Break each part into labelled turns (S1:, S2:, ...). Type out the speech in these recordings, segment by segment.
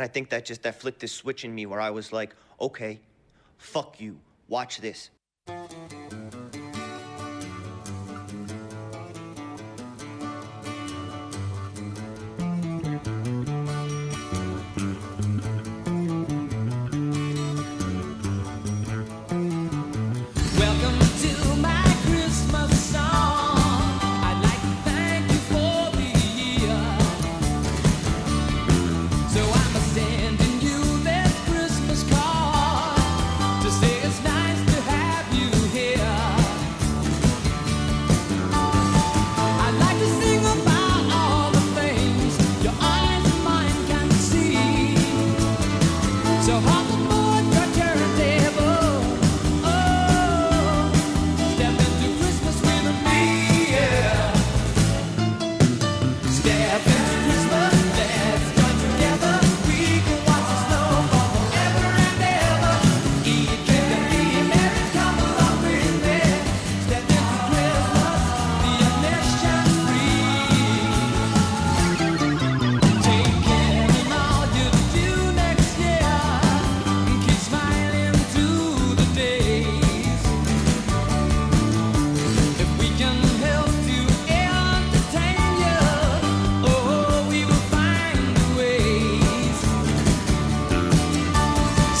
S1: I think that just that flicked this switch in me where I was like, okay, fuck you. Watch this.
S2: Welcome to my Christmas song. I'd like to thank you for the year. So I'm sending you this Christmas card to say it's nice to have you here. I'd like to sing about all the things your eyes and mine can see. So hop aboard your turntable. Oh, step into Christmas with me, yeah. Step into Christmas, let's join together. We can watch the snow fall forever and ever. Eat cake and be merry, come along with me. Step into Christmas, be a mission free. Take care in all you do next year. Keep smiling through the days. If we can help to entertain you, oh, we will find ways.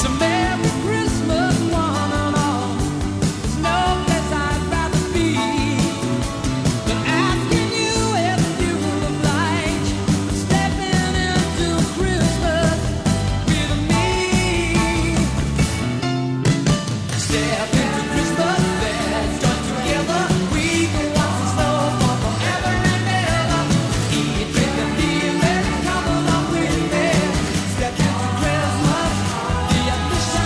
S2: So Merry Christmas, one and all. There's no place I'd rather be. But asking you if you would like stepping into Christmas with me. Step into Christmas, let's join together. We can watch the snow fall forever and ever. Eat, drink, and be merry. Come along with me. Step into Christmas, be ambition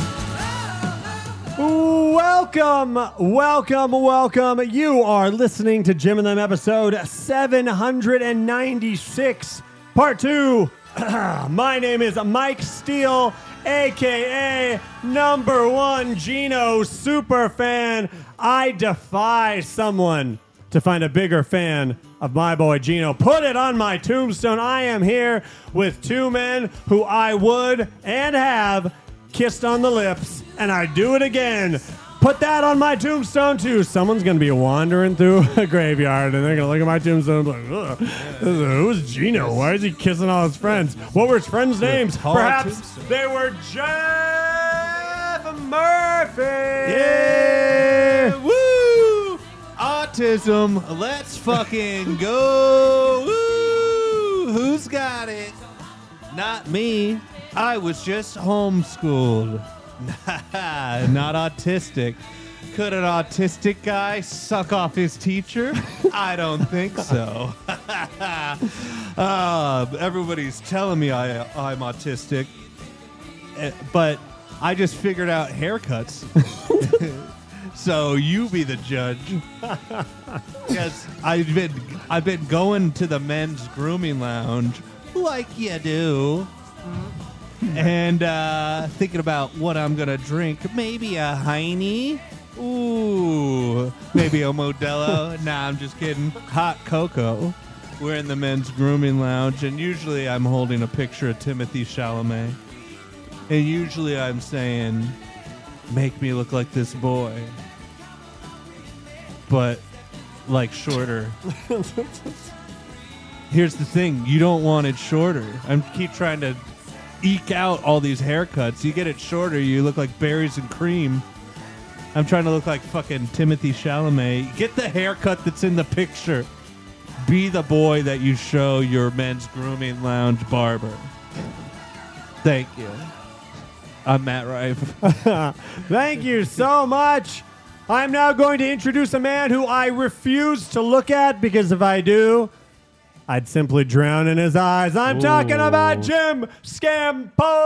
S2: free.
S3: Welcome, welcome, welcome. You are listening to Jim and Them episode 796, part two. My name is Mike Steele, aka number one Gino superfan. I defy someone to find a bigger fan of my boy Gino. Put it on my tombstone. I am here with two men who I would and have kissed on the lips, and I do it again. Put that on my tombstone too. Someone's gonna be wandering through a graveyard, and they're gonna look at my tombstone and be like, Ugh, this is- "Who's Gino? Why is he kissing all his friends? What were his friends' names?
S4: tall
S3: Perhaps
S4: tombstone.
S3: they were Jeff Murphy."
S4: Yeah, Woo! Autism. Let's fucking go. Woo! Who's got it? Not me. I was just homeschooled. Not autistic. Could an autistic guy suck off his teacher? I don't think so. Uh, everybody's telling me I, I'm autistic, Eh, but I just figured out haircuts. so you be the judge. Because I've been I've been going to the men's grooming lounge like you do, and uh, thinking about what I'm gonna drink. Maybe a Heine. Ooh, maybe a Modelo. nah, I'm just kidding. Hot cocoa. We're in the men's grooming lounge, and usually I'm holding a picture of Timothy Chalamet, and usually I'm saying, "Make me look like this boy," but like shorter. Here's the thing: you don't want it shorter. I'm keep trying to eke out all these haircuts. You get it shorter, you look like berries and cream. I'm trying to look like fucking Timothy Chalamet. Get the haircut that's in the picture. Be the boy that you show your men's grooming lounge barber. Thank you. I'm Matt Rife.
S3: Thank you so much. I'm now going to introduce a man who I refuse to look at because if I do, I'd simply drown in his eyes. I'm talking about Jim Scampoli.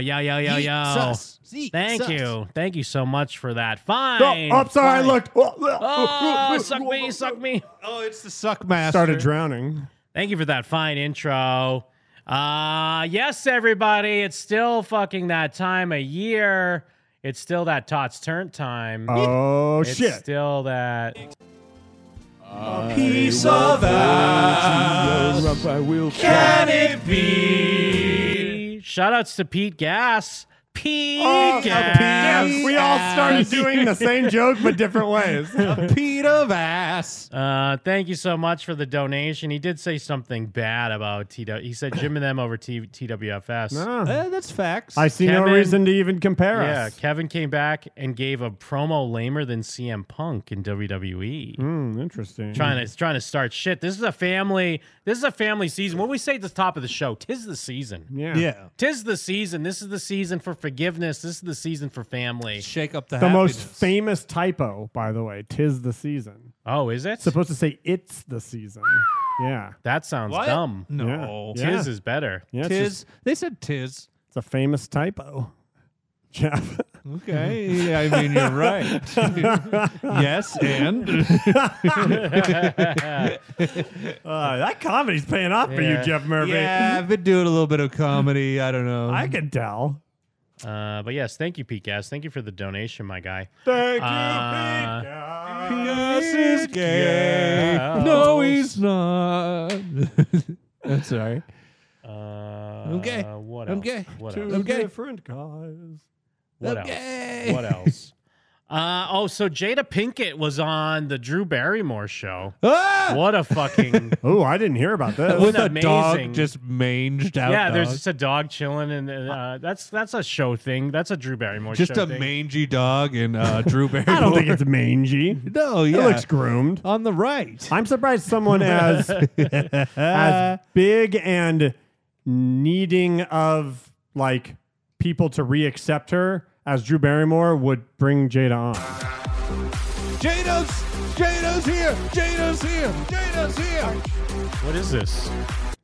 S5: Yo, yo, yo, yo, yo.
S4: Sus. Zeke,
S5: Thank
S4: sus.
S5: you. Thank you so much for that.
S3: Oh,
S5: Fine.
S3: I'm sorry, I looked. Oh,
S5: Oh, suck me, suck me.
S4: Oh, it's the suck master.
S3: Started drowning.
S5: Thank you for that fine intro. Uh, yes, everybody. It's still fucking that time of year. It's still that Tots Turn time.
S3: Oh,
S5: it's
S3: shit.
S5: still that.
S3: piece of ass. Can it
S5: Shout outs to Pete Gas. Pete
S3: Oh,
S5: Gas.
S3: yes, we all started doing the same joke but different ways.
S4: Pete of ass.
S5: Uh, thank you so much for the donation. He did say something bad about TW. He said Jim and them over T- TWFS.
S4: Eh, that's facts.
S3: Ah. I see no
S5: Kevin-
S3: reason to even compare
S5: Yeah,
S3: us.
S5: Kevin came back and gave a promo lamer than CM Punk in WWE.
S3: Hmm, interesting.
S5: Trying to trying to start shit. This is a family. This is a family season. What we say at the top of the show, tis the season.
S3: yeah.
S4: yeah.
S5: Tis the season. This is the season for forgiveness. This is the season for family.
S4: Shake up the
S3: The most
S4: happiness.
S3: famous typo, by the way, tis the season.
S5: Oh, is it?
S3: Supposed to say it's the season. Yeah.
S5: that sounds
S4: What?
S5: dumb.
S4: No.
S3: Yeah.
S5: Tis is better.
S3: Yeah, it's,
S4: Tis.
S3: just-
S4: they said tis.
S3: it's a famous typo. Jeff.
S4: Okay. Yeah, I mean, you're right. yes, and
S3: Uh, that comedy's paying off for
S5: Yeah.
S3: you, Jeff Murphy.
S4: yeah, I've been doing a little bit of comedy. I don't know.
S3: I can tell.
S5: Uh, but yes, thank you, Pete Gas. Thank you for the donation, my guy.
S3: Thank
S5: Uh,
S3: you, Pete.
S4: Yes, he's gay.
S5: Yes.
S4: No, he's not. I'm sorry.
S5: Uh,
S4: gay.
S5: What else?
S4: I'm gay.
S5: What
S3: Two
S5: else?
S4: Okay.
S3: different guys.
S5: What
S4: I'm
S5: else?
S4: gay.
S5: What else? Uh, oh, so Jada Pinkett was on the Drew Barrymore show.
S4: Ah!
S5: What a fucking
S3: Oh, I didn't hear about
S4: With a
S3: this.
S5: Wasn't that amazing?
S4: dog just manged out.
S5: yeah!
S4: dog.
S5: There's just a dog chilling, and uh, that's that's a show thing. That's a Drew Barrymore
S4: just
S5: show
S4: a
S5: thing.
S4: mangy dog and uh, Drew Barry.
S3: I don't think it's mangy.
S4: No, yeah.
S3: It looks groomed.
S4: on the right.
S3: I'm surprised someone as as big and needing of like people to reaccept her as Drew Barrymore would bring Jada on.
S4: Jado's, Jado's here. Jado's here. Jado's here.
S5: What is this?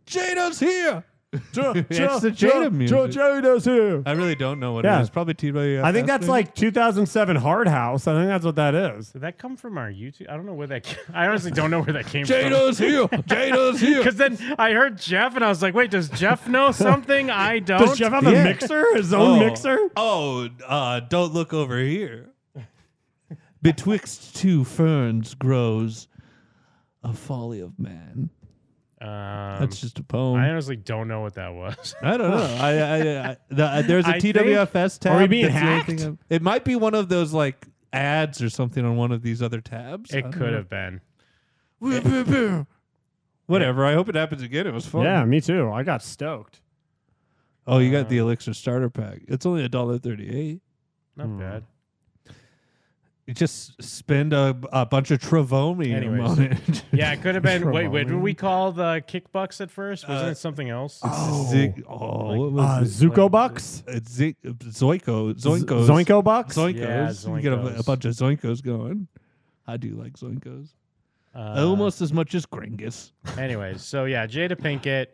S4: Jado's here. It's the
S3: Ja-
S4: Jada
S3: Ja-
S4: music.
S3: Jada's here.
S4: I really don't know what
S3: Yeah.
S4: it is. Probably TWF.
S3: I think that's like 2007 Hard House. I think that's what that is.
S5: Did that come from our YouTube? I don't know where that. Came- I honestly don't know where that came from.
S4: Jado's here. Jado's here.
S5: Because then I heard Jeff, and I was like, "Wait, does Jeff know something I don't?" Um,
S3: Does Jeff have a
S4: Yeah.
S3: mixer? His own mixer?
S4: Oh, uh, don't look over here. Betwixt two ferns grows a folly of man.
S5: Um,
S4: That's just a poem.
S5: I
S4: I,
S5: honestly don't know what that was.
S4: don't know. I, I, I, the, uh, there's a
S5: I think-
S4: TWFS tab.
S3: Are we being
S4: that's the only
S3: hacked?
S4: thing I'm- it might be one of those like ads or something on one of these other tabs. I
S5: It
S4: don't
S5: could
S4: know.
S5: have been.
S4: Woo, boo, boo. Whatever. I hope it happens again. It was fun.
S3: Yeah, me too. I got stoked.
S4: Oh, you got the elixir starter pack. It's only a dollar thirty-eight.
S5: Not bad.
S4: You just spend a, a bunch of Travomi
S5: Anyways.
S4: on it.
S5: Yeah, it could have been. Wait, wait, did
S3: Trelawney.
S5: we call the kickbucks at first? Wasn't
S4: Uh,
S5: it something else?
S3: Oh,
S4: Zig, oh, what was
S3: uh,
S4: it?
S3: Zuko Bucks?
S4: It's uh, Zig, Zoico, Zoinkos,
S3: Zoinko Bucks?
S4: Zoinkos.
S5: Yeah,
S4: You get a, a
S5: Zoinkos.
S4: bunch of Zoinkos going. I do like Zoinkos,
S5: Uh,
S4: almost as much as Gringus.
S5: Anyways, Uh, so yeah, Jada Pinkett.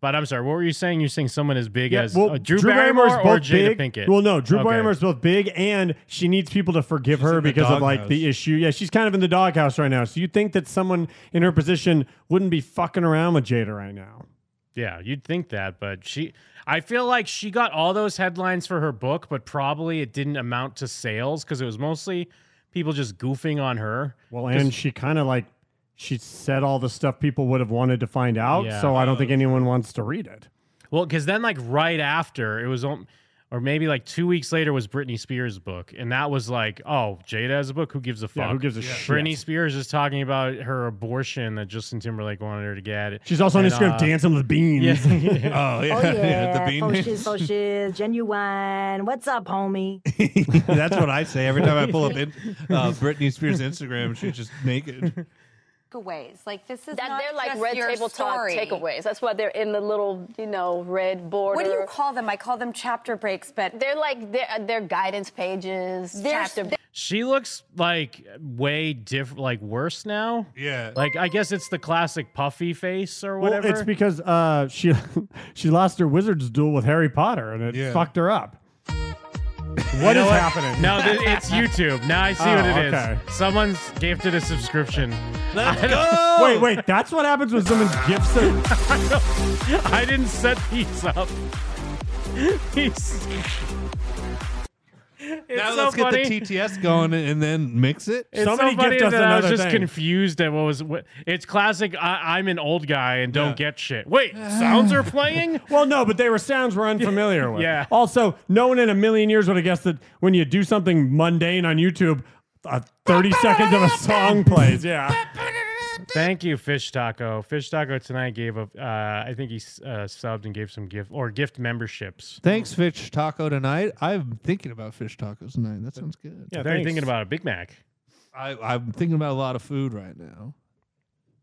S5: But I'm sorry, what were you saying? You're saying someone as big as
S3: well,
S5: uh, Drew, Barrymore or Jada
S3: big.
S5: Pinkett?
S3: Well, no, Drew
S5: Okay.
S3: Barrymore's both big, and she needs people to forgive her
S4: in the
S3: because of like
S4: doghouse.
S3: the issue. Yeah, she's kind of in the doghouse right now. So you'd think that someone in her position wouldn't be fucking around with Jada right now.
S5: Yeah, you'd think that, but she. I feel like she got all those headlines for her book, but probably it didn't amount to sales because it was mostly people just goofing on her.
S3: Well, and she kind of like she said all the stuff people would have wanted to find out.
S5: Yeah.
S3: so I don't think anyone wants to read it.
S5: Well, because then like right after it was, on, or maybe like two weeks later was Britney Spears' book, and that was like, oh, Jada has a book. Who gives a fuck?
S3: Yeah, who gives a shit?
S5: Britney Spears is talking about her abortion that Justin Timberlake wanted her to get.
S3: She's also on
S5: And,
S3: Instagram
S5: uh,
S3: dancing with beans.
S5: Yeah.
S4: Oh yeah, the bean.
S6: Faux shiz, faux shiz, genuine. What's up, homie?
S4: That's what I say every time I pull up in, uh, Britney Spears' Instagram. She's just naked.
S7: takeaways. Like this is
S8: That
S7: not
S8: they're like
S7: just
S8: red
S7: your
S8: tabletop
S7: story.
S8: takeaways. That's why they're in the little, you know, red border.
S7: What do you call them? I call them chapter breaks, but
S8: They're like they're, uh, they're guidance pages.
S7: There's-
S8: chapter
S5: she looks like way different, like worse now.
S4: Yeah.
S5: Like I guess it's the classic puffy face or
S3: Well,
S5: whatever.
S3: it's because uh, she she lost her wizard's duel with Harry Potter, and it
S4: Yeah.
S3: fucked her up. What is
S5: know what?
S3: happening?
S5: no, th- it's YouTube. Now I see what
S3: Oh,
S5: it is.
S3: okay.
S5: Someone's gifted a subscription.
S4: Let's go.
S3: Wait, wait, that's what happens when someone gifts her.
S5: I didn't set these up. He's- It's
S4: now
S5: so
S4: let's
S5: funny.
S4: get the TTS going and then mix it.
S5: It's
S3: Somebody
S5: so funny
S3: gift us
S5: that I was
S3: another
S5: just
S3: thing.
S5: confused at what was. What, it's classic. I, I'm an old guy and don't
S4: Yeah.
S5: get shit. Wait, sounds are playing.
S3: Well, no, but they were sounds we're unfamiliar with.
S5: Yeah.
S3: Also, no one in a million years would have guessed that when you do something mundane on YouTube, uh, 30 seconds of a song plays. Yeah.
S5: Thank you, Fish Taco. Fish Taco tonight gave a. Uh, I think he s- uh, subbed and gave some gift or gift memberships.
S4: Thanks, fish taco tonight. I'm thinking about fish tacos tonight. That sounds good.
S3: Yeah,
S5: They're
S3: thanks.
S5: thinking about a Big Mac.
S4: I, I'm thinking about a lot of food right now.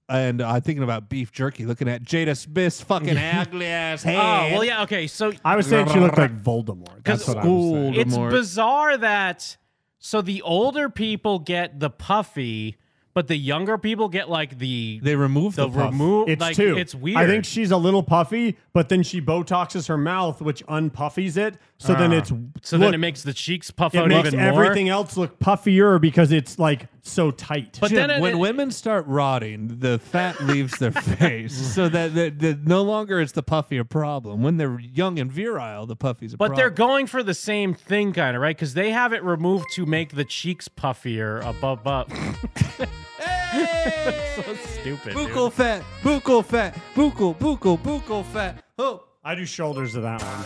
S4: And I'm thinking about beef jerky, looking at Jada Smith's fucking ugly ass head.
S5: Oh well, yeah. Okay, so
S3: I was saying she looked like Voldemort. That's what I was
S4: Ooh,
S3: saying.
S5: it's
S4: Voldemort.
S5: bizarre that so the older people get the puffy, but the younger people get like the
S4: They removed the,
S5: the
S4: puff.
S5: remove.
S3: It's
S5: like,
S3: two.
S5: It's weird.
S3: I think she's a little puffy, but then she Botoxes her mouth, which unpuffies it. So then
S5: Uh,
S3: it's
S5: so
S3: look,
S5: then it makes the cheeks puff
S3: it
S5: out
S3: makes
S5: even more.
S3: everything else look puffier because it's like so tight.
S5: But
S4: Jim,
S5: then it-
S4: when
S5: it-
S4: women start rotting, the fat leaves their face, so that that- that no longer is the puffy a problem. When they're young and virile, the puffy's a
S5: But
S4: problem.
S5: they're going for the same thing, kind of right? Because they have it removed to make the cheeks puffier above up. so stupid. dude.
S4: buccal fat, buccal fat, buccal, buccal, buccal fat. Oh,
S3: I do shoulders of that one.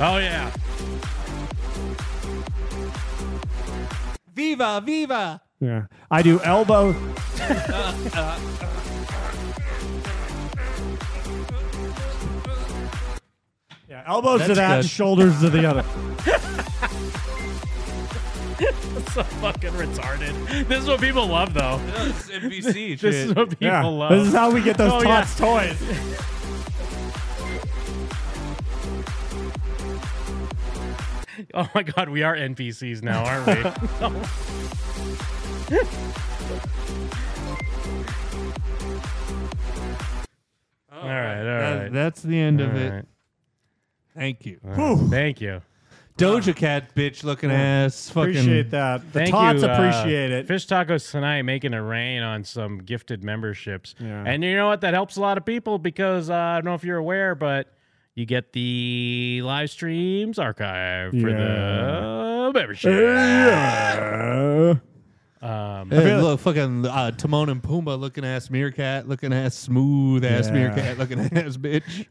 S5: Oh yeah.
S4: viva, viva.
S3: Yeah. I do elbow. yeah, elbows to
S4: That's
S3: that,
S4: good.
S3: shoulders to the other.
S5: So fucking retarded. This is what people love, though.
S4: That's NBC
S5: This is what people
S3: yeah.
S5: love.
S3: This is how we get those
S5: Oh, yeah.
S3: tots toys.
S5: Oh my god, we are NPCs now, aren't we? all right, all right.
S4: That's the end of
S5: all
S4: it.
S5: right.
S4: Thank you.
S3: Whew.
S5: Thank you.
S4: Doja Cat, bitch looking ass. Fucking
S3: Appreciate that. The
S5: Thank
S3: tots
S5: you, uh,
S3: appreciate it.
S5: Fish tacos tonight making a rain on some gifted memberships.
S3: Yeah.
S5: And you know what? That helps a lot of people because uh, I don't know if you're aware, but you get the live streams archive for the membership.
S3: Yeah.
S5: Um,
S4: Hey,
S3: feel-
S4: look, fucking uh, Timon and Pumbaa looking ass meerkat, looking ass smooth ass
S3: Yeah.
S4: meerkat, looking ass bitch.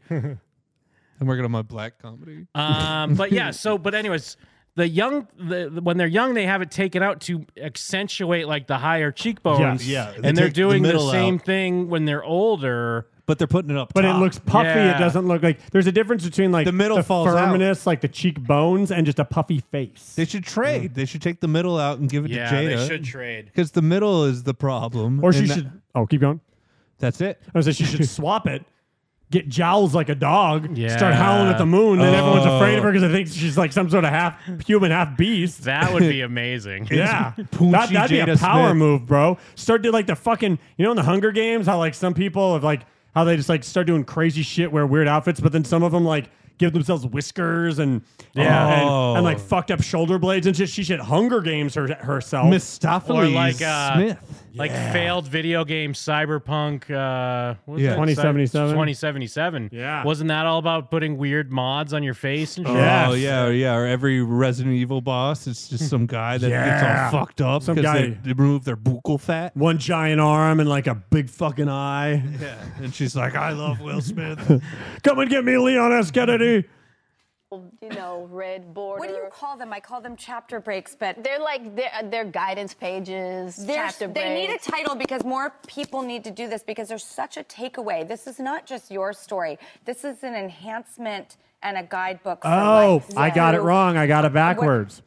S4: I'm working on my black comedy.
S5: Um, but yeah, so but anyways, the young the, the- when they're young, they have it taken out to accentuate like the higher cheekbones.
S4: Yeah, yeah, they
S5: and they're
S4: take the
S5: doing the,
S4: middle
S5: same
S4: out.
S5: thing when they're older.
S4: But they're putting it up.
S3: But it
S4: top.
S3: looks puffy. It
S5: Yeah.
S3: doesn't look like there's a difference between like
S4: The middle falls out.
S3: firmness, like the cheekbones, and just a puffy face.
S4: They should trade. They should take the middle out and give it
S5: Yeah,
S4: to Jada.
S5: they should trade.
S4: because the middle is the problem.
S3: or she
S4: and uh, that-
S3: should. Oh, keep going.
S4: That's it.
S3: I said she should swap it. Get jowls like a dog.
S5: Yeah.
S3: Start howling at the moon. Then everyone's
S4: Oh.
S3: afraid of her because they think she's like some sort of half human, half beast.
S5: That would be amazing.
S3: yeah,
S4: Punchy
S3: that, that'd be a
S4: Jada
S3: power
S4: Smith.
S3: move, bro. Start to like the fucking you know in the Hunger Games how like some people have like how they just like start doing crazy shit, wear weird outfits, but then some of them like give themselves whiskers and
S5: Yeah.
S3: and,
S4: Oh.
S3: and, like fucked up shoulder blades and shit. She should Hunger Games her, herself.
S5: Or
S4: Mistopheles
S5: like uh,
S4: Smith.
S5: like failed video game Cyberpunk uh what was
S4: Yeah.
S5: that?
S3: 2077?
S5: 2077.
S3: Yeah.
S5: Wasn't that all about putting weird mods on your face and shit?
S3: Yes.
S4: Oh yeah, or yeah. Or every Resident Evil boss, it's just some guy that
S3: Yeah.
S4: gets all fucked up
S3: Some
S4: because
S3: guy-
S4: they, they remove their buccal fat.
S3: One giant arm and like a big fucking eye.
S4: Yeah, and she's like, "I love Will Smith."
S3: Come and get me, Leon S. Kennedy.
S8: you know, red border.
S7: What do you call them? I call them chapter breaks, but
S8: They're like they're, uh, they're guidance pages,
S7: there's,
S8: chapter
S7: they need a
S8: breaks.
S7: title because more people need to do this because there's such a takeaway. This is not just your story. This is an enhancement and a guidebook. For
S3: Oh,
S7: life.
S3: I got it
S7: So-
S3: wrong. I got it backwards.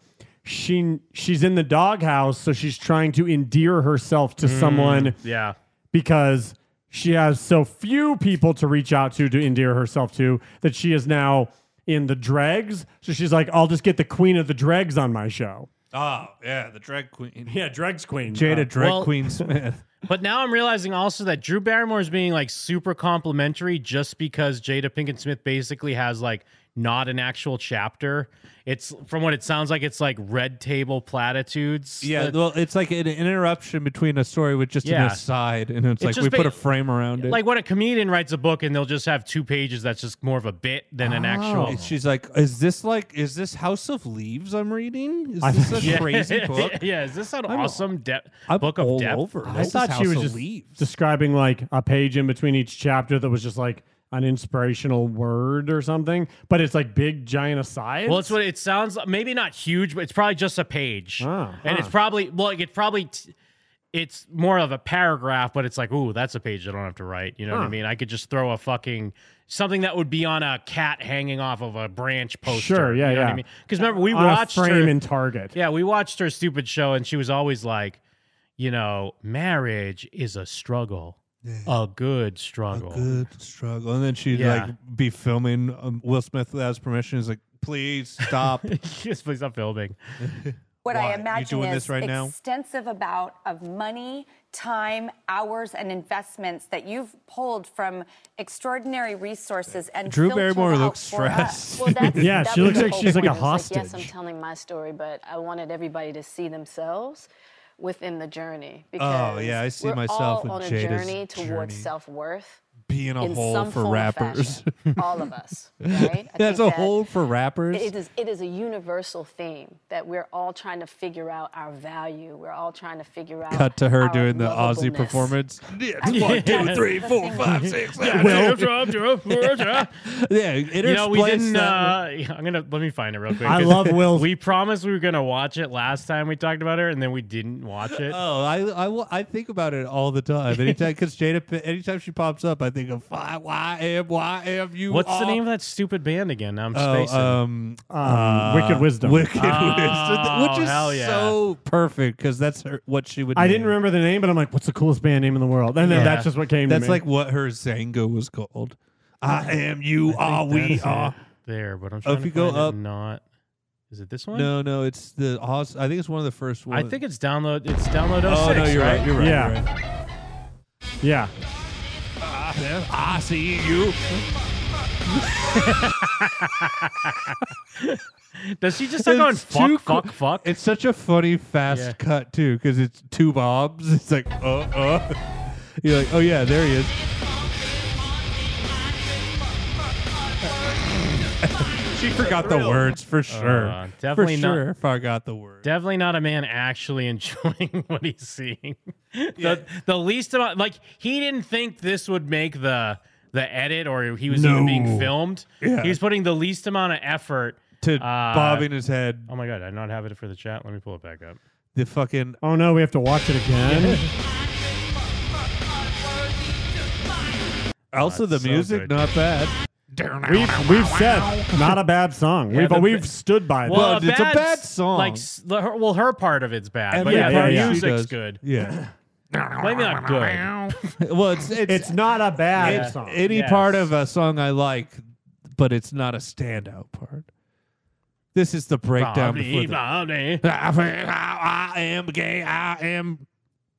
S3: She she's in the doghouse, so she's trying to endear herself to someone
S5: Yeah.
S3: because she has so few people to reach out to to endear herself to that she is now in the dregs. So she's like, I'll just get the queen of the dregs on my show.
S4: oh yeah, the drag queen,
S3: Yeah, dregs queen.
S4: Jada
S3: Uh,
S4: drag
S5: Well-
S4: queen Smith.
S5: But now I'm realizing also that Drew Barrymore's being like super complimentary just because Jada Pinkett Smith basically has like not an actual chapter. It's from what it sounds like, it's like red table platitudes.
S4: Yeah,
S5: that-
S4: well, it's like an, an interruption between a story with just
S5: Yeah.
S4: an aside, and it's, like
S5: just
S4: we
S5: ba-
S4: put a frame around it.
S5: like when a comedian writes a book and they'll just have two pages that's just more of a bit than
S4: Oh.
S5: an actual.
S4: And she's like, "Is this like is this House of Leaves I'm reading? Is
S3: I-
S4: this a
S5: Yeah.
S4: crazy book?
S5: yeah, is this an
S4: I'm-
S5: awesome de-
S4: I'm
S5: book of
S4: all
S5: depth?
S4: over.
S3: I thought she was just
S4: leaves.
S3: describing like a page in between each chapter that was just like an inspirational word or something, but it's like big giant aside.
S5: Well, it's what it sounds like. Maybe not huge, but it's probably just a page.
S3: Ah,
S5: and
S3: huh.
S5: it's probably, well, like, it probably, t- it's more of a paragraph, but it's like, ooh, that's a page I don't have to write. You know what I
S3: Huh.
S5: mean? I could just throw a fucking, something that would be on a cat hanging off of a branch poster.
S3: Sure, yeah,
S5: you know What
S3: yeah.
S5: I mean? Because remember, we
S3: on
S5: watched
S3: a frame
S5: her.
S3: in Target.
S5: Yeah, we watched her stupid show, and she was always like, you know, marriage is a struggle, a good struggle.
S4: Good struggle. And then she'd
S5: Yeah.
S4: like be filming um, Will Smith without his permission. He's like, please stop.
S5: Just please stop filming.
S7: What
S4: Why?
S7: I
S4: You
S7: imagine
S4: doing
S7: is
S4: this right now?
S7: extensive amount of money, time, hours, and investments that you've pulled from extraordinary resources and
S4: Drew
S7: filtered
S4: Barrymore
S7: out
S4: looks
S7: for us.
S4: stressed.
S8: Well, that's,
S3: Yeah,
S8: that
S3: she
S8: was
S3: looks
S8: the
S3: like
S8: whole
S3: she's like a
S8: point. It was yes, I'm
S3: hostage.
S8: telling my story, but I wanted everybody to see themselves within the journey.
S4: Oh, yeah,
S8: Because
S4: I see
S8: we're
S4: myself
S8: all
S4: in
S8: on a
S4: Jada's
S8: journey towards
S4: journey.
S8: self worth
S4: Being a
S8: in
S4: hole
S8: some
S4: for
S8: form or
S4: rappers.
S8: fashion. all of us, right? I
S4: That's a
S8: think that
S4: hole for rappers.
S8: It is, it is a universal theme that we're all trying to figure out our value. We're all trying to figure out.
S4: Cut to her
S8: our
S4: doing the Aussie
S8: lovableness.
S4: performance. Yeah, it's one, two, three, four, five, six. seven,
S5: Well,
S4: eight. yeah, it
S5: you know, we
S4: explains
S5: didn't.
S4: that.
S5: Uh, yeah, I'm gonna let me find it real quick.
S3: I
S5: 'cause
S3: love Will's-
S5: We promised we were gonna watch it last time we talked about her, and then we didn't watch it.
S4: Oh, I, I, will- I think about it all the time. Anytime, because Jada, P- anytime she pops up, I think of "Why- why am why am you?
S5: What's the
S4: all-"
S5: name of that stupid band again? I'm
S4: Oh,
S5: spacing.
S4: um,
S3: Um, Wicked Wisdom.
S4: Wicked
S5: Oh,
S4: Wisdom, which is
S5: hell yeah.
S4: so perfect because that's her, what she would.
S3: I didn't
S4: name.
S3: remember the name, but I'm like, what's the coolest band name in the world? And then
S5: Yeah.
S3: that's just what came
S4: That's
S3: to me.
S4: like what her Zango was called. I am you are we
S5: That's
S4: ah.
S5: it
S4: are.
S5: there, but I'm trying
S4: oh, if
S5: to
S4: you go
S5: find it
S4: up-
S5: Not is it this one?
S4: No, no, it's the. Aus- I think it's one of the first
S5: I
S4: ones.
S5: think it's download. It's download. 06,
S4: Oh no, you're right. You're right.
S3: Yeah.
S4: You're right.
S3: yeah.
S4: I am- I see you.
S5: Does she just start going
S4: It's too
S5: fuck,
S4: cool.
S5: fuck, fuck?
S4: It's such a funny fast
S5: Yeah.
S4: cut too, because it's two bobs. It's like, uh, uh. You're like, oh yeah, there he is. she forgot the words for sure.
S5: Uh, definitely
S4: for
S5: not-
S4: sure. Forgot the words.
S5: Definitely not a man actually enjoying what he's seeing. the, the least amount, like he didn't think this would make the the edit, or he was even being
S4: No.
S5: filmed.
S4: Yeah.
S5: He was putting the least amount of effort
S4: to
S5: uh,
S4: bobbing his head.
S5: Oh my god, I not have it for the chat. Let me pull it back up.
S4: The fucking
S3: Oh no, we have to watch it again.
S4: also the
S5: it's so
S4: music
S5: good.
S4: not bad.
S3: we've we've said not a bad song. we've
S5: the-
S3: we've stood by it.
S4: Well,
S5: a
S4: it's a bad
S5: s-
S4: song.
S5: Like, s- the, her, well, her part of it's bad, but
S4: Every
S5: yeah,
S3: part
S5: her
S3: she yeah.
S4: She
S5: music's
S4: does.
S5: good.
S4: Yeah.
S5: Maybe not good.
S4: well, it's it's,
S3: it's not a bad
S4: it's
S3: song.
S4: any
S5: Yes.
S4: part of a song I like, but it's not a standout part. This is the breakdown before
S5: Bobby,
S4: the.
S5: Bobby.
S4: I am gay. I am.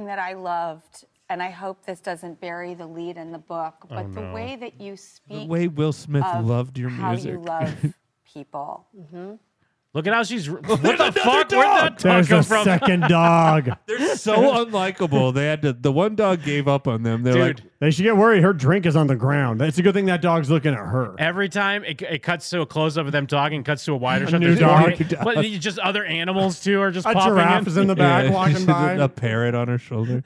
S7: that I loved, and I hope this doesn't bury the lead in the book, but the
S5: no.
S7: way that you speak
S4: Oh, The way Will Smith
S7: of
S4: loved your
S7: how
S4: music.
S7: you love people.
S5: Look at how she's. What the fuck? Where'd that dog
S3: There's
S5: come
S3: a
S5: from?
S3: second dog.
S4: so unlikable. They had to. The one dog gave up on them. They're
S5: Dude,
S4: like,
S3: They should get worried. Her drink is on the ground. It's a good thing that dog's looking at her.
S5: Every time it, it cuts to a close up of them talking, cuts to a wider shot.
S3: new
S5: There's
S3: dog.
S5: more- But you- just other animals too are just
S3: A
S5: popping
S3: giraffe
S5: in. Uh,
S3: is in the back
S4: Yeah,
S3: walking
S4: she's
S3: by.
S4: A parrot on her shoulder.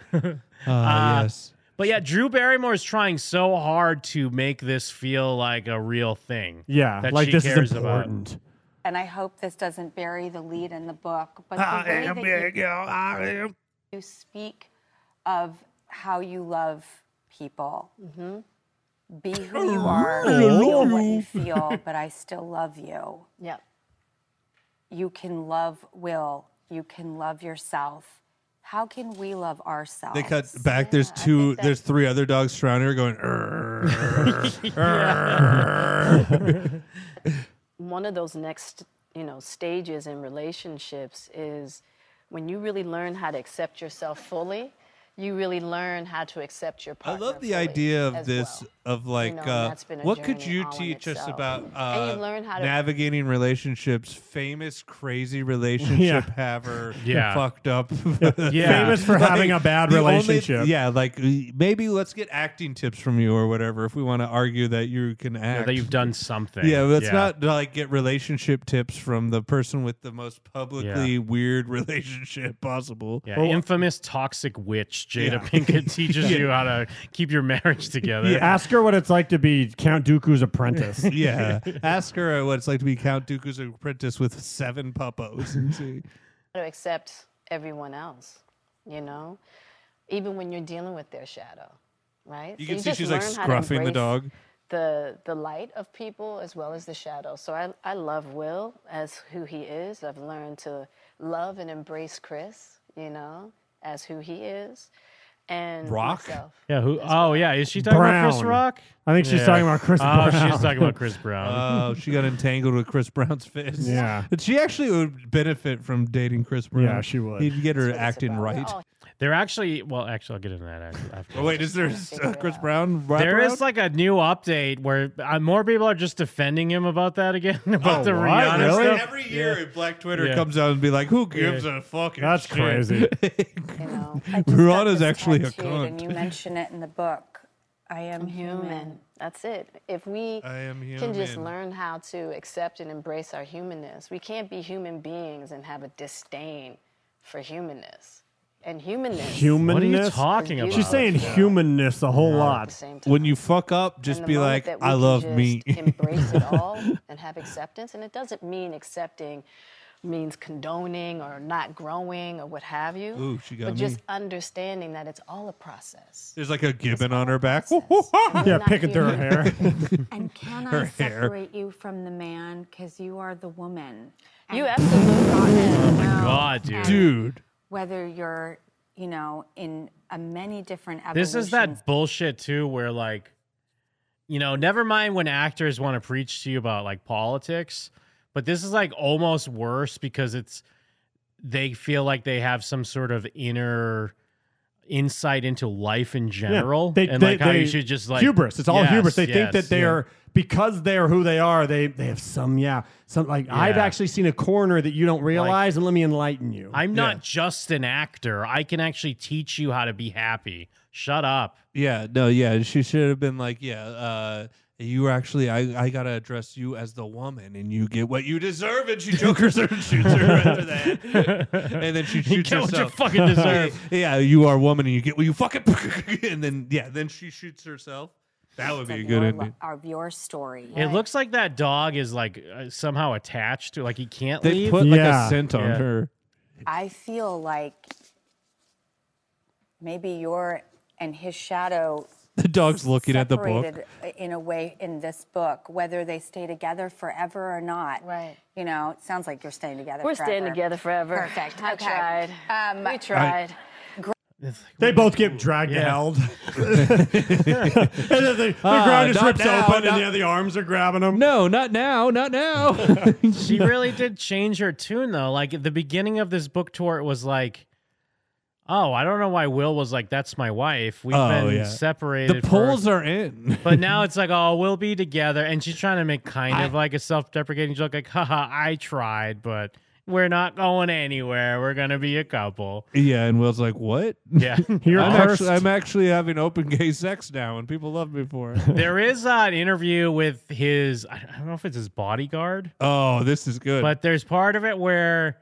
S4: Ah, yes.
S5: But yeah, Drew Barrymore is trying so hard to make this feel like a real thing.
S3: yeah,
S5: that
S3: like
S5: she
S3: this is
S5: cares
S3: important.
S7: And I hope this doesn't bury the lead in the book, but the
S4: I
S7: way
S4: am
S7: that you
S4: big, yo, I am.
S7: you speak of how you love people.
S9: Mm-hmm.
S7: Be who you are, feel what you feel, but I still love you.
S8: Yep.
S7: You can love Will. You can love yourself. How can we love ourselves?
S4: They cut back. There's two. There's three other dogs surrounding her, going. "Err, err."
S8: one of those next you know stages in relationships is when you really learn how to accept yourself fully you really learn how to accept your
S4: I
S8: partner.
S4: love the
S8: fully
S4: idea of
S8: as
S4: this
S8: well.
S4: of like
S8: know, and
S4: uh,
S8: that's been a
S4: what could
S8: journey
S4: you
S8: all in
S4: teach us
S8: itself.
S4: about uh,
S8: And you learn how to-
S4: navigating relationships, famous crazy relationship haver,
S5: Yeah.
S4: fucked up,
S5: Yeah.
S3: Famous for having a bad
S4: the only-
S3: relationship.
S4: yeah, like maybe let's get acting tips from you or whatever if we want to argue that you can
S5: Or
S4: act.
S5: that you've done something.
S4: yeah, let's not like get relationship tips from the person with the most publicly
S5: Yeah.
S4: weird relationship possible.
S5: Yeah, infamous toxic witch Jada
S4: Yeah.
S5: Pinkett teaches you how to keep your marriage together.
S3: Ask her what it's like to be Count Dooku's apprentice.
S4: yeah. Ask her uh, what it's like to be Count Dooku's apprentice with seven puppos. and see.
S8: how to accept everyone else, you know, even when you're dealing with their shadow, right?
S4: You
S8: So
S4: can see
S8: just
S4: she's like
S8: learn how to
S4: scruffing the
S8: embrace
S4: dog.
S8: The the light of people as well as the shadow. So I I love Will as who he is. I've learned to love and embrace Chris, you know, as who he is, and
S4: Rock?
S8: myself.
S5: Yeah, who? Oh, yeah. Is she talking about Chris
S3: Brown.
S5: Rock?
S3: I think she's
S5: Yeah.
S3: talking about Chris
S5: Oh,
S3: Brown.
S5: she's talking about Chris Brown.
S4: Oh, she got entangled with Chris Brown's fist.
S3: Yeah.
S4: But she actually would benefit from dating Chris Brown.
S3: Yeah, she would.
S4: He'd get her
S8: That's what it's
S4: acting
S8: about. Oh, We're
S4: right.
S8: all
S5: They're actually. Well, actually, I'll get into that after- after.
S4: Oh, wait, is there
S8: figure
S4: a
S8: it
S4: Chris
S8: out.
S4: Brown? wraparound?
S5: There is like a new update where uh, more people are just defending him about that again about
S3: Oh,
S5: the
S3: what?
S5: Rihanna
S3: Really?
S5: stuff.
S4: Every year, Black Twitter
S5: Yeah.
S4: comes out and be like, "Who gives a fucking?"
S3: That's
S4: shit?
S3: crazy.
S7: You know, I just got
S4: Verona's
S7: this
S4: actually a
S7: tattooed, And you
S4: cunt.
S7: mention it in the book. I
S9: Mm-hmm.
S7: am human.
S8: human. That's it. If we
S4: I am
S8: can just
S4: human.
S8: learn how to accept and embrace our humanness, we can't be human beings and have a disdain for humanness. And humanness
S3: humanness.
S5: What are you talking about?
S8: She's
S3: She's saying humanness a whole
S8: at the
S3: lot.
S8: same time.
S4: When you fuck up, just
S8: And the
S4: be
S8: moment
S4: like,
S8: that we
S4: "I
S8: can
S4: love
S8: just
S4: me."
S8: embrace it all and have acceptance. And it doesn't mean accepting means condoning or not growing or what have you.
S4: Ooh, she got
S8: but
S4: me.
S8: just understanding that it's all a process.
S4: There's like a gibbon on her back.
S3: Yeah,
S8: Not
S3: picking through her
S8: human.
S3: hair.
S9: And can
S4: Her
S9: I
S4: hair.
S9: separate you from the man? Because you are the woman.
S8: You
S9: And
S8: absolutely
S9: you've gotten to
S4: Oh
S9: know
S5: God, dude.
S4: Dude,
S9: Whether you're, you know, in a many different
S5: This is
S9: evolutions.
S5: that bullshit too, where like, you know, never mind when actors want to preach to you about like politics, but this is like almost worse because it's they feel like they have some sort of inner insight into life in general
S3: They,
S5: and
S3: they-
S5: like how
S3: they-
S5: you should just like
S3: hubris. It's all
S5: Yes,
S3: hubris. They
S5: yes,
S3: think that they
S5: yeah.
S3: are because they are who they are. They they have some yeah some like I've
S5: Yeah.
S3: actually seen a corner that you don't realize, and let me enlighten you.
S5: I'm not just an actor. I can actually teach you how to be happy. Shut up.
S4: Yeah, no, yeah. She should have been like, yeah, uh, you were actually, I, I got to address you as the woman and you get what you deserve. And she jokers her and shoots her after that. And then she
S5: You
S4: shoots
S5: get what you
S4: herself.
S5: fucking deserve.
S4: yeah, you are a woman and you get what you fucking. and then, yeah, then she shoots herself. That would be a
S9: of
S4: good
S9: your
S4: ending.
S9: lo- Of your story.
S5: It looks like that dog is like uh, somehow attached to, like he can't
S4: They
S5: leave.
S4: put like
S3: Yeah.
S4: a scent on
S5: Yeah.
S4: her.
S7: I feel like maybe your and his shadow
S4: The dog's looking at the book.
S7: separated in a way in this book, whether they stay together forever or not.
S8: Right.
S7: You know, it sounds like you're staying together.
S8: We're
S7: forever.
S8: staying together forever.
S7: Perfect.
S8: I
S7: okay.
S8: tried.
S7: Um,
S8: we tried.
S3: They both get dragged
S5: Yeah.
S3: to held. and then the, the ground just
S4: Ah, not
S3: rips
S4: now, not-
S3: open, and yeah, the arms are grabbing them.
S4: No, not now, not now.
S5: she really did change her tune though. Like at the beginning of this book tour, it was like, oh, I don't know why Will was like, that's my wife. We've
S4: Oh,
S5: been
S4: yeah.
S5: separated.
S4: the polls
S5: for-
S4: are in.
S5: But now it's like, oh, we'll be together. And she's trying to make kind of like a self deprecating joke, like, haha, I tried, but we're not going anywhere. We're going to be a couple.
S4: yeah, and Will's like, what?
S5: Yeah. Uh,
S3: Here
S4: I'm
S3: first.
S4: actually, I'm actually having open gay sex now, and people love me for it.
S5: there is uh, an interview with his, I I don't know if it's his bodyguard,
S4: oh, this is good.
S5: but there's part of it where,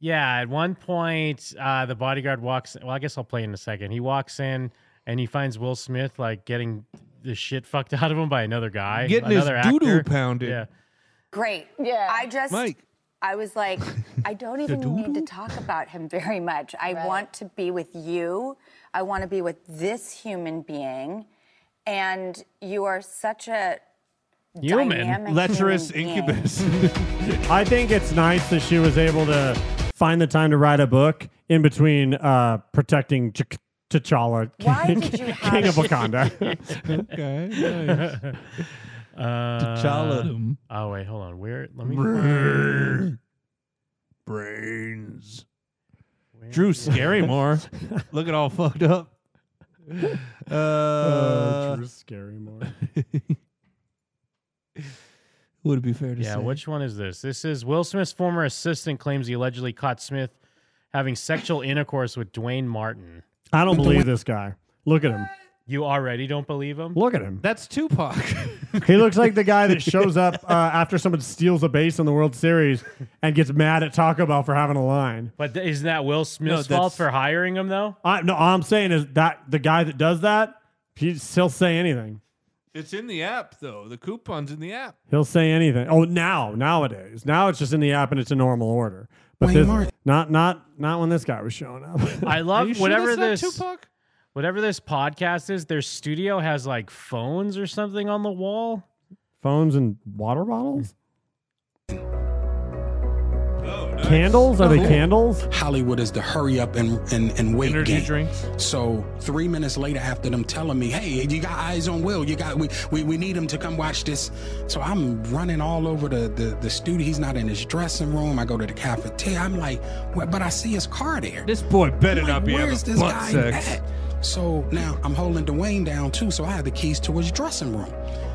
S5: yeah, at one point, uh, the bodyguard walks, well, I guess I'll play in a second. He walks in and he finds Will Smith like getting the shit fucked out of him by another guy,
S4: Getting his
S5: another
S4: doo-doo
S5: actor.
S4: pounded.
S5: Yeah.
S7: Great.
S8: Yeah.
S7: I just
S4: Mike.
S7: I was like, I don't even need to
S4: doodle?
S7: talk about him very much. I
S8: Right.
S7: want to be with you. I want to be with this human being. And you are such a
S5: Human.
S7: dynamic
S4: Lecherous
S7: human being.
S4: incubus.
S3: I think it's nice that she was able to find the time to write a book in between uh, protecting Ch- T'Challa,
S7: Why
S3: king,
S7: did you have-
S3: king of Wakanda.
S4: okay, nice.
S5: Uh,
S4: T'Challa.
S5: Oh wait, hold on. Where? Let me.
S4: Brrr. Brains. Drew Scarrymore. Look at all fucked up. Uh,
S5: Oh,
S3: Uh, Drew Scarrymore.
S4: would it be fair to
S5: Yeah,
S4: say?
S5: which one is this? This is Will Smith's former assistant claims he allegedly caught Smith having sexual intercourse with Dwayne Martin.
S3: I don't believe this guy. Look at him.
S5: You already don't believe him?
S3: Look at him.
S4: That's Tupac.
S3: He looks like the guy that shows up uh, after someone steals a base in the World Series and gets mad at Taco Bell for having a line.
S5: But th- isn't that Will Smith's fault
S4: that's-
S5: for hiring him though?
S3: I, no, all I'm saying is that the guy that does that, he he'll say anything.
S4: it's in the app though. The coupon's in the app.
S3: He'll say anything. Oh, now nowadays, now it's just in the app and it's in normal order. But this, not not not when this guy was showing up.
S5: I
S4: Are you
S5: love
S4: sure
S5: whatever
S4: that's
S5: this
S4: not Tupac.
S5: whatever this podcast is. Their studio has like phones or something on the wall.
S3: Phones and water bottles,
S4: Oh, nice.
S3: candles. Are they candles?
S10: Hollywood is the hurry up and and, and wait
S4: Energy
S10: game.
S4: drinks.
S10: So three minutes later, after them telling me, "Hey, you got eyes on Will. You got we we, we need him to come watch this." So I'm running all over the, the the studio. He's not in his dressing room. I go to the cafeteria. I'm like, well, but I see his car there.
S4: This boy better
S10: I'm
S4: not
S10: like,
S4: be having
S10: Where's this
S4: butt
S10: guy
S4: sex.
S10: at? So now I'm holding Dwayne down too. So I have the keys to his dressing room.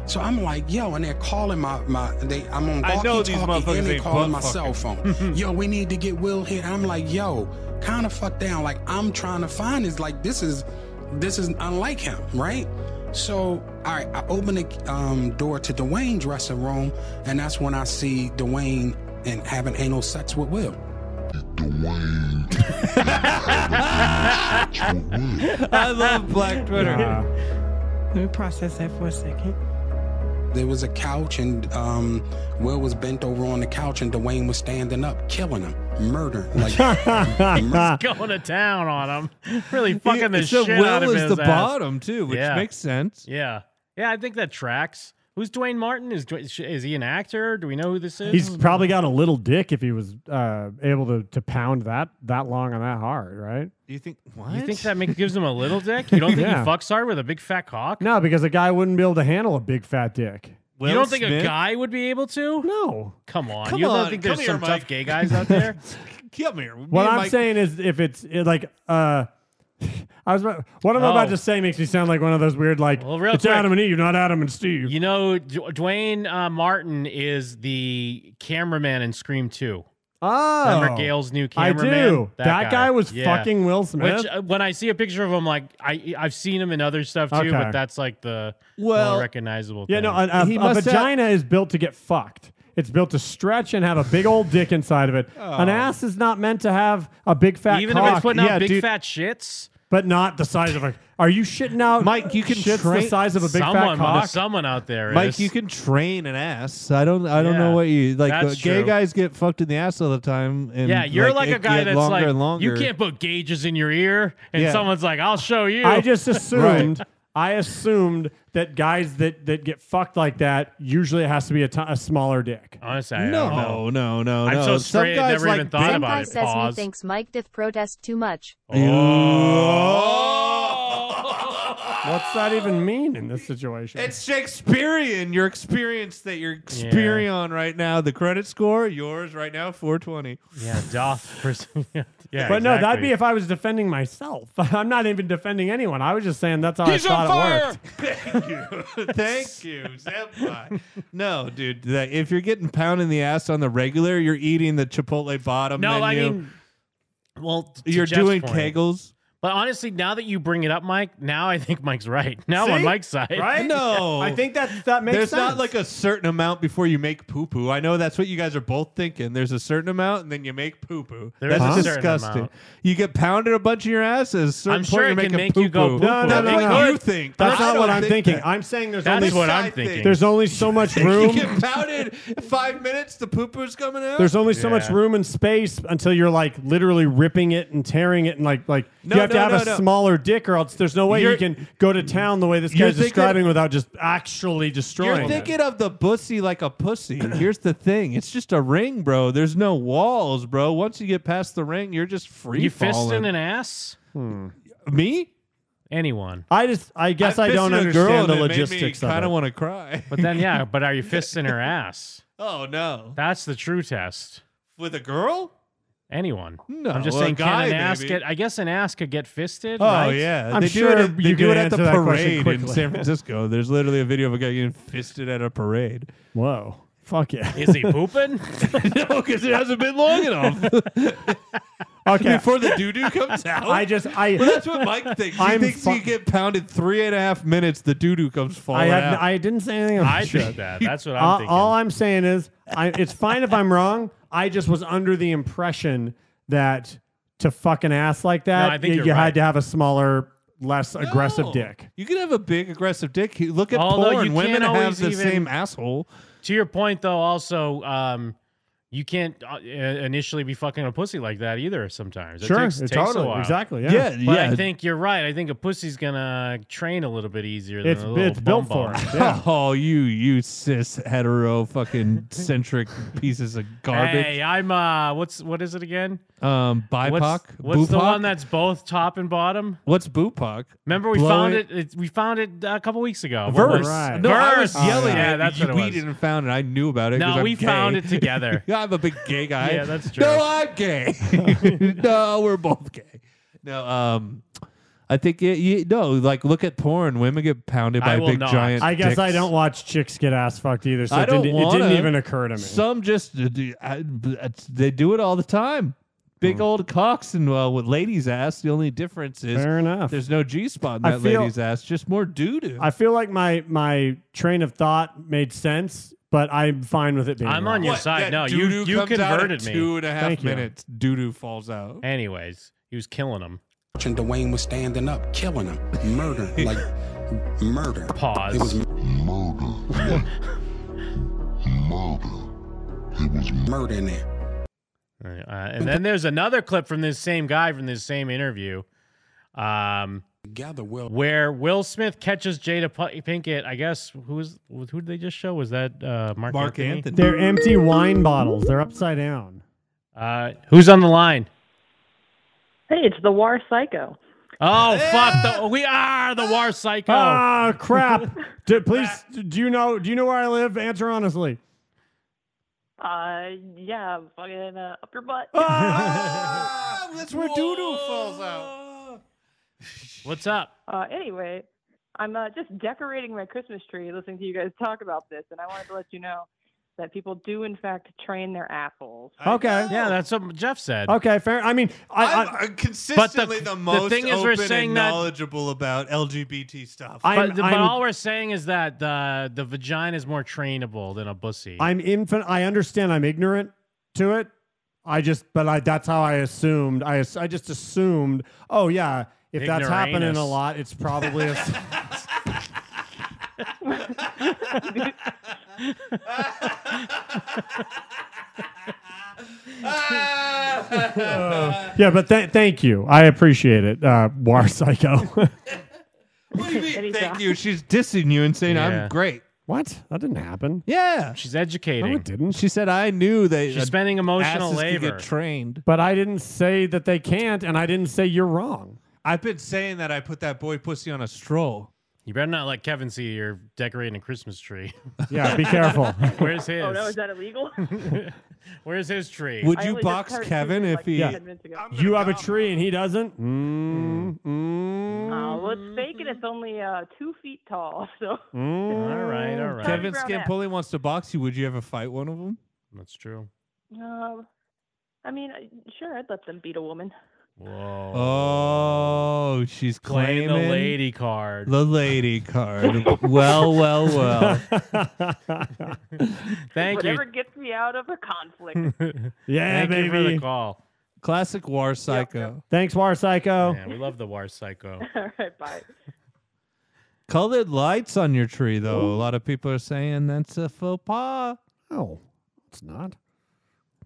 S10: So I'm like, yo, and they're calling my my. They, I'm on
S4: I
S10: walkie
S4: know these
S10: talkie
S4: motherfuckers
S10: and they
S4: ain't
S10: calling my
S4: butt
S10: cell phone. yo, we need to get Will here. And I'm like, yo, kind of fuck down. Like I'm trying to find this. Like this is this is unlike him, right? So all right, I open the um, door to Dwayne's dressing room, and that's when I see Dwayne and having anal sex with Will.
S4: I love Black Twitter.
S3: Uh,
S11: Let me process that for a second.
S10: There was a couch, and um, Will was bent over on the couch, and Dwayne was standing up, killing him, murdering. Like,
S5: Going to town on him, really fucking the
S4: so
S5: shit
S4: Will
S5: out of
S4: is
S5: his
S4: the
S5: ass.
S4: bottom too, which
S5: Yeah.
S4: makes sense.
S5: Yeah, yeah, I think that tracks. Who's Dwayne Martin? Is Dwayne, is he an actor? Do we know who this is?
S3: he's probably got a little dick if he was uh, able to to pound that that long and that hard, right?
S4: You think what?
S5: You think that makes gives him a little dick? You don't think
S3: Yeah.
S5: he fucks hard with a big fat cock?
S3: No, because a guy wouldn't be able to handle a big fat dick.
S5: you
S4: Will
S5: don't think
S4: Smith?
S5: a guy would be able to?
S3: No.
S5: Come on,
S4: Come
S5: you
S4: on,
S5: don't think
S4: come
S5: there's
S4: here,
S5: some
S4: Mike.
S5: tough gay guys out there?
S4: Come here. Me
S3: What
S4: and
S3: I'm
S4: Mike-
S3: saying is, if it's it, like, uh, I was about, what I'm about
S5: Oh.
S3: to say makes me sound like one of those weird, like,
S5: Well, real
S3: it's
S5: quick.
S3: Adam and Eve, not Adam and Steve.
S5: You know, D- Dwayne uh, Martin is the cameraman in Scream Two.
S3: oh,
S5: Remember Gail's new
S3: I
S5: cameraman?
S3: do. That, guy. was
S5: Yeah.
S3: fucking Will Smith.
S5: Which uh, when I see a picture of him, like I I've seen him in other stuff too,
S3: Okay.
S5: but that's like the
S4: Well,
S5: more recognizable.
S3: yeah,
S5: thing.
S3: no, uh, a, a-
S4: He
S3: a
S4: must have-
S3: vagina is built to get fucked. It's built to stretch and have a big old dick inside of it. An ass is not meant to have a big fat
S5: even
S3: cock,
S5: if it's putting out
S4: Oh. yeah,
S5: big
S4: dude.
S5: fat shits,
S3: but not the size of a. Are you shitting out?
S4: Mike, you can
S3: shits the
S4: train-
S3: size of a big
S5: someone
S3: fat cock.
S5: there's someone out there.
S4: Mike,
S5: is.
S4: you can train an ass. I don't. I don't know
S5: Yeah,
S4: what you like.
S5: that's
S4: the gay
S5: true.
S4: guys get fucked in the ass all the time. And
S5: Yeah, you're like,
S4: it
S5: a guy
S4: get
S5: that's
S4: longer
S5: like,
S4: and longer.
S5: you can't put gauges in your ear, and
S4: Yeah.
S5: someone's like, I'll show you.
S3: I just assumed. I assumed that guys that, that get fucked like that usually it has to be a ti- a smaller dick.
S5: Honestly, I don't know.
S4: No, no, no,
S5: I'm
S4: no.
S5: so
S4: Some
S5: straight, I
S4: guys
S5: never
S4: like
S5: even thought
S4: big-
S5: about it.
S2: says
S5: Pause.
S2: he thinks Mike Diff protest too much.
S5: Oh.
S3: What's that even mean in this situation?
S4: It's Shakespearean. Your experience that you're experiencing right now. The credit score, yours right now, 420.
S5: Yeah, doth. Pers- yeah,
S3: but no, that'd
S5: exactly.
S3: be if I was defending myself. I'm not even defending anyone. I was just saying that's how I thought it worked.
S4: Thank you. Thank you, senpai. No, dude. That, if you're getting pounded in the ass on the regular, you're eating the Chipotle bottom
S5: No, I
S4: menu.
S5: mean, well, t- to
S4: you're
S5: Jeff's
S4: doing
S5: point.
S4: kegels.
S5: But honestly, now that you bring it up, Mike, now I think Mike's right. Now I'm on
S3: See?
S5: Mike's side.
S3: Right?
S4: No.
S3: I think that that makes
S4: There's
S3: sense.
S4: not like a certain amount before you make poo poo. I know that's what you guys are both thinking. There's a certain amount, and then you make poo poo.
S5: There is
S4: That's
S5: a certain
S4: disgusting.
S5: amount.
S4: You get pounded a bunch of your ass. At a certain
S5: I'm
S4: point,
S5: sure
S4: you're
S5: it can
S4: making
S5: make you go
S4: poo-poo.
S3: No, no,
S4: That's
S3: no,
S4: what
S3: no.
S4: you think.
S3: that's
S4: I
S3: not what
S4: don't
S3: I'm
S4: think
S3: thinking.
S4: that.
S3: I'm saying there's
S5: That's
S3: only
S5: what
S4: I
S5: I'm
S4: think.
S5: thinking.
S3: there's only so much
S4: you
S3: room.
S4: get pounded five minutes, the poo poo's coming out.
S3: There's only so much
S5: Yeah.
S3: room and space until you're like literally ripping it and tearing it and like like
S4: No,
S3: you have to
S4: no,
S3: have
S4: no,
S3: a
S4: no.
S3: smaller dick or else there's no way you
S4: You're-
S3: can go to town the way this
S4: You're
S3: guy's
S4: thinking-
S3: describing without just actually destroying.
S4: You're
S3: it.
S4: thinking of the pussy like a pussy. Here's the thing: it's just a ring, bro. There's no walls, bro. Once you get past the ring, you're just free
S5: You
S4: falling.
S5: fisting an ass?
S4: Me?
S5: Anyone.
S3: I just I guess I, don't
S4: fisted a girl
S3: understand
S4: and
S3: the
S4: it made me
S3: logistics of
S4: Kind
S3: it.
S4: of want to cry.
S5: But then, yeah, but are you fisting her ass?
S4: oh no,
S5: That's the true test.
S4: with a girl?
S5: Anyone.
S4: No,
S5: I'm just
S4: well, a
S5: saying, can
S4: guy,
S5: an ass
S4: maybe.
S5: get? I guess an ass could get fisted.
S4: Oh
S5: right?
S4: yeah,
S5: I'm
S4: they
S5: sure
S4: do it. At, they
S5: you
S4: do
S5: could
S4: it at the
S5: answer that question
S4: parade in
S5: quickly.
S4: San Francisco. There's literally a video of a guy getting fisted at a parade.
S3: Whoa, fuck yeah!
S5: Is he pooping?
S4: no, because it hasn't been long enough.
S3: Okay.
S4: Before the doo doo comes out,
S3: I just- I-
S4: Well, that's what Mike thinks. He
S3: I'm
S4: thinks
S3: fu-
S4: you get pounded three and a half minutes. The doo doo comes
S3: I,
S4: falling
S3: have,
S4: out.
S3: I didn't say anything. about
S5: I think
S3: that.
S5: that. That's what I'm
S3: all,
S5: thinking.
S3: all I'm saying is, I, it's fine if I'm wrong. I just was under the impression that to fuck an ass like that,
S5: No, I think
S3: you,
S5: you're
S3: you
S5: right.
S3: had to have a smaller, less aggressive
S4: No.
S3: dick.
S4: You can have a big aggressive dick. You Look at
S5: Although
S4: porn.
S5: you
S4: Women
S5: can't
S4: have
S5: always
S4: the
S5: even-
S4: same asshole.
S5: To your point, though, also, um, you can't uh, initially be fucking a pussy like that either. Sometimes it
S3: Sure,
S5: takes, takes
S3: totally,
S5: a while.
S3: exactly, yeah.
S4: Yeah,
S5: But
S4: yeah.
S5: I think you're right. I think a pussy's gonna train a little bit easier. Than
S3: It's
S5: a little
S3: it's built
S5: bum
S3: for
S5: bum.
S3: it. Yeah.
S4: Oh, you you cis hetero fucking centric pieces of garbage.
S5: Hey, I'm uh, what's what is it again?
S4: Um, BIPOC.
S5: What's, what's the
S4: Bupoc?
S5: one that's both top and bottom?
S4: What's Bupoc?
S5: Remember we
S4: Blow
S5: found
S4: it-
S5: it. it. We found it a couple weeks ago. What
S4: Verse.
S5: was-
S3: Right.
S4: No, I was
S5: Verse.
S4: yelling.
S5: Yeah,
S4: at
S5: that's
S4: you.
S5: what it
S4: we
S5: was.
S4: didn't found it. I knew about it.
S5: No,
S4: 'cause I'm
S5: we
S4: gay.
S5: found it together.
S4: Yeah, I'm a big gay guy.
S5: Yeah, that's true.
S4: No, I'm gay. no, we're both gay. No, um, I think it, you, no, like look at porn. Women get pounded by
S5: I will
S4: big
S5: not.
S4: giant.
S3: I guess I
S4: dicks.
S3: don't watch chicks get ass fucked either, so
S4: I
S3: it didn't,
S4: don't
S3: it didn't
S4: wanna.
S3: even occur to me.
S4: Some just uh, do- I- b- it's- they do it all the time. Big
S5: Hmm.
S4: old cocks and well, with ladies' ass. The only difference is
S3: Fair enough.
S4: there's no G spot in
S3: I
S4: that
S3: feel-
S4: lady's ass. Just more doo doo.
S3: I feel like my my train of thought made sense, but I'm fine with it being.
S5: I'm
S3: wrong.
S5: on your side. No, you
S4: doo-doo
S5: you
S4: comes out at
S5: converted me.
S4: Two and a half
S3: Thank you.
S4: minutes. Doo doo falls out.
S5: Anyways, he was killing him.
S10: And Dwayne was standing up, killing him, murder, like murder.
S5: Pause.
S10: It was
S12: Murder. Murder. He was
S10: murder in there.
S5: Uh, and then there's another clip from this same guy from this same interview, um,
S10: Gather Will.
S5: where Will Smith catches Jada P- Pinkett. I guess who's who did they just show? Was that uh, Mark,
S4: Mark Anthony.
S3: They're empty wine bottles. They're upside down.
S5: Uh, who's on the line?
S13: Hey, it's the War Psycho.
S5: Oh fuck! The, we are the War Psycho.
S3: Ah, crap! do, please, do you know? Do you know where I live? Answer honestly.
S13: Uh, yeah, fucking uh, up your butt.
S10: Ah.
S4: Ah, that's where doo doo falls out.
S5: What's up?
S13: Uh, anyway, I'm uh, just decorating my Christmas tree, listening to you guys talk about this, and I wanted to let you know that people do, in fact, train their assholes.
S3: Okay.
S5: Yeah, that's what Jeff said.
S3: Okay, fair. I mean, I, I,
S4: I'm uh, consistently
S5: the
S4: the, most
S5: thing is
S4: open
S5: we're saying
S4: and
S5: that-
S4: knowledgeable about LGBT stuff.
S3: I- I'm-
S5: but, but
S3: I'm-
S5: all we're saying is that the the vagina is more trainable than a pussy.
S3: I'm infant. I understand. I'm ignorant to it. I just, but I, that's how I assumed. I, ass- I just assumed. Oh yeah, if that's happening a
S5: Ignoramus.
S3: lot, it's probably a. s- yeah, but th- thank you. I appreciate it. Uh, War Psycho.
S4: what do you mean?
S13: Anytime.
S4: Thank you. She's dissing you and saying
S5: Yeah.
S4: I'm great.
S3: what? That didn't happen.
S4: Yeah.
S5: She's
S3: No,
S5: educating.
S3: it didn't.
S4: She said I knew that
S5: She's
S4: uh,
S5: spending emotional
S4: asses could
S5: labor.
S4: get trained.
S3: But I didn't say that they can't, and I didn't say you're wrong.
S4: I've been saying that I put that boy pussy on a stroll.
S5: you better not let Kevin see you're decorating a Christmas tree.
S3: Yeah, be careful.
S5: Where's his?
S13: Oh no, is that illegal?
S5: Where's his tree?
S4: Would
S13: I
S4: you
S13: only just
S4: box
S13: started
S4: Kevin
S13: using it,
S4: if
S13: like,
S4: he?
S13: 10 minutes ago.
S3: you have a tree and he doesn't. Mm, mm,
S13: Uh, well, it's fake and it's only uh, two feet tall, so
S3: mm.
S5: all right, all right.
S4: Kevin
S13: Brown ass.
S4: Scampoli wants to box you. Would you ever fight one of them?
S5: That's true.
S13: um, I mean, I- sure, I'd let them beat a woman.
S5: Whoa.
S4: Oh, she's
S5: Playing
S4: claiming
S5: the lady card.
S4: the lady card. well, well, well.
S5: Thank you.
S13: Whatever gets me out of a conflict.
S3: yeah,
S5: Thank
S3: baby.
S5: you for the call.
S4: Classic war psycho.
S3: Thanks, War Psycho.
S5: Man, we love the War Psycho.
S13: All right, bye.
S4: Colored lights on your tree, though. A lot of people are saying that's a faux pas.
S3: Oh, it's not.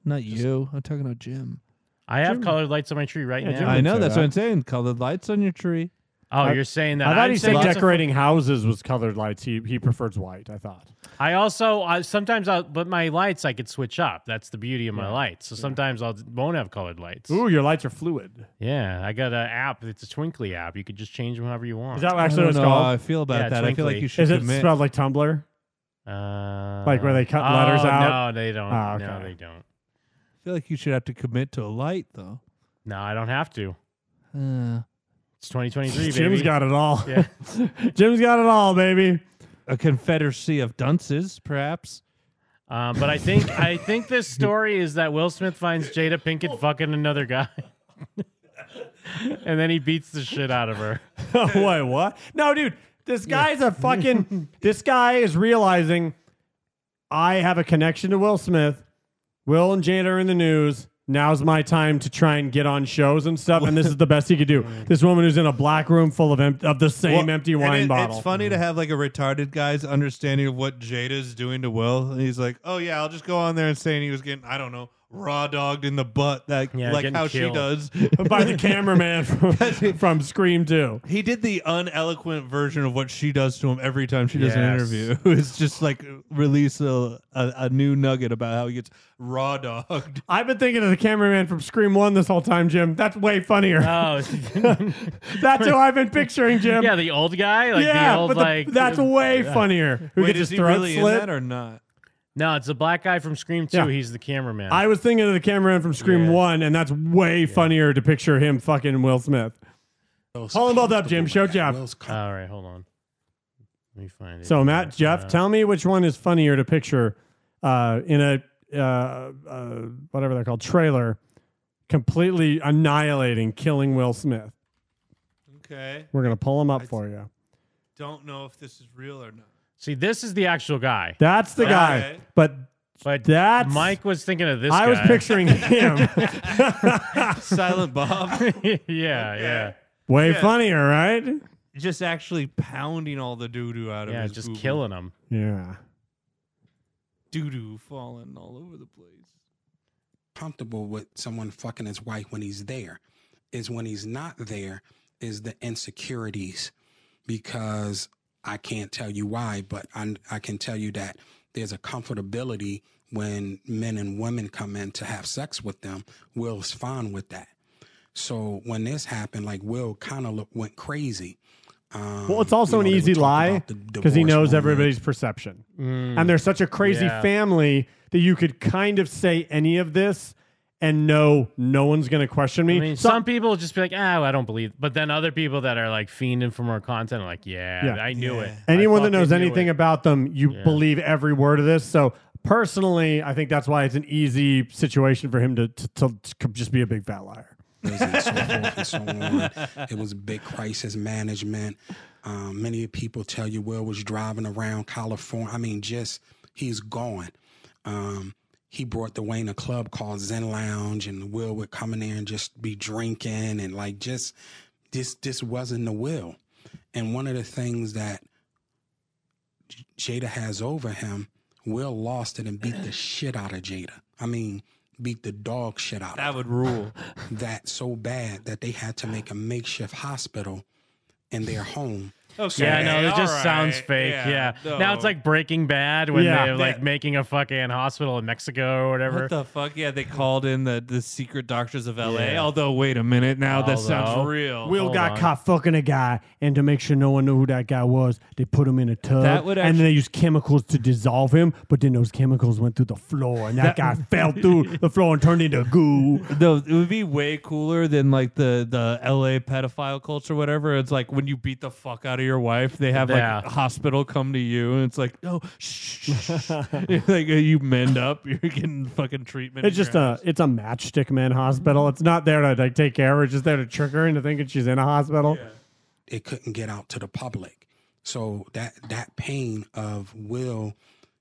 S4: Not you. I'm talking about Jim.
S5: I have colored lights on my tree right
S3: Yeah,
S5: now.
S3: Jim
S4: I
S3: would
S4: know.
S3: say
S4: That's
S3: that.
S4: what I'm saying. Colored lights on your tree.
S5: Oh,
S3: I-
S5: you're saying that.
S3: I thought
S5: I'm
S3: he said
S5: saying that's a-
S3: decorating houses was colored lights. He he prefers white. I thought.
S5: I also I, sometimes I'll, but my lights I could switch up. That's the beauty of my lights. So sometimes I'll won't have colored lights.
S3: Ooh, your lights are fluid.
S5: Yeah, I got an app. It's a Twinkly app. You could just change them however you want.
S3: Is that
S4: I
S3: actually
S4: don't
S3: what it's
S4: know how I
S3: called?
S4: feel about
S5: Yeah,
S4: that. I feel like
S5: twinkly.
S4: you should
S3: Is it
S4: commit.
S3: spelled like Tumblr?
S5: Uh,
S3: Like where they cut letters
S5: oh,
S3: out?
S5: No, they don't.
S3: Ah,
S5: No,
S3: okay.
S5: they don't.
S4: feel like you should have to commit to a light though.
S5: No, I don't have to.
S4: Uh,
S5: it's 2023, baby.
S4: Jim's got it all.
S5: Yeah.
S4: Jim's got it all, baby. A confederacy of dunces, perhaps.
S5: Um, but I think I think this story is that Will Smith finds Jada Pinkett fucking another guy, and then he beats the shit out of her.
S3: Wait, what? No, dude, this guy's a fucking. this guy is realizing I have a connection to Will Smith. Will and Jada are in the news. Now's my time to try and get on shows and stuff, and this is the best he could do. This woman who's in a black room full of em- of the same
S4: Well,
S3: empty
S4: and
S3: wine
S4: it-
S3: bottle.
S4: It's funny to have like a retarded guy's understanding of what Jada's doing to Will. And he's like, oh, yeah, I'll just go on there and saying he was getting, I don't know, raw dogged in the butt, like,
S3: Yeah,
S4: like
S3: getting
S4: how she
S3: killed.
S4: does.
S3: by the cameraman from, from Scream 2.
S4: He did the uneloquent version of what she does to him every time she does an
S5: Yes.
S4: interview. It's just like release a, a, a new nugget about how he gets raw dogged.
S3: I've been thinking of the cameraman from Scream 1 this whole time, Jim. That's way funnier.
S5: Oh,
S3: That's who I've been picturing, Jim.
S5: yeah, the old guy, like
S3: Yeah,
S5: the old
S3: but the-
S5: like.
S3: that's way funnier. Who
S4: Wait, is
S3: gets his
S4: he
S3: throat
S4: really in
S3: slit?
S4: that or not?
S5: No, it's the black guy from Scream Two.
S3: Yeah.
S5: He's the cameraman.
S3: I was thinking of the cameraman from Scream 1, and that's way funnier to picture him fucking Will Smith. Call them both up, Jim. Show Jeff.
S5: All right, hold on. Let me find it.
S3: So, Matt, Jeff,
S5: Uh,
S3: tell me which one is funnier to picture uh, in a, uh, uh, whatever they're called, trailer, completely annihilating, killing Will Smith.
S4: Okay.
S3: We're going to pull him up for you.
S4: Don't know if this is real or not.
S5: See, this is the actual guy.
S3: That's the guy.
S5: Okay.
S3: But,
S5: But
S3: that's
S5: Mike was thinking of this.
S3: I was
S5: guy.
S3: picturing him.
S4: Silent Bob.
S5: yeah, yeah,
S3: way
S4: Yeah.
S3: funnier, right?
S4: Just actually pounding all the doo doo out of
S5: yeah.
S4: his
S5: Just
S4: boo-boo.
S5: killing him.
S3: Yeah.
S4: doo doo falling all over the place.
S10: comfortable with someone fucking his wife when he's there is when he's not there is the insecurities because I can't tell you why, but I, I can tell you that there's a comfortability when men and women come in to have sex with them. Will's fine with that. So when this happened, like Will kind of went crazy. Um,
S3: Well, it's also
S10: you know,
S3: an
S10: they
S3: easy
S10: were talking
S3: lie
S10: about the
S3: because he
S10: divorce
S3: knows
S10: rumor.
S3: everybody's perception.
S10: Mm.
S3: And they're such a crazy
S10: Yeah.
S3: family that you could kind of say any of this and know no one's going to question me.
S5: I mean,
S3: So-
S5: some, people just be like, "Ah, I don't believe." But then other people that are like fiending for more content are like, "Yeah,
S3: Yeah.
S5: I knew it."
S3: anyone
S5: I
S3: that knows
S5: fucking knew
S3: anything
S5: it.
S3: about them, you believe every word of this. So personally, I think that's why it's an easy situation for him to, to, to just be a big fat liar.
S10: and so forth and so on. It was big crisis management. Um, many people tell you Will was driving around California. I mean, just he's gone. Um, he brought the Wayne a club called Zen Lounge, and Will would come in there and just be drinking and like just this this wasn't the Will. And one of the things that Jada has over him, Will lost it and beat the shit out of Jada. I mean, beat the dog shit out
S4: That would rule.
S10: that so bad that they had to make a makeshift hospital in their home.
S5: Yeah, no, it just sounds fake. Yeah. Now it's like Breaking Bad when
S4: Yeah.
S5: they're like
S4: Yeah.
S5: making a fucking hospital in Mexico or whatever.
S4: What the fuck? Yeah, they called in the, the secret doctors of LA.
S5: Yeah.
S4: Although, wait a minute, now that
S5: Although-
S4: sounds
S5: Oh,
S4: real.
S3: Will got caught fucking a guy, and to make sure no one knew who that guy was, they put him in a tub,
S4: That would
S3: and then they used chemicals to dissolve him. But then those chemicals went through the floor, and that, guy fell through the floor and turned into goo.
S4: Though it would be way cooler than like the the LA pedophile culture, whatever. It's like when you beat the fuck out of your wife, they have
S5: Yeah.
S4: like a hospital come to you, and it's like, no, shh, shh, shh. like uh, you mend up, you're getting fucking treatment.
S3: It's
S4: in
S3: just
S4: your
S3: a it's a matchstick man hospital. It's not there to like take care of her. It's just there to trick her into thinking she's in a hospital.
S10: It couldn't get out to the public. So that that pain of Will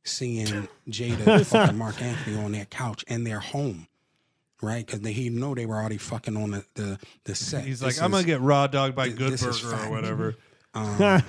S10: seeing Jada fucking Mark Anthony on their couch in their home, right? Because he know they were already fucking on the the, the set.
S4: He's
S10: This
S4: like, I'm gonna
S10: is-
S4: get raw dogged by
S10: thi-
S4: Good
S10: this is
S4: Burger or
S10: fact."
S4: whatever.
S10: Um,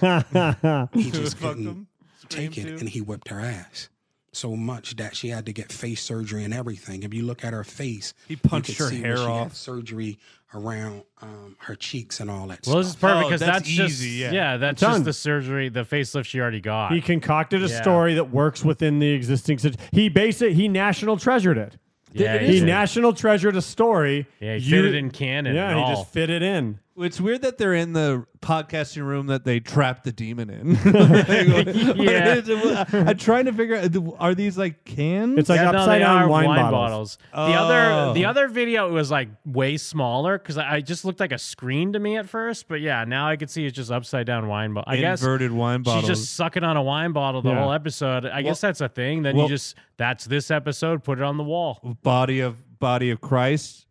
S10: he just
S4: Fuck
S10: couldn't
S4: them.
S10: take it, and he whipped her ass so much that she had to get face surgery and everything. If you look at her face,
S4: He
S10: you
S4: punched
S10: could
S4: her
S10: see where
S4: hair
S10: she had
S4: off.
S10: surgery around um, her cheeks and all that.
S5: Well, this is
S10: stuff.
S5: perfect because Oh, that's, just, yeah. that's
S3: I'm done.
S5: just the surgery, the facelift she already got.
S3: He concocted a
S5: Yeah.
S3: story that works within the existing. Situ- he basically he national treasured it.
S5: Yeah,
S3: he,
S5: he did.
S3: national treasured a story.
S5: Yeah, he fit it in canon
S3: Yeah,
S5: and
S3: he
S5: all.
S3: just fit it in.
S4: It's weird that they're in the podcasting room that they trapped the demon in. Like, what- what
S5: Yeah.
S4: is it? I'm trying to figure out are these like cans?
S3: It's like
S5: Yeah, no,
S3: upside
S5: they
S3: down
S5: are
S3: wine,
S5: bottles.
S3: bottles.
S5: The
S4: Oh.
S5: other the other video was like way smaller because I, I just looked like a screen to me at first. But yeah, now I can see it's just upside down wine bottle. I guess
S4: Inverted wine bottles.
S5: She's just sucking on a wine bottle the
S4: Yeah.
S5: whole episode. I guess that's a thing. Then
S4: well-
S5: you just that's this episode. Put it on the wall.
S4: body of body of Christ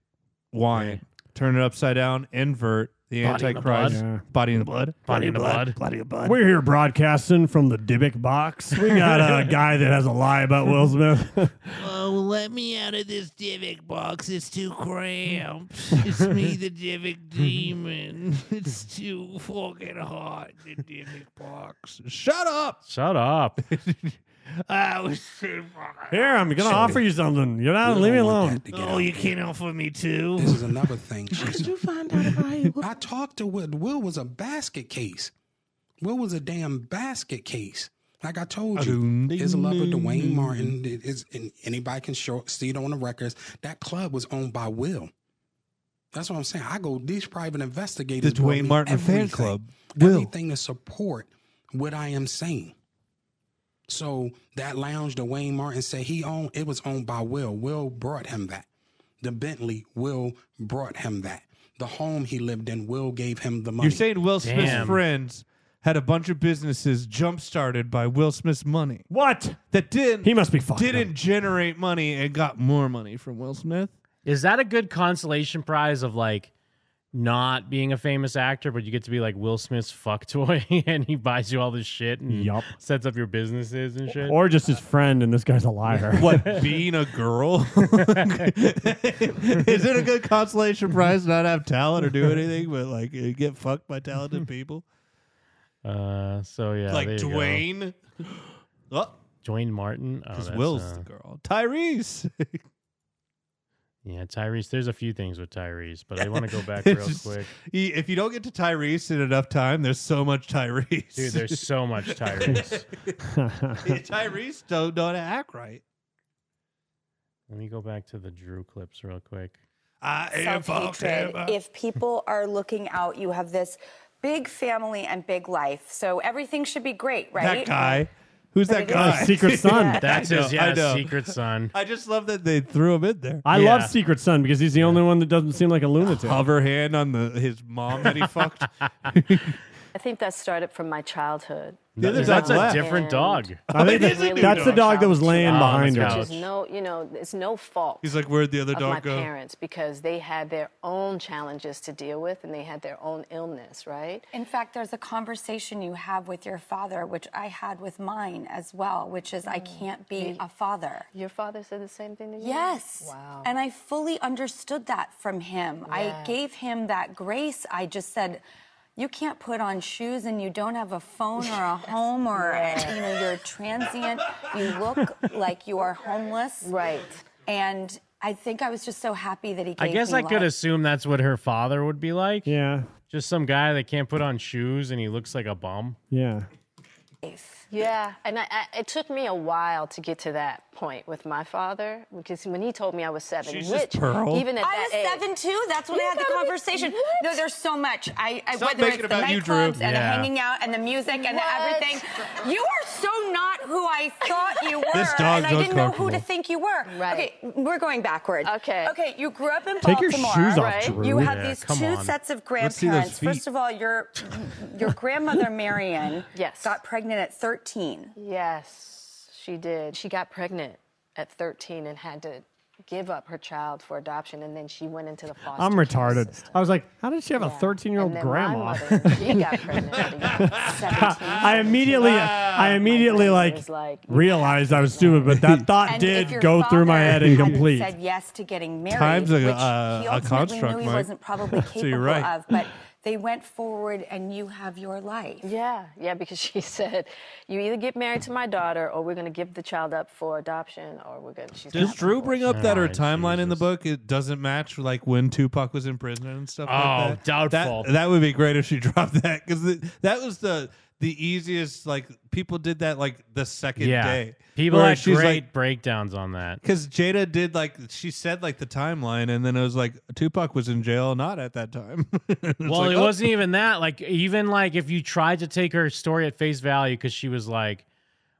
S4: wine. Turn it upside down, invert the
S5: Body in the blood.
S4: Antichrist.
S5: Yeah.
S4: Body in the blood.
S5: Body in the blood. Body
S4: of blood.
S3: We're here broadcasting from the Dybbuk box. We got a guy that has a lie about Will Smith.
S14: Oh, let me out of this Divic box. It's too cramped. It's me, the Divic demon. It's too fucking hot, the Divic box.
S4: Shut up.
S5: Shut up.
S14: I was too fucking
S3: here, I'm gonna offer you something. You're not
S10: We
S3: leave me
S10: don't want
S3: alone.
S10: that to get
S14: Oh,
S10: out
S14: you
S10: there.
S14: can't offer me two.
S10: This is another thing.
S14: Did
S10: She's,
S14: you find out about it?
S10: I talked to Will. Will was a basket case. Will was a damn basket case. Like I told you, his love with Dwayne Martin it is, and anybody can show, see it on the records. That club was owned by Will. That's what I'm saying. I go. These private investigators.
S4: The
S10: brought
S4: Dwayne
S10: me
S4: Martin fan
S10: everything,
S4: club. Will.
S10: Everything to support what I am saying. So that lounge Dwayne Martin said he owned, it was owned by Will. Will brought him that. The Bentley, Will brought him that. The home he lived in, Will gave him the money.
S4: You're saying Will Smith's
S10: Damn.
S4: friends had a bunch of businesses jump started by Will Smith's money.
S3: What?
S4: That didn't
S3: He must be fucked
S4: didn't generate money and got more money from Will Smith.
S5: Is that a good consolation prize of like not being a famous actor, but you get to be like Will Smith's fuck toy and he buys you all this shit and
S3: Yup.
S5: sets up your businesses and shit?
S3: Or just his friend, and this guy's a liar.
S4: What being a girl? Is it a good consolation prize not have talent or do anything but like uh, get fucked by talented people?
S5: Uh, so yeah,
S4: like
S5: there you go.
S4: Dwayne. Oh,
S5: Dwayne Martin, Oh,
S4: 'Cause
S5: that's,
S4: Will's
S5: uh,
S4: the girl. Tyrese.
S5: Yeah, Tyrese. There's a few things with Tyrese, but I want to go back real
S4: It's just-
S5: quick.
S4: he- if you don't get to Tyrese in enough time, there's so much Tyrese.
S5: Dude, there's so much Tyrese.
S4: Tyrese don't know how to act right.
S5: Let me go back to the Drew clips real quick.
S4: I
S7: self-hatred. If people are looking out, you have this big family and big life. So everything should be great, right?
S4: That guy. Who's
S7: But
S4: that
S7: it is-
S4: guy?
S3: Uh, Secret Son. Yeah.
S5: That's
S4: I
S5: his
S4: know, I
S5: yeah,
S4: know.
S5: secret son.
S4: I just love that they threw him in there.
S3: I
S5: Yeah.
S3: love Secret Son because he's the only one that doesn't seem like a lunatic.
S4: Hover hand on the his mom that he fucked.
S8: I think that started from my childhood.
S4: The other
S8: You
S4: dog
S8: know,
S4: left.
S5: Different
S8: and-
S5: dog.
S3: I think
S8: It
S3: that's,
S8: is a new
S3: that's the
S8: dog.
S3: dog that was laying
S5: Oh,
S3: behind
S5: that's
S3: her.
S8: Which is no, you know, it's no fault.
S4: He's like, where'd the other
S8: of
S4: dog
S8: my
S4: go?
S8: parents because they had their own challenges to deal with and they had their own illness, right?
S7: In fact, there's a conversation you have with your father, which I had with mine as well, which is I can't be a father.
S8: Your father said the same thing to you?
S7: Yes.
S8: Wow.
S7: And I fully understood that from him.
S8: Yeah.
S7: I gave him that grace. I just said, you can't put on shoes and you don't have a phone or a home or you know you're transient. You look like you are homeless.
S8: Right.
S7: And I think I was just so happy that he gave
S5: I guess
S7: me
S5: I could
S7: life.
S5: assume that's what her father would be like.
S3: Yeah.
S5: Just some guy that can't put on shoes and he looks like a bum.
S3: Yeah.
S8: Yeah, and I, I, it took me a while to get to that point with my father because when he told me I was seven,
S7: She's
S8: which
S7: just Pearl.
S8: even at
S7: I
S8: that
S7: was seven too. That's when
S8: You
S7: I had the
S8: gotta be-
S7: conversation.
S8: what?
S7: no, there's so much. I, I
S8: Stop
S7: whether it's
S8: making
S7: the
S8: it about you, Drew.
S7: nightclubs and the
S8: Yeah.
S7: hanging out and the music
S8: What?
S7: and the everything. You are so not who I thought you were,
S4: This
S7: and
S4: dog's
S7: I didn't know who to
S4: uncomfortable.
S7: think you were. Right. Okay, we're going backwards. Okay. Okay, you grew up in
S4: Take your
S7: Baltimore.
S4: shoes off, Right. Drew.
S7: You have
S4: Yeah,
S7: these
S4: come
S7: two
S4: on.
S7: sets of
S4: Let's see those
S7: grandparents.
S4: feet.
S7: First of all, your your grandmother Marion got pregnant at 13.
S8: Yes, she did. She got pregnant at 13 and had to give up her child for adoption, and then she went into the foster.
S3: I'm retarded. I was like, how did she have a 13 year old
S8: And then my
S3: grandma?
S8: mother, she got pregnant at a young-
S3: I immediately, uh, I immediately like, realized I was stupid, but that thought
S7: And if
S3: did
S7: your
S3: go through my
S7: father
S3: head and
S7: hadn't
S3: complete.
S7: Said yes to getting married,
S4: Time's a-
S7: which
S4: uh,
S7: he
S4: a
S7: ultimately
S4: construct,
S7: knew he
S4: Mike.
S7: wasn't probably
S4: So
S7: capable
S4: you're right.
S7: of, but they went forward, and you have your life.
S8: Yeah, yeah, because she said, "You either get married to my daughter, or we're going to give the child up for adoption, or we're going." to She's
S4: Does
S8: not-
S4: Drew bring up that her
S5: Ah,
S4: timeline in the book it doesn't match like when Tupac was in prison and stuff
S5: Oh,
S4: like that?
S5: doubtful.
S4: That, that would be great if she dropped that because that was the the easiest. Like people did that like the second
S5: yeah.
S4: day.
S5: People
S4: where
S5: had
S4: she's
S5: great
S4: like,
S5: breakdowns on that.
S4: because Jada did like she said like the timeline, and then it was like Tupac was in jail not at that time. It's
S5: Well,
S4: like,
S5: it
S4: oh.
S5: wasn't even that. Like, even like if you tried to take her story at face value, because she was like,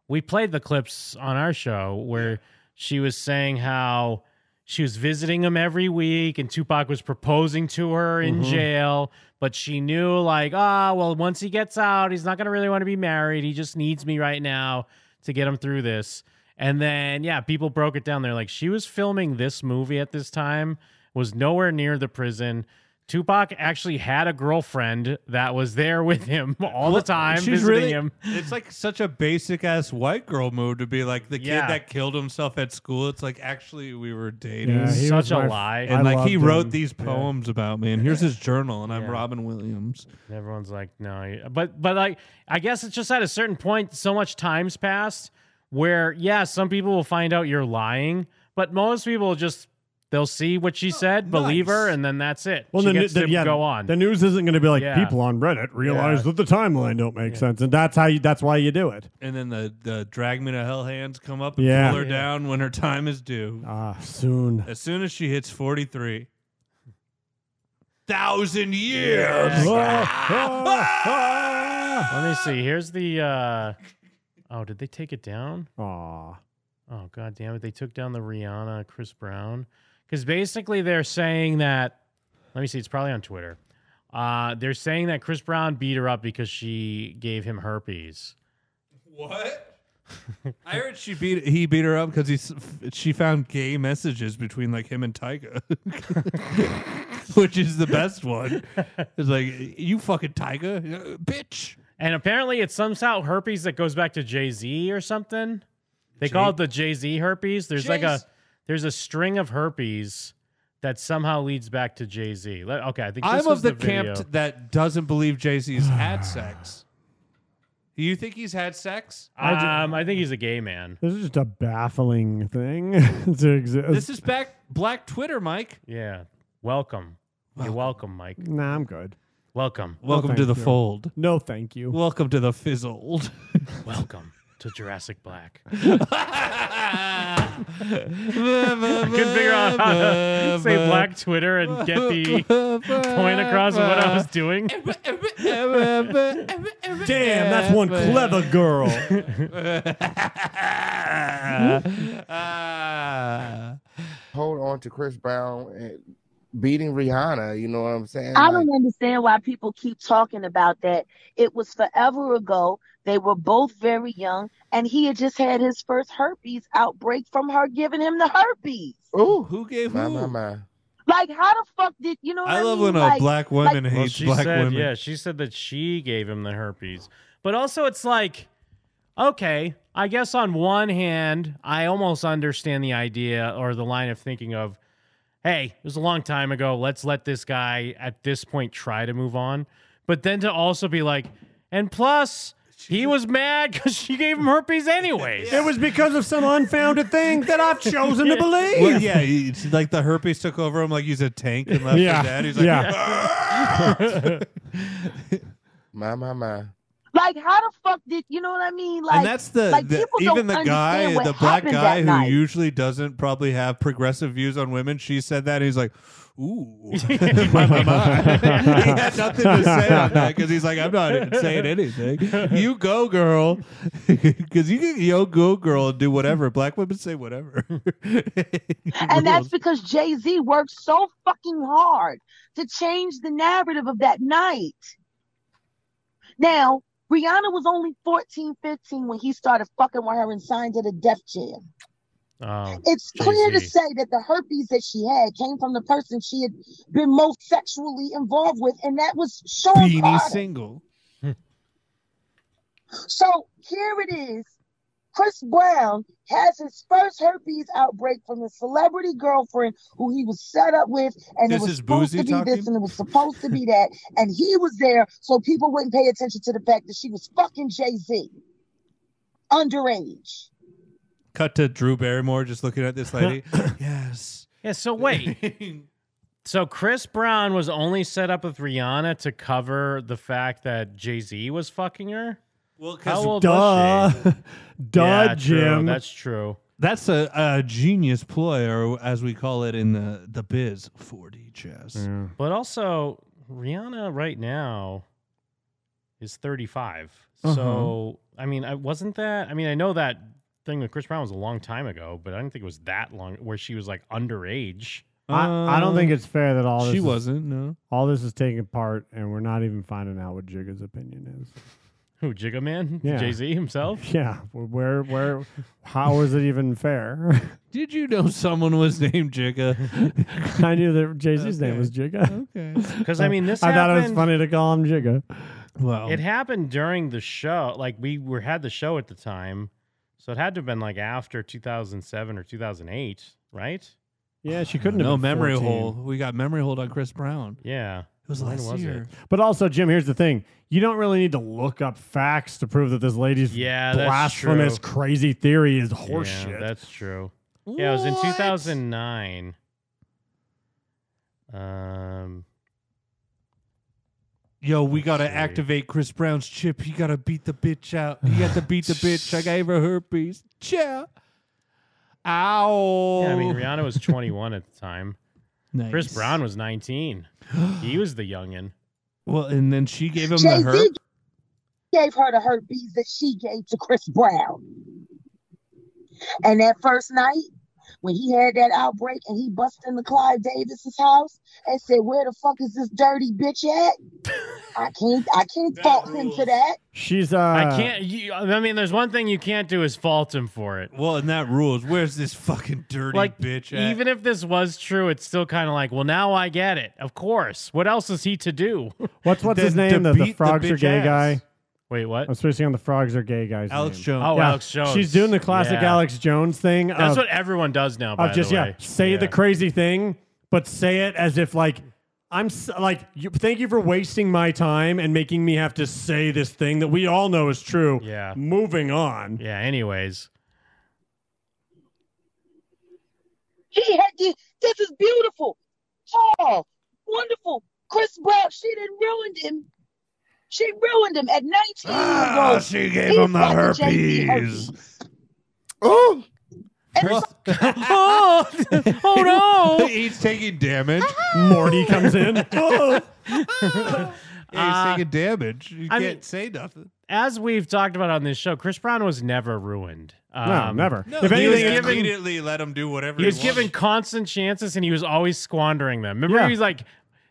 S5: we played the clips on our show where she was saying how she was visiting him every week and Tupac was proposing to her in
S15: Mhm.
S5: jail, but she knew like, ah, well, once he gets out, he's not gonna really want to be married. He just needs me right now to get him through this. And then yeah, people broke it down. They're like, she was filming this movie at this time, was nowhere near the prison. Tupac actually had a girlfriend that was there with him all the
S4: Well,
S5: time,
S4: she's
S5: visiting
S4: really-
S5: him.
S4: It's like such a basic ass white girl move to be like the
S5: Yeah.
S4: kid that killed himself at school. It's like actually we were dating.
S5: Yeah, he Such was a my- lie.
S4: And
S5: I
S4: like he
S5: loved
S4: wrote
S5: him.
S4: these
S5: Yeah.
S4: poems about me, and here's his journal, and I'm
S5: Yeah.
S4: Robin Williams.
S5: And everyone's like, no, you- but but like, I guess it's just at a certain point, so much time's passed where, yeah, some people will find out you're lying, but most people just they'll see what she said, believe her, and then that's it.
S3: Oh, Well,
S5: she
S3: the, new-
S5: gets
S3: the,
S5: to
S3: yeah,
S5: go on.
S3: The news isn't going to be like
S5: Yeah.
S3: people on Reddit realize
S5: Yeah.
S3: that the timeline don't make sense, and that's how you. That's why you do it.
S4: And then the the drag me to hell hands come up and
S3: Yeah.
S4: pull her
S3: Yeah.
S4: down when her time is due.
S3: Ah, soon.
S4: As soon as she hits 43. Thousand years. Ah!
S5: Yeah.
S3: Ah.
S5: Let me see. Here's the. uh Oh, did they take it down?
S3: Aw.
S5: Oh god damn it! They took down the Rihanna Chris Brown because basically they're saying that. Let me see. It's probably on Twitter. Uh, they're saying that Chris Brown beat her up because she gave him herpes.
S4: What? I heard she beat he beat her up because he s- she found gay messages between like him and Tyga, which is the best one. It's like you fucking Tyga, uh, bitch.
S5: And apparently, it's somehow herpes that goes back to Jay Z or something. They call it the Jay Z herpes. There's like a
S4: Jay's-
S5: there's a string of herpes that somehow leads back to Jay Z. Okay, I think this
S4: I'm
S5: was
S4: of the,
S5: video.
S4: camp t- that doesn't believe Jay Z's had sex. Do you think he's had sex?
S3: I ju-
S5: Um, I think he's a gay man.
S3: This is just a baffling thing to exist.
S4: This is back Black Twitter, Mike.
S5: Yeah. Welcome. You're welcome, Mike.
S3: Nah, I'm good.
S5: Welcome.
S3: No,
S4: Welcome to
S3: thank
S4: the
S3: you.
S4: fold.
S3: No, thank you.
S4: Welcome to the fizzled.
S5: Welcome to Jurassic Black.
S4: I
S5: couldn't figure out how to say Black Twitter and get the
S4: Ah.
S5: point across of what I was doing.
S3: Damn, that's one clever girl.
S4: Ah.
S16: Hold on to Chris Brown and beating Rihanna. You know what I'm saying?
S17: I
S16: Like,
S17: don't understand why people keep talking about that. It was forever ago. They were both very young, and he had just had his first herpes outbreak from her giving him the herpes.
S16: Ooh,
S4: who gave
S16: my, my, my.
S17: Like, how the fuck did you know? What I,
S4: I love
S17: mean?
S4: when a
S17: Like-
S4: black woman
S5: Well,
S4: hates
S5: she
S4: black
S5: said,
S4: women.
S5: Yeah, she said that she gave him the herpes. But also, it's like, okay, I guess on one hand, I almost understand the idea or the line of thinking of, hey, it was a long time ago. Let's let this guy at this point try to move on. But then to also be like, and plus, he was mad because she gave him herpes anyways.
S3: It was because of some unfounded thing that I've chosen to believe.
S4: Well, yeah, he- it's like the herpes took over him like he's a tank and left
S3: Yeah,
S4: his dad. He's like, "Oh,
S5: "Ah."
S3: yeah.
S16: My, my, my.
S17: Like, how the fuck did you know what I mean? Like,
S4: and that's the,
S17: like,
S4: the-
S17: people don't
S4: even the guy,
S17: understand what
S4: the black
S17: happened
S4: guy
S17: that
S4: who
S17: night.
S4: usually doesn't probably have progressive views on women. She said that. And he's like, ooh, my, my, my. he had nothing to say on that because he's like, I'm not saying anything. You go, girl, because you can yo go, girl, and do whatever. Black women say whatever.
S17: And that's because Jay Z worked so fucking hard to change the narrative of that night. Now, Rihanna was only 14, 15 when he started fucking with her and signed her to Def Jam.
S5: Oh,
S17: It's clear to
S5: Jay-Z.
S17: say that the herpes that she had came from the person she had been most sexually involved with, and that was Sean
S4: Beanie
S17: Carter.
S4: single.
S17: So here it is. Chris Brown has his first herpes outbreak from his celebrity girlfriend who he was set up with, and
S4: This
S17: it was
S4: is
S17: supposed
S4: Boozy
S17: to be this
S4: talking?
S17: and it was supposed to be that, and he was there so people wouldn't pay attention to the fact that she was fucking Jay Z underage.
S4: Cut to Drew Barrymore just looking at this lady. yes.
S5: Yeah, so wait. so Chris Brown was only set up with Rihanna to cover the fact that Jay Z was fucking her?
S15: Well,
S5: How
S15: because
S5: old
S4: Duh.
S5: was she?
S4: Duh,
S5: Yeah, true.
S4: Jim.
S5: That's true.
S4: That's a, a genius ploy, or as we call it in the, the biz, 4D chess.
S5: But also, Rihanna right now is 35. So,
S3: Uh-huh.
S5: I mean, I wasn't that. I mean, I know that thing with Chris Brown was a long time ago, but I didn't think it was that long where she was like underage.
S3: I, I don't think
S4: Uh,
S3: it's fair that all this
S4: she
S3: is-
S4: wasn't, no.
S3: all this is taking part, and we're not even finding out what Jigga's opinion is.
S5: Who, Jigga Man?
S3: Yeah.
S5: Jay Z himself?
S3: Yeah, where where how is it even fair?
S4: Did you know someone was named Jigga?
S3: I knew that Jay Z's name was Jigga.
S4: Okay.
S5: 'Cause, I mean, this
S3: I thought it was
S5: happened-
S3: funny to call him Jigga.
S4: Well,
S5: It happened during the show. Like we were had the show at the time, so it had to have been like after 2007 or 2008, right?
S3: yeah, she couldn't have.
S4: No
S3: been
S4: memory
S3: 14.
S4: hole. We got memory hold on Chris Brown.
S5: Yeah,
S4: It was
S5: When
S4: last
S5: was
S4: year.
S3: But also, Jim, here's the thing: you don't really need to look up facts to prove that this lady's
S5: Yeah, that's
S3: blasphemous,
S5: true.
S3: crazy theory is
S5: Yeah,
S3: horseshit.
S5: that's true. Yeah, it was in 2009. Um,
S4: Yo, we gotta
S5: see.
S4: activate Chris Brown's chip. You gotta beat the bitch out. You got to beat the bitch. I gave her herpes. Chow. Ow.
S5: yeah, I mean Rihanna was 21 at the time. Chris
S4: Oh. Nice.
S5: Brown was 19. he was the youngin.
S4: Well, and then she gave him
S17: Jay
S4: the herp.
S17: Z gave her the herpes that she gave to Chris Brown. And that first night, when he had that outbreak and he busted into Clyde Davis's house and said, "Where the fuck is this dirty bitch at?" I can't, I can't fault him for that.
S3: She's. uh
S5: I can't. You, I mean, there's one thing you can't do is fault him for it.
S4: Well, and that rules. Where's this fucking dirty
S5: Like,
S4: bitch eh? at?
S5: Even if this was true, it's still kind of like, well, now I get it. Of course. What else is he to do?
S3: What's what's his
S5: Then
S3: name?
S5: to
S3: The, the
S5: beat the
S3: frogs are
S5: bitch
S3: gay
S5: ass.
S3: guy.
S5: Wait, what?
S3: I'm spacing on the frogs are gay guys.
S5: Alex
S3: name.
S5: Jones. Oh, Alex Jones.
S3: She's doing the classic
S5: Yeah.
S3: Alex Jones thing.
S5: That's
S3: of-
S5: what everyone does now. By
S3: of just
S5: the
S3: yeah,
S5: way.
S3: say the crazy thing, but say it as if like I'm s- like you, thank you for wasting my time and making me have to say this thing that we all know is true.
S5: Yeah.
S3: Moving on.
S5: Yeah. Anyways,
S17: He had this. This is beautiful, tall, wonderful. Chris Brown. She didn't ruined him. She ruined him at 19 years old.
S4: Ah, she gave
S17: He
S4: him the
S17: got Jay-Z
S4: herpes.
S17: Oh,
S5: oh, oh no!
S4: He's taking damage.
S3: Morty comes in. Oh.
S4: He's
S5: Uh,
S4: taking damage. You
S5: I
S4: can't
S5: mean-
S4: say nothing.
S5: as we've talked about on this show, Chris Brown was never ruined. Um,
S3: never.
S4: No,
S3: If
S4: he was
S3: anything,
S5: given-
S4: immediately let him do whatever
S5: He was
S4: wanted.
S5: given constant chances, and he was always squandering them. Remember,
S4: Yeah.
S5: he was like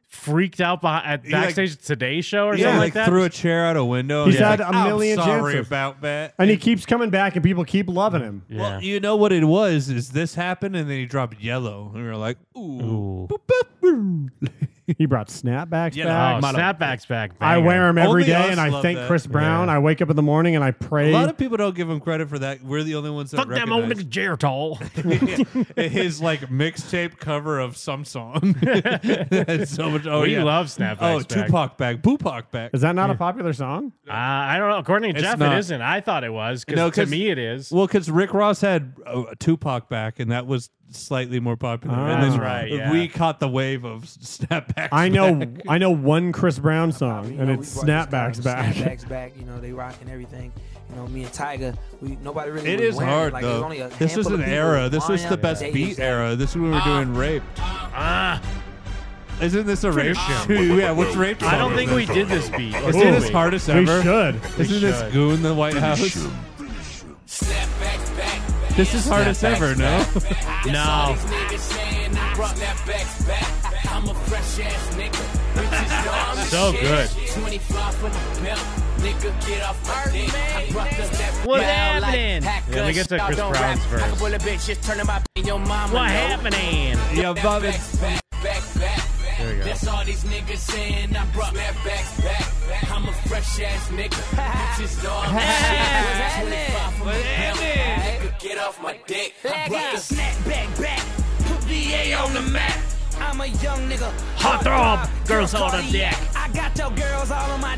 S5: freaked out behind, at
S4: He, like-
S5: backstage Today Show or
S4: Yeah,
S5: something
S4: like,
S5: like that.
S4: threw a chair out a window.
S3: He's
S4: and
S3: had
S4: like,
S3: a million
S4: I'm sorry
S3: chances.
S4: about that.
S3: and he keeps coming back, and people keep loving him.
S4: Well, you know what it was is this happened, and then he dropped yellow, and we were like, ooh. Boop, boop, boop.
S3: He brought snapbacks
S4: Yeah,
S3: back.
S5: Oh, snapbacks back.
S3: I wear him every
S4: Only
S3: day,
S4: us
S3: and I
S4: love
S3: thank
S4: that.
S3: Chris Brown. I wake up in the morning and I
S4: A
S3: pray.
S4: lot of people don't give him credit for that. We're the only ones that
S5: Fuck them old
S4: recognize
S5: nigga Geritol.
S4: his like mixtape cover of some song. That's so much. Oh,
S5: We
S4: yeah.
S5: love snapbacks
S4: Oh,
S5: back.
S4: Tupac back, Tupac back.
S3: Is that not a popular song?
S5: Uh, I don't know. According to
S4: It's
S5: Jeff,
S4: not.
S5: it isn't. I thought it was because
S4: No,
S5: to me it is.
S4: Well, because Rick Ross had uh, Tupac back, and that was slightly more popular.
S3: Ah.
S4: and
S3: That's
S4: then
S5: right, yeah.
S4: We caught the wave of s- snapbacks.
S3: I know,
S4: back.
S3: I know one Chris Brown song,
S18: You
S3: and
S18: know,
S3: it's
S18: Oh, we brought this car,
S3: snapbacks back.
S18: the Snapbacks back. You know, they rocking everything. You know, me and Tiger. We nobody really.
S4: It
S18: was
S4: is
S18: wearing
S4: hard
S18: Like, there's
S4: though.
S18: only a
S4: This was
S18: handful of
S4: an
S18: people.
S4: era. This was
S18: Anya,
S4: the best
S18: Jay-Z,
S4: beat
S18: Zach.
S4: era. This is when we were doing raped.
S5: Ah,
S4: Isn't this a rape
S5: Ah.
S4: show? yeah, what's rape?
S5: I
S4: song?
S5: don't think we did this beat.
S4: Isn't
S5: Did
S4: this
S5: we?
S4: hardest
S3: We
S4: ever?
S3: should.
S5: We
S4: Isn't this
S5: should.
S4: goon the White House? This is hardest ever. No.
S5: No. So good.
S2: What
S5: What
S2: happening?
S5: happening?
S2: Let me get to Chris Brown's verse. What
S5: What
S2: happening?
S5: happening?
S4: Yeah, Bob, it's-
S5: There you go.
S2: That's all these niggas saying. I brought that back, back, back. I'm a fresh ass nigga. Bitches know I'm a shit. Get off my dick. I brought the snap back, back. Put VA on the map. I'm a young nigga.
S5: Hot throb. Girls all on
S2: Cardiac. I got your girls all on my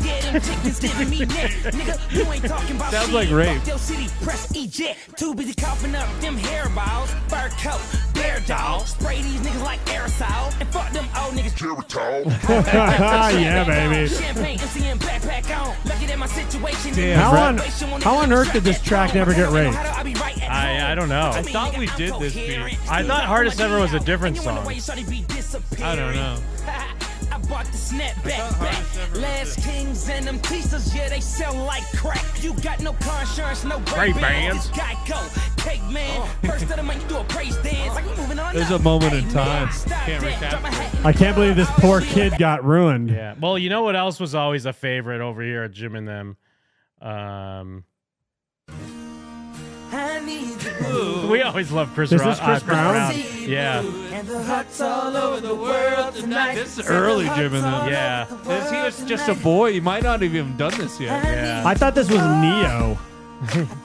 S2: dick. Then take this down to me next, nigga. You ain't talking about
S4: Sounds
S2: shit.
S4: like rape.
S2: Fuck your city, press eject. Too busy coughing up them hairballs. Fur coat, bear dog. Spray these niggas like aerosol. And fuck them old niggas. Geritol.
S3: Yeah, baby.
S2: Champagne, MCM backpack on. Lucky that my situation.
S3: Damn, how on how on earth did this track never get raped?
S5: I, I don't know. Oh, I thought we did this beat. I thought Hardest Ever was a different song. I don't know.
S2: I bought the snapback back. Last kings and them teasers, yeah, they sell like crack. You got no car insurance, no
S5: Great bands.
S2: Geico, cake man.
S4: Oh.
S2: First of the month, you do a praise dance. Like we moving on.
S4: There's a moment in time.
S3: I can't believe this poor kid got ruined.
S5: Yeah. Well, you know what else was always a favorite over here at Jim and them? Um,
S2: I need you.
S5: we always love Chris,
S2: This
S5: Ro-
S2: is Chris
S5: uh,
S2: Brown?
S5: Yeah.
S2: And the huts all over the world tonight. This
S4: Early Jim and them.
S5: Yeah.
S4: This- he was just a boy. He might not have even done this yet.
S2: Yeah.
S3: I thought this was Neo.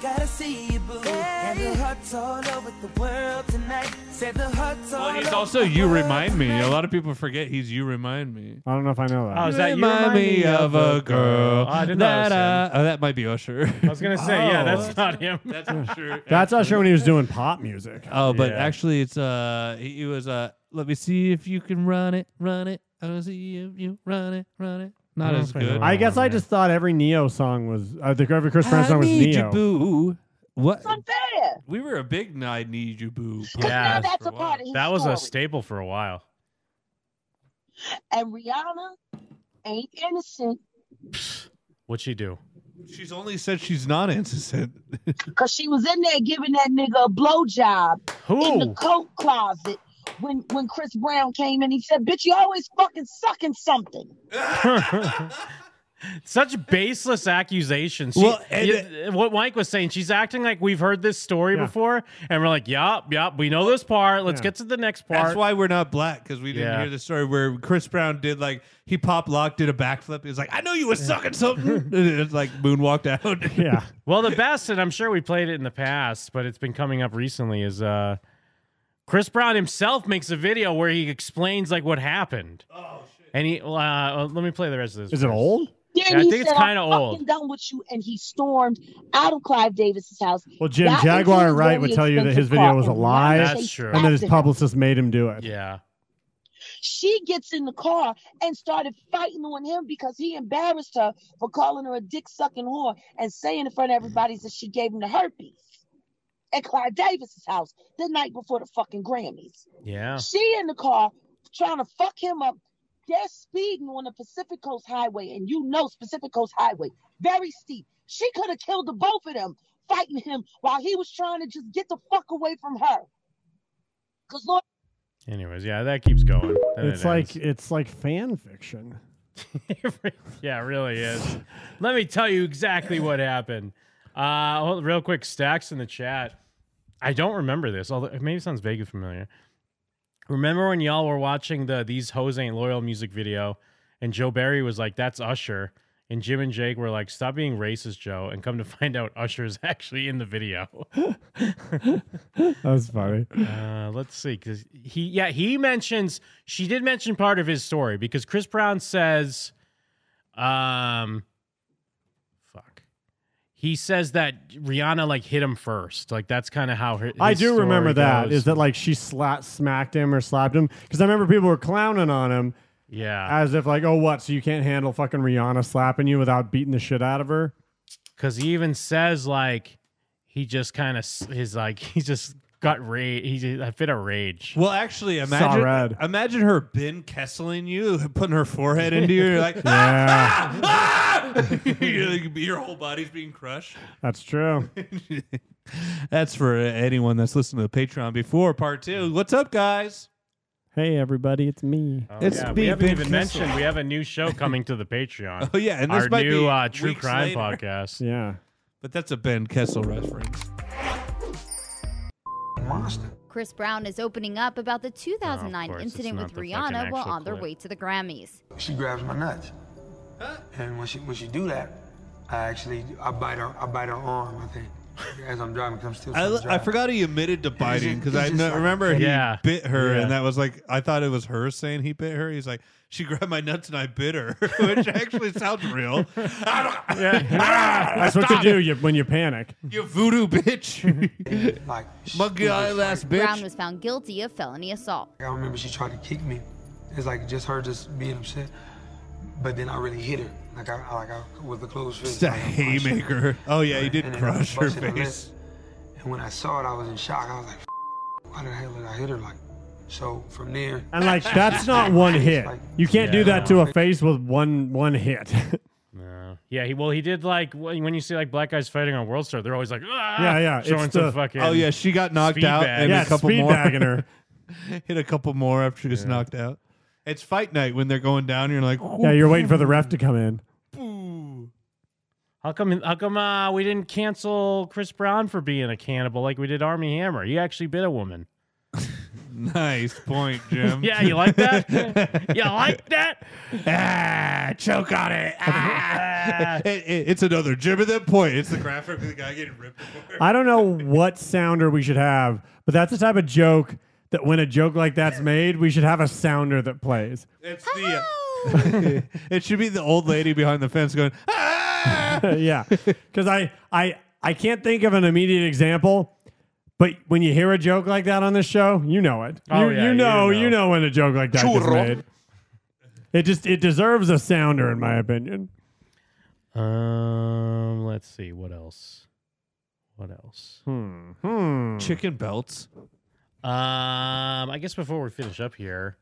S2: Gotta see you, boo. And the huts all over the world tonight. Said the huts all
S4: He's
S2: over
S4: also You Remind Me. A lot of people forget he's You Remind Me.
S3: I don't know if I know that.
S5: Oh, is that you
S4: remind me of a
S5: Oh,
S4: girl.
S5: I didn't know that was
S4: I- oh, that might be Usher.
S5: I was gonna say, yeah, that's not him. That's
S4: sure.
S3: That's not sure when he was doing pop music.
S4: Oh, but
S3: Yeah.
S4: actually, it's uh, he he was uh, let me see if you can run it, run it. I want to see if you run it, run it. Not as good.
S3: I guess I just thought every Neo song was uh, the every Chris Brown
S4: I
S3: song was
S4: need
S3: Neo.
S4: you, boo. What?
S17: unfair.
S4: We were a big I need you, boo.
S5: Yeah.
S17: Now that's a part of his
S5: That was
S17: story.
S5: a staple for a while.
S17: and Rihanna ain't innocent
S5: What'd she do?
S4: She's only said she's not innocent.
S17: because she was in there giving that nigga a blowjob in the
S4: Who?
S17: coat closet when when Chris Brown came in. He said, "Bitch, you always fucking sucking something."
S5: Such baseless accusations. She-
S4: Well, and-
S5: you- what Mike was saying, she's acting like we've heard this story before, and we're like, "Yup, yup, we know this part. Let's
S4: Yeah.
S5: get to the next part."
S4: That's why we're not black because we didn't
S5: Yeah.
S4: hear the story where Chris Brown did like he pop locked, did a backflip. He was like, "I know you were sucking something." And it's like moonwalked out.
S3: Yeah.
S5: Well, the best, and I'm sure we played it in the past, but it's been coming up recently, is uh, Chris Brown himself makes a video where he explains like what happened. Oh shit! And he, uh, let me play the rest of this.
S3: Is it
S5: first.
S3: old?
S17: Then
S5: Yeah, I
S17: he
S5: think it's
S17: said, "I'm
S5: kinda
S17: fucking
S4: Oh.
S5: old.
S17: Done with you, and he stormed out of Clive Davis's house.
S3: Well, Jim
S17: Got into
S3: Jaguar
S17: his
S3: Wright
S17: very
S3: would tell you that his
S17: expensive
S3: video
S17: car
S3: was a
S17: and
S3: lie,
S17: ran
S5: That's
S17: chase
S5: true.
S3: and that his
S17: after him.
S3: publicist made him do it.
S5: Yeah.
S17: she gets in the car and started fighting on him because he embarrassed her for calling her a dick sucking whore and saying in front of everybody that she gave him the herpes at Clyde Davis's house the night before the fucking Grammys.
S5: Yeah.
S17: She in the car trying to fuck him up. They're speeding on the Pacific Coast Highway, and you know Pacific Coast Highway, very steep. She could have killed the both of them fighting him while he was trying to just get the fuck away from her. Cause Lord
S5: Anyways, yeah, that keeps going. Then
S3: It's
S5: it ends.
S3: like it's like fan fiction.
S5: yeah, it really is. Let me tell you exactly what happened. Uh, hold- real quick, stacks in the chat. I don't remember this, although it maybe sounds vaguely familiar. Remember when y'all were watching the "These Hoes Ain't Loyal" music video, and Joe Barry was like, "That's Usher," and Jim and Jake were like, "Stop being racist, Joe," and come to find out, Usher is actually in the video.
S3: That's funny.
S5: Uh, let's see, because he, yeah, he mentions she did mention part of his story because Chris Brown says, um, fuck, he says that Rihanna like hit him first, like that's kind of how her.
S3: I
S5: his
S3: do remember
S5: story
S3: that. Is
S5: goes.
S3: that like she sla- smacked him or slapped him? Because I remember people were clowning on him
S5: yeah,
S3: as if like, oh, what? So you can't handle fucking Rihanna slapping you without beating the shit out of her?
S5: because he even says like he just kind of his like he just got rage. He a fit of rage.
S4: Well, actually,
S5: Saw
S4: imagine
S5: red.
S4: imagine her Ben Kesseling you, putting her forehead into you. You're like,
S3: Yeah.
S4: "Ah, ah, ah!" You're like, your whole body's being crushed.
S3: That's true.
S4: That's for anyone that's listened to the Patreon before part two. What's up, guys?
S3: hey, everybody, it's me.
S5: Oh,
S4: It's
S5: yeah,
S4: me,
S5: we haven't
S4: Ben
S5: even
S4: Kissel.
S5: mentioned we have a new show coming to the Patreon.
S4: Oh, yeah, and this
S5: our
S4: might
S5: new
S4: be
S5: uh, true
S4: weeks
S5: crime
S4: later.
S5: podcast.
S3: Yeah.
S4: But that's a Ben Kessel reference.
S15: Chris Brown is opening up about the 2009
S19: course, it's
S15: incident
S19: not
S15: with
S19: the fucking
S15: Rihanna while
S19: actual
S15: on their
S19: clip.
S15: way to the Grammys.
S19: She grabs my nuts. And when she when she do that, I actually I bite her I bite her arm, I think. As I'm driving, comes to.
S4: I, I forgot he admitted to biting because I
S19: just
S4: kn-
S19: like-
S4: remember he
S19: Yeah.
S4: bit her,
S19: Yeah.
S4: and that was like I thought it was her saying he bit her. He's like, she grabbed my nuts and I bit her, which actually sounds real.
S3: That's what you do you, when you panic.
S4: You voodoo bitch.
S19: like
S4: monkey eye last
S15: Brown
S4: bitch.
S15: was found guilty of felony assault.
S19: I remember she tried to kick me. It's like just her just being upset, but then I really hit her. Like I, I like I with a closed fist.
S4: Just a
S19: like, I punched her.
S4: haymaker. Oh yeah, he did
S19: And then I
S4: crush her
S19: busted lip.
S4: face.
S19: And when I saw it, I was in shock. I was like, "F- "Why the hell did I hit her?" Like, so from there.
S3: And like that's not one
S19: It's
S3: hit.
S19: like-
S3: You can't do that to a face with one one hit.
S5: Yeah, he well, he did like when when you see like black guys fighting on World Star, they're always like, ah,
S3: Yeah, yeah, it's
S5: showing some
S3: the-
S5: fucking.
S4: Oh yeah, she got knocked
S5: speed
S4: out
S5: bag.
S4: and
S3: Yeah,
S4: a couple
S3: speed
S4: more.
S3: bagging her.
S4: Hit a couple more after she gets knocked out. It's fight night when they're going down. You're like,
S3: yeah, you're waiting for the ref to come in.
S5: How come? How come uh, we didn't cancel Chris Brown for being a cannibal like we did Army Hammer? He actually bit a woman.
S4: Nice point, Jim.
S5: yeah, you like that? you like that?
S4: Ah, choke on it. Ah. It- it- It's another Jim at that point. It's the graphic of the guy getting ripped.
S3: I don't know what sounder we should have, but that's the type of joke that when a joke like that's made, we should have a sounder that plays.
S4: It's the. it should be the old lady behind the fence going. "Ah!"
S3: yeah, because I I I can't think of an immediate example, but when you hear a joke like that on this show, you know it.
S5: Oh,
S3: you,
S5: yeah,
S3: you
S5: you
S3: know,
S5: know.
S3: you know when a joke like that is
S5: Churro.
S3: made. It just it deserves a sounder, in my opinion.
S5: Um, let's see what else. What else?
S3: Hmm. Hmm.
S4: Chicken belts.
S5: Um, I guess before we finish up here,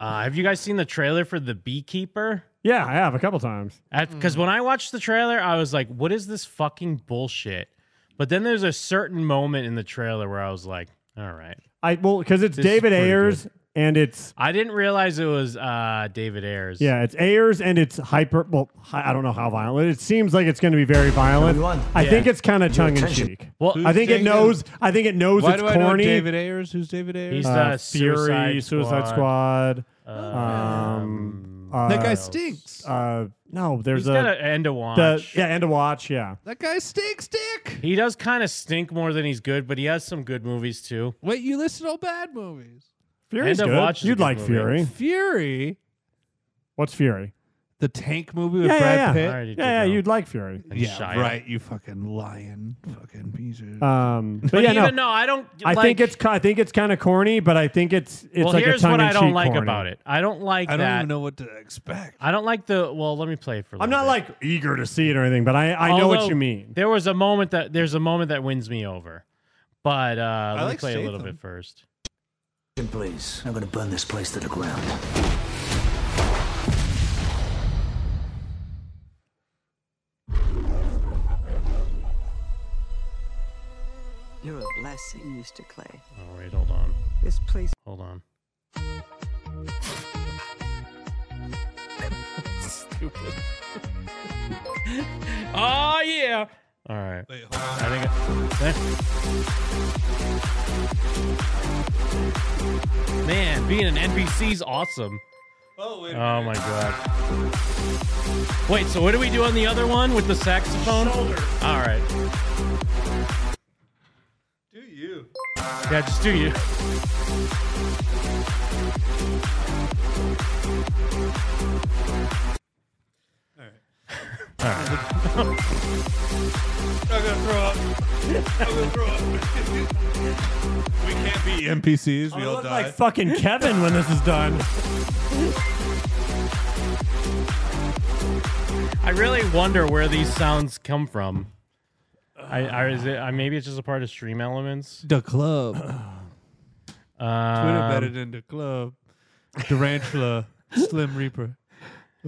S5: uh, have you guys seen the trailer for The Beekeeper?
S3: Yeah, I have a couple times.
S5: Because when I watched the trailer, I was like, what is this fucking bullshit? But then there's a certain moment in the trailer where I was like, all right.
S3: I well because it's
S5: This is
S3: David
S5: pretty
S3: Ayers
S5: good.
S3: and it's
S5: I didn't realize it was uh, David Ayers.
S3: yeah it's Ayers and it's hyper. Well, I I don't know how violent. It seems like it's going to be very violent.
S5: Everyone.
S3: I
S5: Yeah.
S3: think it's kind of
S5: Your
S3: tongue in
S5: attention.
S3: cheek.
S5: Well-
S3: I think it
S5: Who's
S3: knows.
S5: David-
S3: I think it knows
S4: Why
S3: it's
S4: do
S3: corny.
S4: I know David Ayers? Who's David Ayers?
S5: He's
S3: uh,
S5: the Suicide
S3: Fury, Suicide
S5: Squad.
S3: Squad. um, uh,
S4: That guy stinks.
S3: Uh, no, there's
S5: He's
S3: a
S5: gotta end a watch.
S3: the- yeah, end a watch. Yeah,
S4: That guy stinks dick.
S5: He does kind of stink more than he's good, but he has some good movies too.
S4: Wait, you listed all bad movies.
S3: Fury's
S5: End of
S3: good.
S5: Watch is a
S3: You'd
S5: good
S3: like
S5: movie.
S3: Fury.
S4: Fury.
S3: What's Fury?
S4: The tank movie
S3: Yeah,
S4: with
S3: yeah,
S4: Brad
S3: yeah.
S4: Pitt.
S3: yeah, yeah, you'd like Fury.
S4: yeah, right. You fucking lion, fucking piece of.
S3: Um, but,
S5: But
S3: yeah,
S5: even
S3: no,
S5: though I don't
S3: I
S5: like-
S3: think it's ki- I think it's kind of corny, but I think it's it's
S5: well,
S3: like
S5: here's
S3: a tongue
S5: what I
S3: in
S5: don't
S3: cheek
S5: like
S3: corny.
S5: about it. I don't like
S4: I don't
S5: that.
S4: even know what to expect.
S5: I don't like the. Well, let me play it for. a
S3: I'm
S5: little
S3: not
S5: bit.
S3: like eager to see it or anything, but I I know what
S5: Although,
S3: you mean.
S5: There was a moment that there's a moment that wins me over, but uh, let
S3: like
S5: me play a little
S3: Statham.
S5: bit first.
S20: Please, I'm gonna burn this place to the ground.
S21: You're a blessing, Mr. Clay.
S5: All right, Oh, hold on.
S21: This place.
S5: Hold on.
S2: Stupid.
S5: Oh yeah. All right. I think. Man, being an NPC's awesome.
S4: Oh, wait
S5: oh my god. Wait, so what do we do on the other one with the saxophone? All right.
S4: Do you?
S5: Yeah, just do you. All right.
S4: I'm gonna throw up. I'm gonna throw up. we can't be NPCs. We
S3: I
S4: all
S3: look
S4: die.
S3: like fucking Kevin when this is done.
S5: I really wonder where these sounds come from. I, I is it I, maybe it's just a part of stream elements.
S4: The club.
S5: Um,
S4: Twitter better than the club. Durantula, Slim Reaper,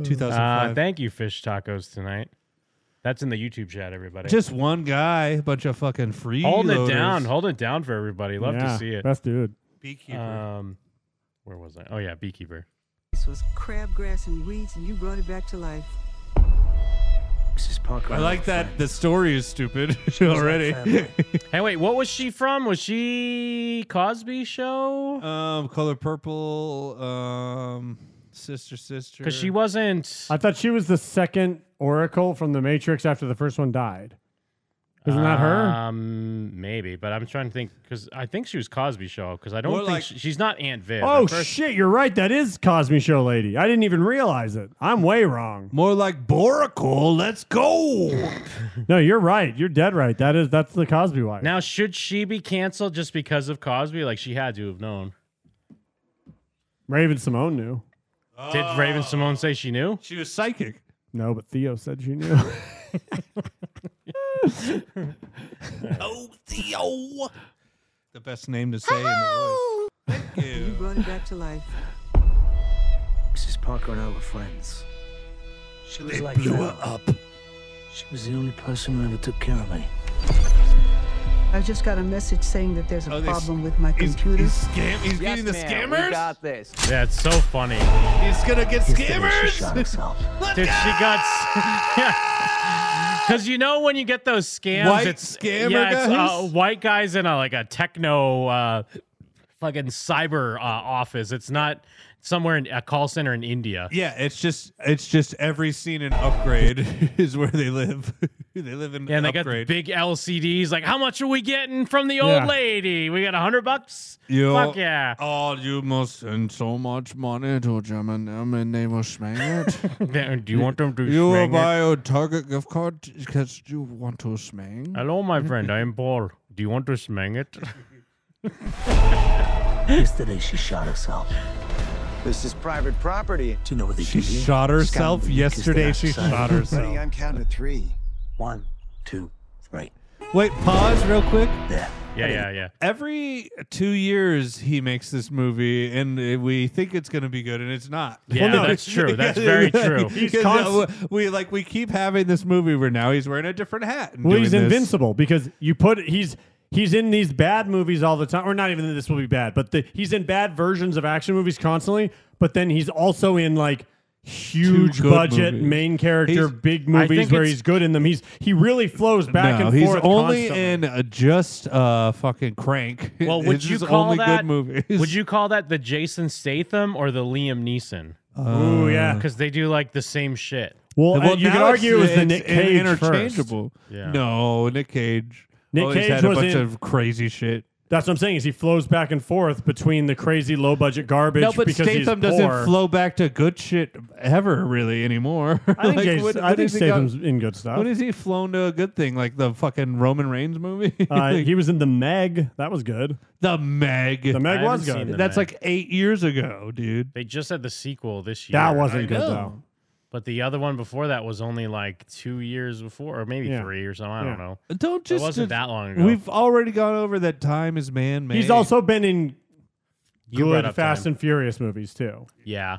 S4: 2005.
S5: Uh, thank you, fish tacos tonight. That's in the YouTube chat, everybody.
S4: Just one guy, bunch of fucking free.
S5: holding it down, holding it down for everybody. Love
S4: Yeah,
S5: to see it.
S3: that's dude.
S4: Beekeeper.
S5: Um, where was I? Oh yeah, beekeeper.
S21: This was crabgrass and weeds, and you brought it back to life.
S20: Mrs. Parker.
S4: I like that. The story is stupid already.
S5: hey, wait, what was she from? Was she Cosby Show?
S4: um, color purple. Um, sister, sister.
S5: Because she wasn't.
S3: I thought she was the second Oracle from the Matrix after the first one died.
S1: Isn't that
S5: Uh,
S1: her?
S5: Um, maybe, but I'm trying to think because I think she was Cosby Show because I don't
S3: More
S5: think
S3: like-
S5: she- she's not Aunt Viv.
S3: Oh
S5: At first-
S3: shit, you're right. That is Cosme Show lady. I didn't even realize it. I'm way wrong.
S4: More like Boracle. Let's go.
S3: no, you're right. You're dead right. That is that's the Cosby wife.
S5: Now, should she be canceled just because of Cosby? Like she had to have known.
S3: Raven Simone knew.
S5: Did
S4: Oh.
S5: Raven Simone say she knew?
S4: She was psychic.
S3: No, but Theo said she knew.
S4: oh, Theo. The best name to say in the voice. Thank
S21: You
S4: you.
S21: brought it back to life.
S20: Mrs. Parker and I were friends. She was
S14: They
S20: like
S14: blew
S20: her up. She was the only person who ever took care of me.
S21: I just got a message saying that there's a
S20: Oh, they s-
S21: problem with my computer.
S4: he's
S20: getting the
S4: scammers?
S18: We got this.
S5: Yeah, it's so funny.
S4: He's gonna get
S5: scammers. Dude, she got. Because you know when you get those scams,
S4: White
S5: it's
S4: scammer
S5: yeah, it's, uh,
S4: guys?
S5: white guys in a like a techno, uh, fucking cyber uh, office. It's not somewhere in a call center in India.
S4: Yeah, it's just it's just every scene in Upgrade is where they live. they live in
S5: Yeah, and they
S4: Upgrade.
S5: got big LCDs. Like, how much are we getting from the old
S4: Yeah.
S5: lady? We got a hundred bucks.
S4: You-
S5: Fuck yeah!
S4: Oh, you must send so much money to Jim and them, and they will smang
S5: it. Do you want them to
S4: You will
S5: smang it?
S4: buy a Target gift card because you want to smang.
S5: Hello, my friend. I am Paul. Do you want to smang it?
S20: Yesterday she shot herself. This is private property. Do you know what they
S4: She
S20: do here?
S4: shot
S20: Scum
S4: herself?
S20: when you kiss the
S4: Yesterday
S20: left
S4: she
S20: side.
S4: shot herself.
S20: Buddy, I'm counting to three. One, two, three.
S4: Wait, pause real quick.
S20: There.
S5: Yeah, yeah, yeah.
S4: Every two years he makes this movie, and uh, we think it's going to be good, and it's not.
S5: Yeah, Well, no. that's true. That's very true. He's
S4: Because, uh,
S5: const-
S4: we like we keep having this movie where now he's wearing a different hat. and
S3: well, he's
S4: doing this.
S3: invincible because you put he's he's in these bad movies all the time, or not even that this will be bad, but the, he's in bad versions of action movies constantly. But then he's also in like huge
S4: good
S3: budget
S4: movies.
S3: main character
S4: He's-
S3: big
S4: I
S3: movies
S4: think
S3: where
S4: it's-
S3: he's good in them. He's he really flows back
S4: no,
S3: and
S4: he's
S3: forth.
S4: only
S3: constantly.
S4: in uh, just uh, fucking crank.
S5: Well, would
S4: It's
S5: you
S4: his
S5: call
S4: only
S5: that?
S4: good movie?
S5: Would you call that the Jason Statham or the Liam Neeson?
S3: Uh.
S4: Ooh, yeah.
S5: because they do like the same shit.
S3: Well, uh, you could
S4: uh, now
S3: argue it was
S4: it's-
S3: the Nick
S4: it's
S3: Cage
S4: interchangeable.
S3: first. Yeah.
S4: No, Nick Cage.
S3: Nick
S4: always
S3: Cage
S4: had a
S3: was
S4: bunch
S3: in-
S4: of crazy shit.
S3: That's what I'm saying. Is he flows back and forth between the crazy low budget garbage?
S4: No, but
S3: because he's
S4: Statham doesn't
S3: poor.
S4: flow back to good shit ever really anymore.
S3: I think, Jason- I think
S4: has he got-
S3: Statham's in good stuff.
S4: When has he flown to a good thing like the fucking Roman Reigns movie?
S3: Uh,
S4: Like,
S3: he was in the Meg. That was good.
S4: the Meg.
S3: The Meg
S5: I haven't
S3: was
S5: seen
S3: good.
S5: The
S4: That's
S5: Meg.
S4: like eight years ago, dude.
S5: They just had the sequel this year.
S3: That wasn't
S5: I
S3: good,
S5: know.
S3: though.
S5: But the other one before that was only like two years before, or maybe
S3: Yeah.
S5: three or something. I
S3: Yeah.
S5: don't know.
S4: Don't just
S5: It wasn't
S4: uh,
S5: that long ago.
S4: We've already gone over that time is man made.
S3: He's also been in
S5: You brought
S3: good
S5: up
S3: Fast
S5: time.
S3: and Furious movies too.
S5: yeah.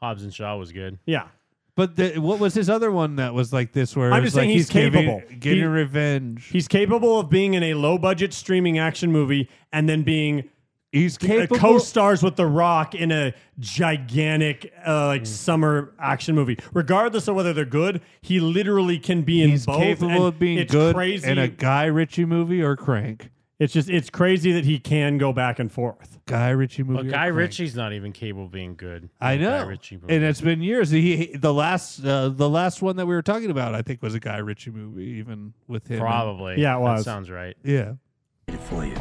S5: Hobbs and Shaw was good.
S3: Yeah.
S4: But the, what was his other one that was like this? Where it
S3: I'm
S4: was
S3: just saying
S4: like
S3: he's,
S4: giving-
S3: capable.
S4: Getting,
S3: He-
S4: revenge.
S3: He's capable of being in a low budget streaming action movie and then being
S4: he's capable-
S3: co-stars with The Rock in a gigantic uh,
S4: Mm.
S3: like summer action movie. Regardless of whether they're good, he literally can be in
S4: He's
S3: both. and
S4: capable of being
S3: it's
S4: good
S3: Crazy.
S4: in a Guy Ritchie movie or Crank.
S3: it's just it's crazy that he can go back and forth.
S4: Guy Ritchie movie.
S5: But
S4: or
S5: Guy
S4: Crank.
S5: Ritchie's not even capable of being good.
S4: I
S5: The Guy
S4: know,
S5: Ritchie movie.
S4: and it's been years. He the last uh, the last one that we were talking about, I think, was a Guy Ritchie movie, even with him.
S5: Probably.
S3: Yeah, it was.
S5: That sounds right.
S4: Yeah,
S20: For you.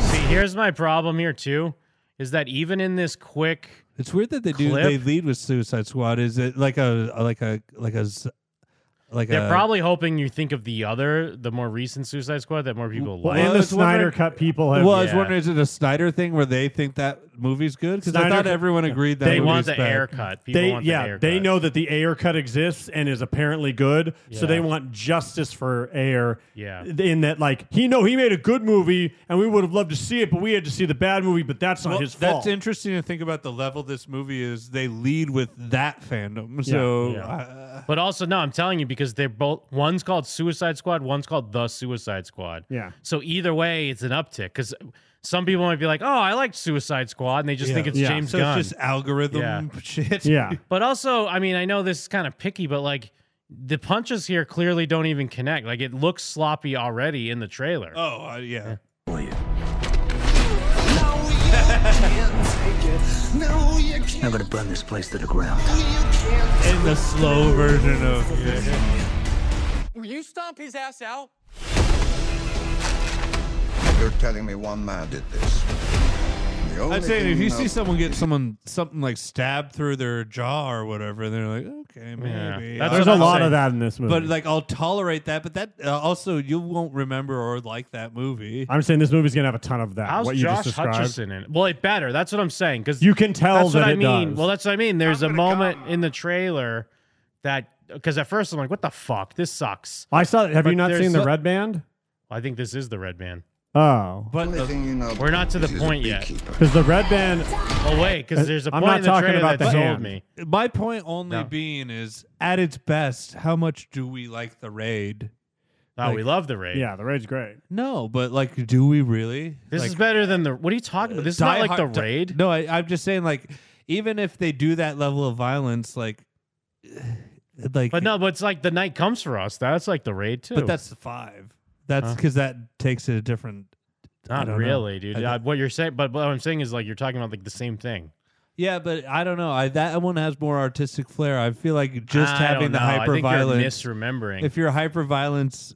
S5: See, here's my problem here too, is that even in this quick,
S4: it's weird that they do.
S5: Clip.
S4: They lead with Suicide Squad. Is it like a like a like a z- like
S5: they're
S4: a
S5: probably hoping you think of the other, the more recent Suicide Squad that more people
S3: Well,
S5: love.
S3: and
S4: I
S3: the
S4: was
S3: Snyder
S4: wondering-
S3: Cut people have
S4: Well, I was
S5: Yeah.
S4: wondering, is it a Snyder thing where they think that movie's good? Because I
S3: Snyder
S4: thought
S3: Cut-
S4: everyone agreed that
S5: They
S4: movie's
S5: want the
S4: bad.
S5: air cut. People
S3: they,
S5: want
S3: yeah,
S5: the air
S3: they
S5: cut.
S3: know that the air cut exists and is apparently good, so they
S5: Yeah.
S3: want justice for air.
S5: Yeah.
S3: in that like he no, he made a good movie, and we would have loved to see it, but we had to see the bad movie. But that's not
S4: Well,
S3: his fault.
S4: that's interesting to think about the level this movie is. They lead with that fandom, so uh,
S5: Yeah.
S4: I-
S5: But also, no, I'm telling you because they're both. One's called Suicide Squad. One's called The Suicide Squad.
S3: Yeah.
S5: So either way, it's an uptick because some people might be like, "Oh, I liked Suicide Squad," and they just
S4: Yeah.
S5: think it's
S4: Yeah.
S5: James
S4: so
S5: Gunn.
S4: It's just algorithm
S5: Yeah.
S4: shit.
S3: Yeah.
S5: But also, I mean, I know this is kind of picky, but like the punches here clearly don't even connect. Like it looks sloppy already in the trailer.
S4: Oh uh, yeah.
S20: No, you can't. I'm gonna burn this place to the ground.
S4: In the slow version of
S1: you stomp his ass out?
S22: You're telling me one man did this. The only
S4: I'm saying if
S22: thing
S4: you
S22: of-
S4: see someone get someone something like stabbed through their jaw or whatever, they're like, okay,
S3: Yeah.
S4: maybe. I'll-
S3: That's
S4: I'll
S3: what I'm There's a lot
S4: say-
S3: of that in this movie.
S4: But like, I'll tolerate that. But that uh, also, you won't remember or like that movie.
S3: I'm saying this movie's gonna have a ton of that.
S4: How's
S3: what you
S4: Josh
S3: just described.
S4: Hutcherson
S5: in it? Well, it better. That's what I'm saying. Because
S3: You can tell
S5: that's
S3: that
S5: what I
S3: it
S5: mean.
S3: does.
S5: Well, that's what I mean. There's a moment in the trailer that because at first I'm like, what the fuck? This sucks.
S3: I saw. Have
S5: But
S3: you not
S5: there's
S3: seen the
S5: so-
S3: Red Band?
S5: I think this is the red man.
S3: Oh,
S4: But
S5: the- we're not to the point yet.
S3: because the Red Band.
S5: Oh wait, because there's a
S3: Uh, I'm
S5: point
S3: not
S5: in the
S3: talking
S5: trailer
S3: about
S5: that
S3: the
S5: told
S3: hand.
S5: me.
S4: My point only
S5: No.
S4: being is, at its best, how much do we like the raid?
S5: Oh, we love the raid.
S3: Yeah, the raid's great.
S4: No, but like, do we really?
S5: This
S4: Like,
S5: is better than the. What are you talking about? This is not
S4: Die
S5: like
S4: Hard-
S5: the raid.
S4: No, I, I'm just saying, like, even if they do that level of violence, like, like,
S5: But no, but it's like the night comes for us. That's like the raid too.
S4: but that's the five. That's because that takes it a different. I
S5: Not
S4: don't know.
S5: really,
S4: I
S5: dude.
S4: don't-
S5: Uh, what you're saying, but what I'm saying is like you're talking about like the same thing.
S4: yeah, but I don't know. I that one has more artistic flair. I feel like just
S5: I don't
S4: having the
S5: know. I
S4: hyper
S5: think you're
S4: violence.
S5: misremembering.
S4: If you're hyper violence,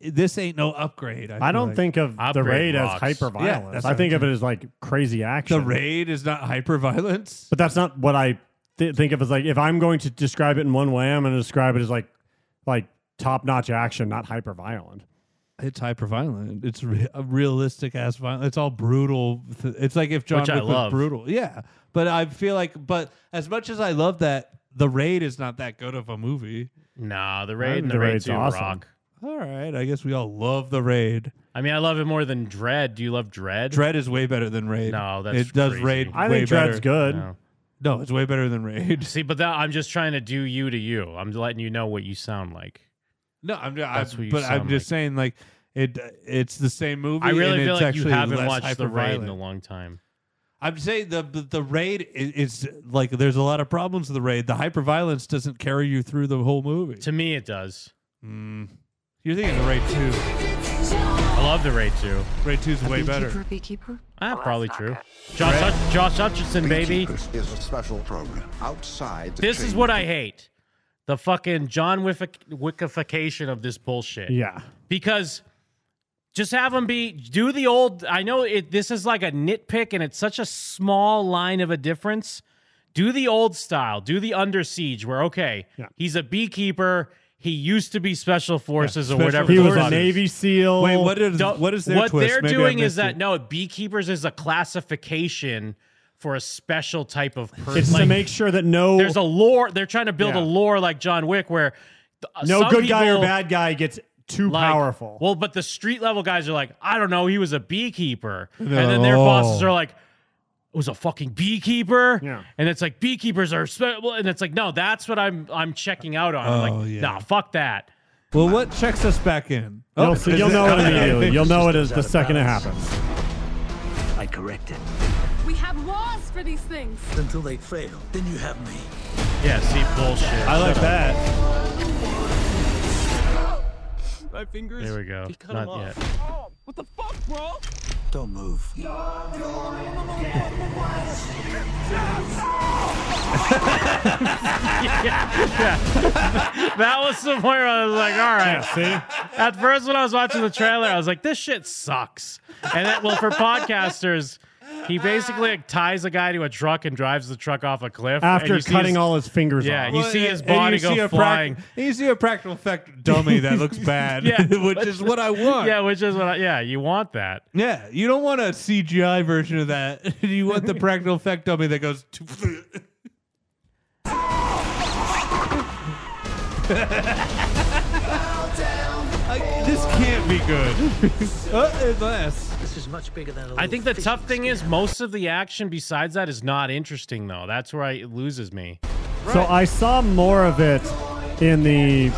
S4: this ain't no upgrade. I,
S3: I,
S4: feel
S3: don't
S4: like.
S3: think of the
S5: Upgrade
S3: raid as
S5: rocks.
S3: hyper
S4: Yeah,
S3: violence.
S4: that's
S3: I
S4: what
S3: think
S4: I'm
S3: of it as like crazy action.
S4: the raid is not hyper violence.
S3: But that's not what I th- think of as like if I'm going to describe it in one way, I'm going to describe it as like like top notch action, not hyper violent.
S4: It's hyper violent. It's re- a realistic ass violence. It's all brutal. th- It's like if John
S5: Which I
S4: Wick was
S5: love.
S4: brutal. Yeah, but I feel like, but as much as I love that, the raid is not that good of a movie.
S5: Nah, the raid and
S4: The
S5: the, raid
S4: Raid's
S5: two
S4: awesome.
S5: rock.
S4: All right, I guess we all love the raid.
S5: I mean, I love it more than Dread. Do you love Dread?
S4: Dread is way better than raid.
S5: No, that's
S4: it does
S5: crazy.
S4: raid.
S5: I
S4: way
S5: think Dread's
S4: better.
S5: good.
S4: No.
S5: No.
S4: it's way better than raid.
S5: See, but that, I'm just trying to do you to you. I'm letting you know what you sound like.
S4: No, I'm.
S5: That's
S4: I'm-
S5: what you
S4: but I'm
S5: sound
S4: just saying, like it. It's the same movie.
S5: I
S4: and
S5: really feel
S4: it's
S5: like you
S4: actually
S5: haven't
S4: less
S5: watched the raid in a
S4: hyper-violent.
S5: long time.
S4: I'm saying the the, the raid i- is like there's a lot of problems with the raid. The hyperviolence doesn't carry you through the whole movie.
S5: To me, it does.
S4: Mm. You're thinking the raid two.
S5: I love the raid two.
S4: Raid two's way better.
S1: beekeeper?
S5: Ah, probably true. Josh, Hutch- Josh Hutcherson, baby.
S22: Beekeepers is a special program outside. The
S5: This is
S22: chain.
S5: what I hate. The fucking John Wickific- Wickification of this bullshit.
S3: Yeah.
S5: Because just have them be do the old I know it this is like a nitpick and it's such a small line of a difference. Do the old style, do the under siege where okay, he's a beekeeper, he used to be special forces or
S3: Special
S5: whatever.
S3: He
S5: the
S3: was a
S5: fuck it is.
S3: Navy SEAL.
S4: Wait, what is
S5: Don't-
S4: what is their
S5: what
S4: twist?
S5: they're
S4: Maybe I
S5: doing is
S4: missed
S5: that
S4: it.
S5: no beekeepers is a classification for a special type of person.
S3: It's to make sure that no
S5: there's a lore. They're trying to build
S3: Yeah.
S5: a lore like John Wick, where th- uh,
S3: no
S5: some
S3: good guy or
S5: people-
S3: bad guy gets too
S5: like-
S3: powerful.
S5: Well, but the street level guys are like, I don't know, he was a beekeeper, and
S3: they're
S5: then
S3: like,
S5: their
S3: "Oh."
S5: bosses are like, it was a fucking beekeeper,
S3: Yeah.
S5: and it's like beekeepers are, spe- well, and it's like, no, that's what I'm I'm checking out on. I'm
S4: Oh,
S5: like,
S4: yeah.
S5: nah, fuck that.
S4: Well, what checks us back in?
S3: You'll
S4: Oh,
S3: see-
S4: is
S3: you'll
S4: it-
S3: know it immediately. You'll know it
S4: Just
S3: is the
S4: out of
S3: second it
S4: balance.
S3: happens.
S23: I correct it.
S24: We have laws for these things.
S23: Until they fail, then you have me.
S5: Yeah, see, bullshit.
S4: I like
S5: Shut up.
S4: that.
S24: My fingers.
S5: There we go.
S24: cut
S5: Not
S24: him
S5: yet.
S24: off. What the fuck, bro?
S23: Don't move.
S5: that was somewhere I was like, all right. see? At first, when I was watching the trailer, I was like, this shit sucks. And that, well, for podcasters, he basically like, ties a guy to a truck and drives the truck off a cliff. and
S3: After
S5: you see
S3: cutting all his fingers
S5: yeah,
S3: off.
S5: you
S3: Well,
S5: see his
S4: and- and
S5: body
S4: you
S5: go
S4: see a prac-
S5: flying.
S4: and you see a practical effect dummy that looks bad,
S5: Yeah,
S4: which is what I want.
S5: Yeah, which is what I, yeah, you want that.
S4: Yeah, you don't want a CGI version of that. you want the practical effect dummy that goes. To- this can't be good. Uh, unless
S23: this is much bigger than a
S5: I think the tough thing is most of the action besides that is not interesting though. That's where I, it loses me.
S3: So I saw more of it in the.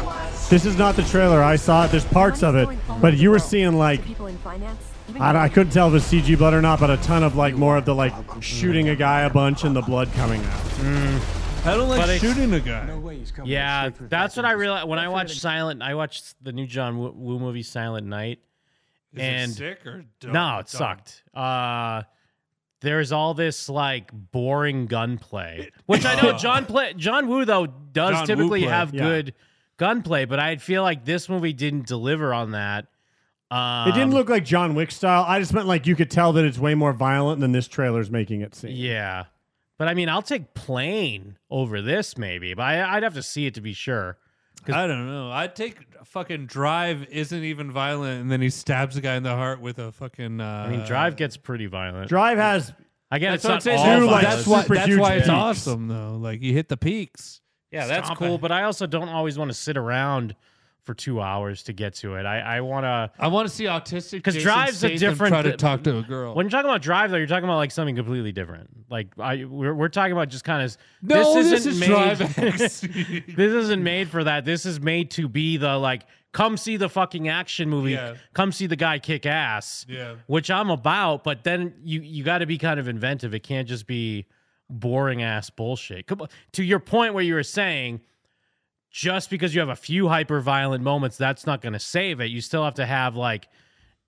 S3: This is not the trailer. I saw it. There's parts of it, but you were seeing like
S25: people in finance. Even
S3: I, I couldn't tell if it was CG blood or not, but a ton of like more of the like shooting a guy a bunch and the blood coming out.
S4: I don't like
S5: But it's-
S4: shooting a guy.
S5: Yeah, that's what I realized when I watched Silent. I watched the new John Woo- Woo movie Silent Night,
S4: Is it
S5: and
S4: sick or
S5: no,
S4: dumb- dumb?
S5: it sucked. Uh, there's all this like boring gunplay, which I know John play, John Woo though does
S4: John Woo
S5: typically
S4: play,
S5: have
S4: yeah.
S5: good gunplay, but I feel like this movie didn't deliver on that. Um,
S3: it didn't look like John Wick style. I just meant like you could tell that it's way more violent than this trailer's making it seem.
S5: Yeah, but I mean, I'll take plane over this maybe, but I, I'd have to see it to be sure. 'Cause-
S4: I don't know. I'd take fucking Drive isn't even violent, and then he stabs a guy in the heart with a fucking. Uh,
S5: I mean, Drive gets pretty violent.
S3: Drive has
S5: I guess
S4: that's
S5: it's
S4: what
S5: not
S4: I'm
S5: all
S4: saying. That's why-
S5: violence.
S4: that's why,
S5: Super
S4: that's
S5: huge
S4: why it's
S5: peaks.
S4: awesome though. Like you hit the peaks.
S5: Yeah, that's
S4: Stop
S5: cool,
S4: it.
S5: but I also don't always want to sit around for two hours to get to it. I, I want to
S4: I want to see autistic
S5: because
S4: Jason
S5: drive's a
S4: Statham
S5: different.
S4: Try to talk to a girl.
S5: When you're talking about drive, though, you're talking about like something completely different. Like I, we're, we're talking about just kind of
S4: No,
S5: This
S4: this
S5: isn't
S4: is
S5: made,
S4: Drive X.
S5: this isn't made for that. This is made to be the like come see the fucking action movie.
S4: Yeah.
S5: Come see the guy kick ass.
S4: Yeah.
S5: which I'm about. But then you you got to be kind of inventive. It can't just be boring ass bullshit. Come on. To your point, where you were saying just because you have a few hyper violent moments, that's not going to save it. You still have to have like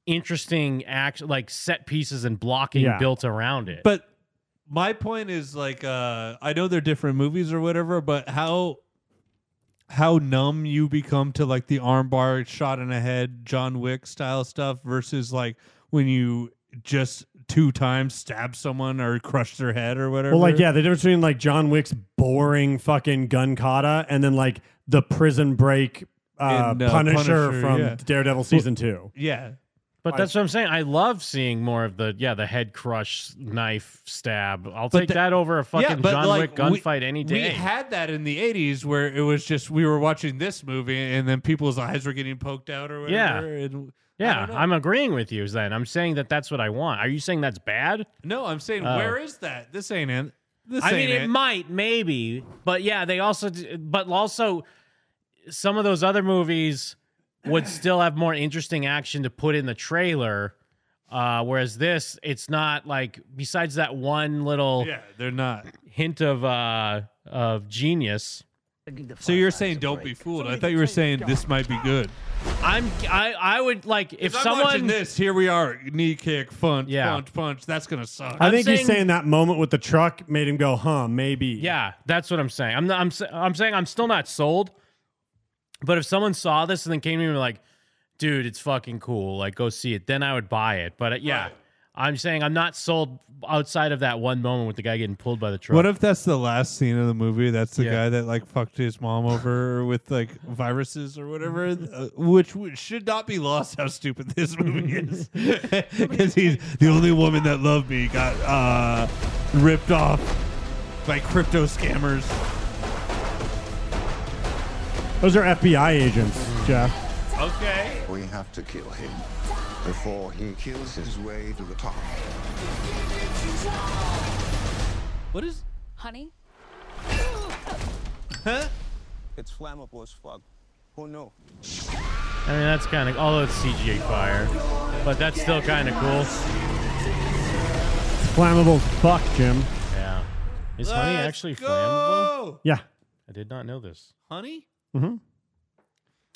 S5: interesting act, like set pieces and blocking
S4: Yeah.
S5: built around it.
S4: But my point is like uh I know they're different movies or whatever, but how how numb you become to like the armbar shot in the head John Wick style stuff versus like when you just two times stab someone or crush their head or whatever.
S3: Well, like yeah, the difference between like John Wick's boring fucking gun kata and then like the Prison Break uh,
S4: And, uh,
S3: Punisher,
S4: Punisher,
S3: from
S4: yeah.
S3: Daredevil season two.
S4: yeah.
S5: But that's what I'm saying. I love seeing more of the yeah the head crush, knife stab. I'll
S4: But
S5: take
S4: the-
S5: that over a fucking
S4: yeah, but
S5: John
S4: like,
S5: Wick
S4: we-
S5: gunfight any day.
S4: We had that in the '80s where it was just we were watching this movie and then people's eyes were getting poked out or whatever.
S5: Yeah.
S4: and- I
S5: yeah,
S4: don't know.
S5: I'm agreeing with you. Then I'm saying that that's what I want. Are you saying that's bad?
S4: no, I'm saying
S5: Oh.
S4: where is that? This ain't it. This
S5: I mean,
S4: ain't
S5: it,
S4: it.
S5: might, maybe, but yeah, they also, d- but also, some of those other movies would still have more interesting action to put in the trailer, uh, whereas this, it's not like besides that one little
S4: Yeah, they're not.
S5: hint of uh of genius.
S4: So you're saying don't be fooled. I thought you were saying this might be good.
S5: I'm I I would like if,
S4: If, I'm
S5: someone
S4: watching this, here we are, knee kick, punch,
S5: Yeah.
S4: punch, punch. That's gonna suck.
S3: I think
S5: saying-
S3: he's saying that moment with the truck made him go, huh? Maybe.
S5: Yeah, that's what I'm saying. I'm not, I'm s- I'm saying I'm still not sold. But if someone saw this and then came to me and were like, "Dude, it's fucking cool. Like go see it." Then I would buy it. But uh, yeah, I'm saying I'm not sold outside of that one moment with the guy getting pulled by the truck.
S4: What if that's the last scene of the movie? That's the
S5: Yeah.
S4: guy that like fucked his mom over with like viruses or whatever, uh, which, which should not be lost. How stupid this movie is, because he's the only woman that loved me got uh, ripped off by crypto scammers.
S3: Those are FBI agents, Jeff.
S4: Okay.
S22: We have to kill him before he kills his way to the top.
S4: What is?
S1: Honey?
S4: Huh?
S22: It's flammable as fuck. Who knew?
S5: I mean, that's kind of although it's CGI fire, but that's still kind of cool.
S3: Flammable fuck, Jim.
S5: Yeah, is honey
S4: Let's
S5: actually
S4: go!
S5: flammable?
S3: Yeah.
S5: I did not know this.
S4: Honey?
S3: hmm
S4: Mm-hmm.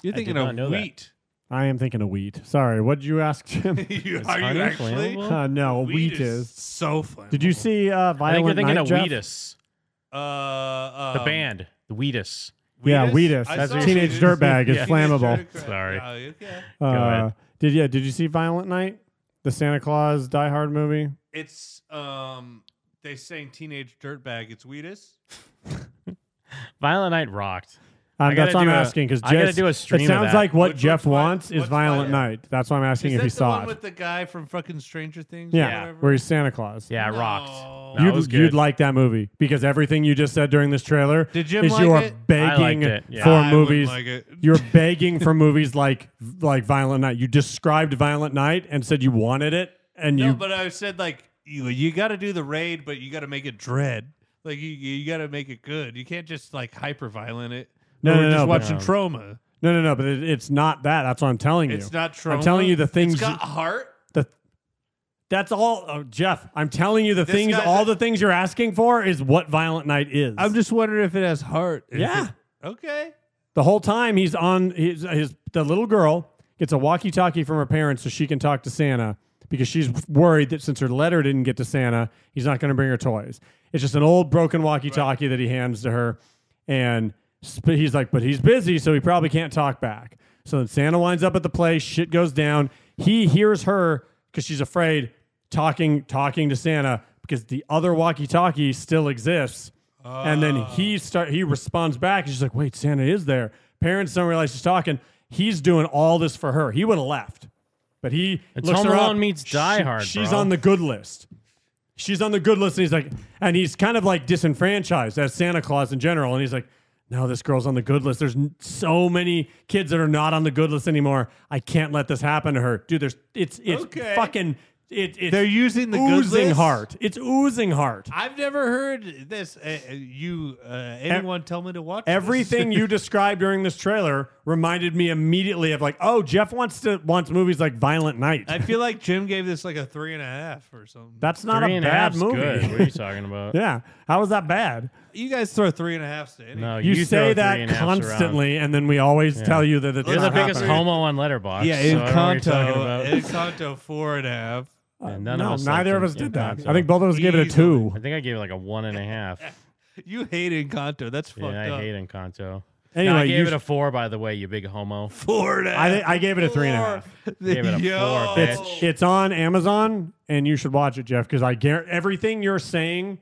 S4: You're
S5: I
S4: thinking
S5: did not
S4: of
S5: know that.
S4: wheat.
S3: I am thinking of wheat. Sorry, what did you ask, Jim?
S4: You-
S5: Is
S4: are
S5: honey
S4: you actually?
S5: flammable?
S3: Uh, no, wheat,
S4: Wheat
S3: is.
S4: is so flammable.
S3: Did you see uh,
S5: I think
S3: Violent
S5: you're thinking
S3: Night,
S5: of
S3: Jeff?
S5: Wheatus,
S4: Uh, uh,
S5: the band, the Wheatus.
S3: Yeah, Wheatus.
S4: I
S3: That's
S4: saw
S3: a teenage
S4: Wheatus.
S3: dirtbag is
S4: Yeah.
S3: flammable.
S5: Sorry.
S4: Oh, okay.
S5: Go
S3: Uh,
S5: ahead.
S3: did yeah? Did you see Violent Night, the Santa Claus Die Hard movie?
S4: It's um they sang teenage dirtbag. It's Wheatus.
S5: Violent Night rocked.
S3: Um,
S5: I gotta
S3: that's what I'm
S5: do a-
S3: asking because
S5: I gotta do a stream.
S3: It
S5: of
S3: sounds
S5: that.
S3: like what
S4: Which-
S3: Jeff
S4: which one-
S3: wants is
S4: which
S3: Violent
S4: one?
S3: Night. That's why I'm asking
S4: Is
S3: if
S4: that
S3: you
S4: the
S3: saw
S4: one
S3: it.
S4: with the guy from fucking Stranger Things? or
S3: yeah,
S4: whatever?
S3: where he's Santa Claus.
S5: Yeah, it rocked.
S4: No.
S5: No, it was
S3: you'd,
S5: good.
S3: you'd like that movie because everything you just said during this trailer
S4: Did Jim
S3: is
S4: like
S3: you are
S4: it?
S5: I liked
S3: begging
S5: it, yeah.
S3: for
S4: I wouldn't
S3: movies.
S4: like it.
S3: You're begging for movies like like Violent Night. You described Violent Night and said you wanted it, and
S4: No,
S3: you
S4: but I said like you you got to do the raid, but you got to make it dread. Like you you got to make it good. You can't just like hyper violent it.
S3: No,
S4: we're
S3: no,
S4: just
S3: no, but-
S4: watching trauma.
S3: no, no, no. But it, it's not that. That's what I'm telling you.
S4: It's not trauma.
S3: I'm telling you the things.
S4: It's got heart.
S3: the, that's all, oh, Jeff. I'm telling you the
S4: This
S3: things.
S4: guy's
S3: All
S4: a-
S3: the things you're asking for is what Violent Night is.
S4: I'm just wondering if it has heart. If
S3: Yeah.
S4: it- okay.
S3: The whole time he's on his, his the little girl gets a walkie-talkie from her parents so she can talk to Santa because she's worried that since her letter didn't get to Santa, he's not going to bring her toys. It's just an old broken walkie-talkie that he hands to her and Sp- He's like, but he's busy, so he probably can't talk back. So then Santa winds up at the place. Shit goes down. He hears her because she's afraid talking talking to Santa because the other walkie-talkie still exists. And
S5: Ah.
S3: then he start he responds back. She's like, wait, Santa is there. Parents don't realize she's talking. He's doing all this for her. He would have left, but he
S5: It's
S3: looks
S5: Home
S3: her
S5: Alone
S3: up.
S5: meets Die
S3: She-
S5: Hard,
S3: She's
S5: bro.
S3: on the good list. She's on the good list, and he's like, and he's kind of like disenfranchised as Santa Claus in general. And he's like, no, this girl's on the good list. There's n- so many kids that are not on the good list anymore. I can't let this happen to her, dude. There's it's it's
S4: Okay.
S3: fucking it, it's
S4: They're using the good
S3: oozing
S4: list?
S3: heart. It's oozing heart.
S4: I've never heard this. Uh, uh, you, uh, anyone tell me to watch this.
S3: Everything you described during this trailer reminded me immediately of like, oh, Jeff wants to wants movies like Violent Night.
S4: I feel like Jim gave this like a three and a half or something.
S3: That's not
S5: Three
S3: a
S5: and
S3: bad
S5: half's
S3: movie.
S5: good. What are you talking about?
S3: yeah, how was that bad?
S4: You guys throw three and a half to anything.
S5: No,
S3: You,
S5: you
S3: say
S5: throw three
S3: that
S5: and a halfs around.
S3: constantly, and then we always
S5: Yeah.
S3: tell you that it's
S5: You're the
S3: not
S5: biggest
S3: happening.
S5: homo on Letterbox.
S4: Yeah,
S5: so I don't know what you're talking
S4: Encanto.
S5: about.
S4: Encanto four and a half.
S5: And none
S3: no,
S5: of us
S3: neither of
S5: liked
S3: us
S5: it.
S3: did
S5: Yeah,
S3: that. I think both of us gave it a two.
S5: I think I gave it like a one and a half.
S4: You hate Encanto. That's fucked
S5: yeah, I
S4: up.
S5: hate Encanto.
S3: Anyway,
S5: no, I gave
S3: you-
S5: it a four, by the way, you big homo.
S4: Four and a
S3: I, thi- I gave it a three and a half.
S5: Gave it a
S4: Yo.
S5: four, bitch.
S3: It's it's on Amazon, and you should watch it, Jeff, because I guarantee everything you're saying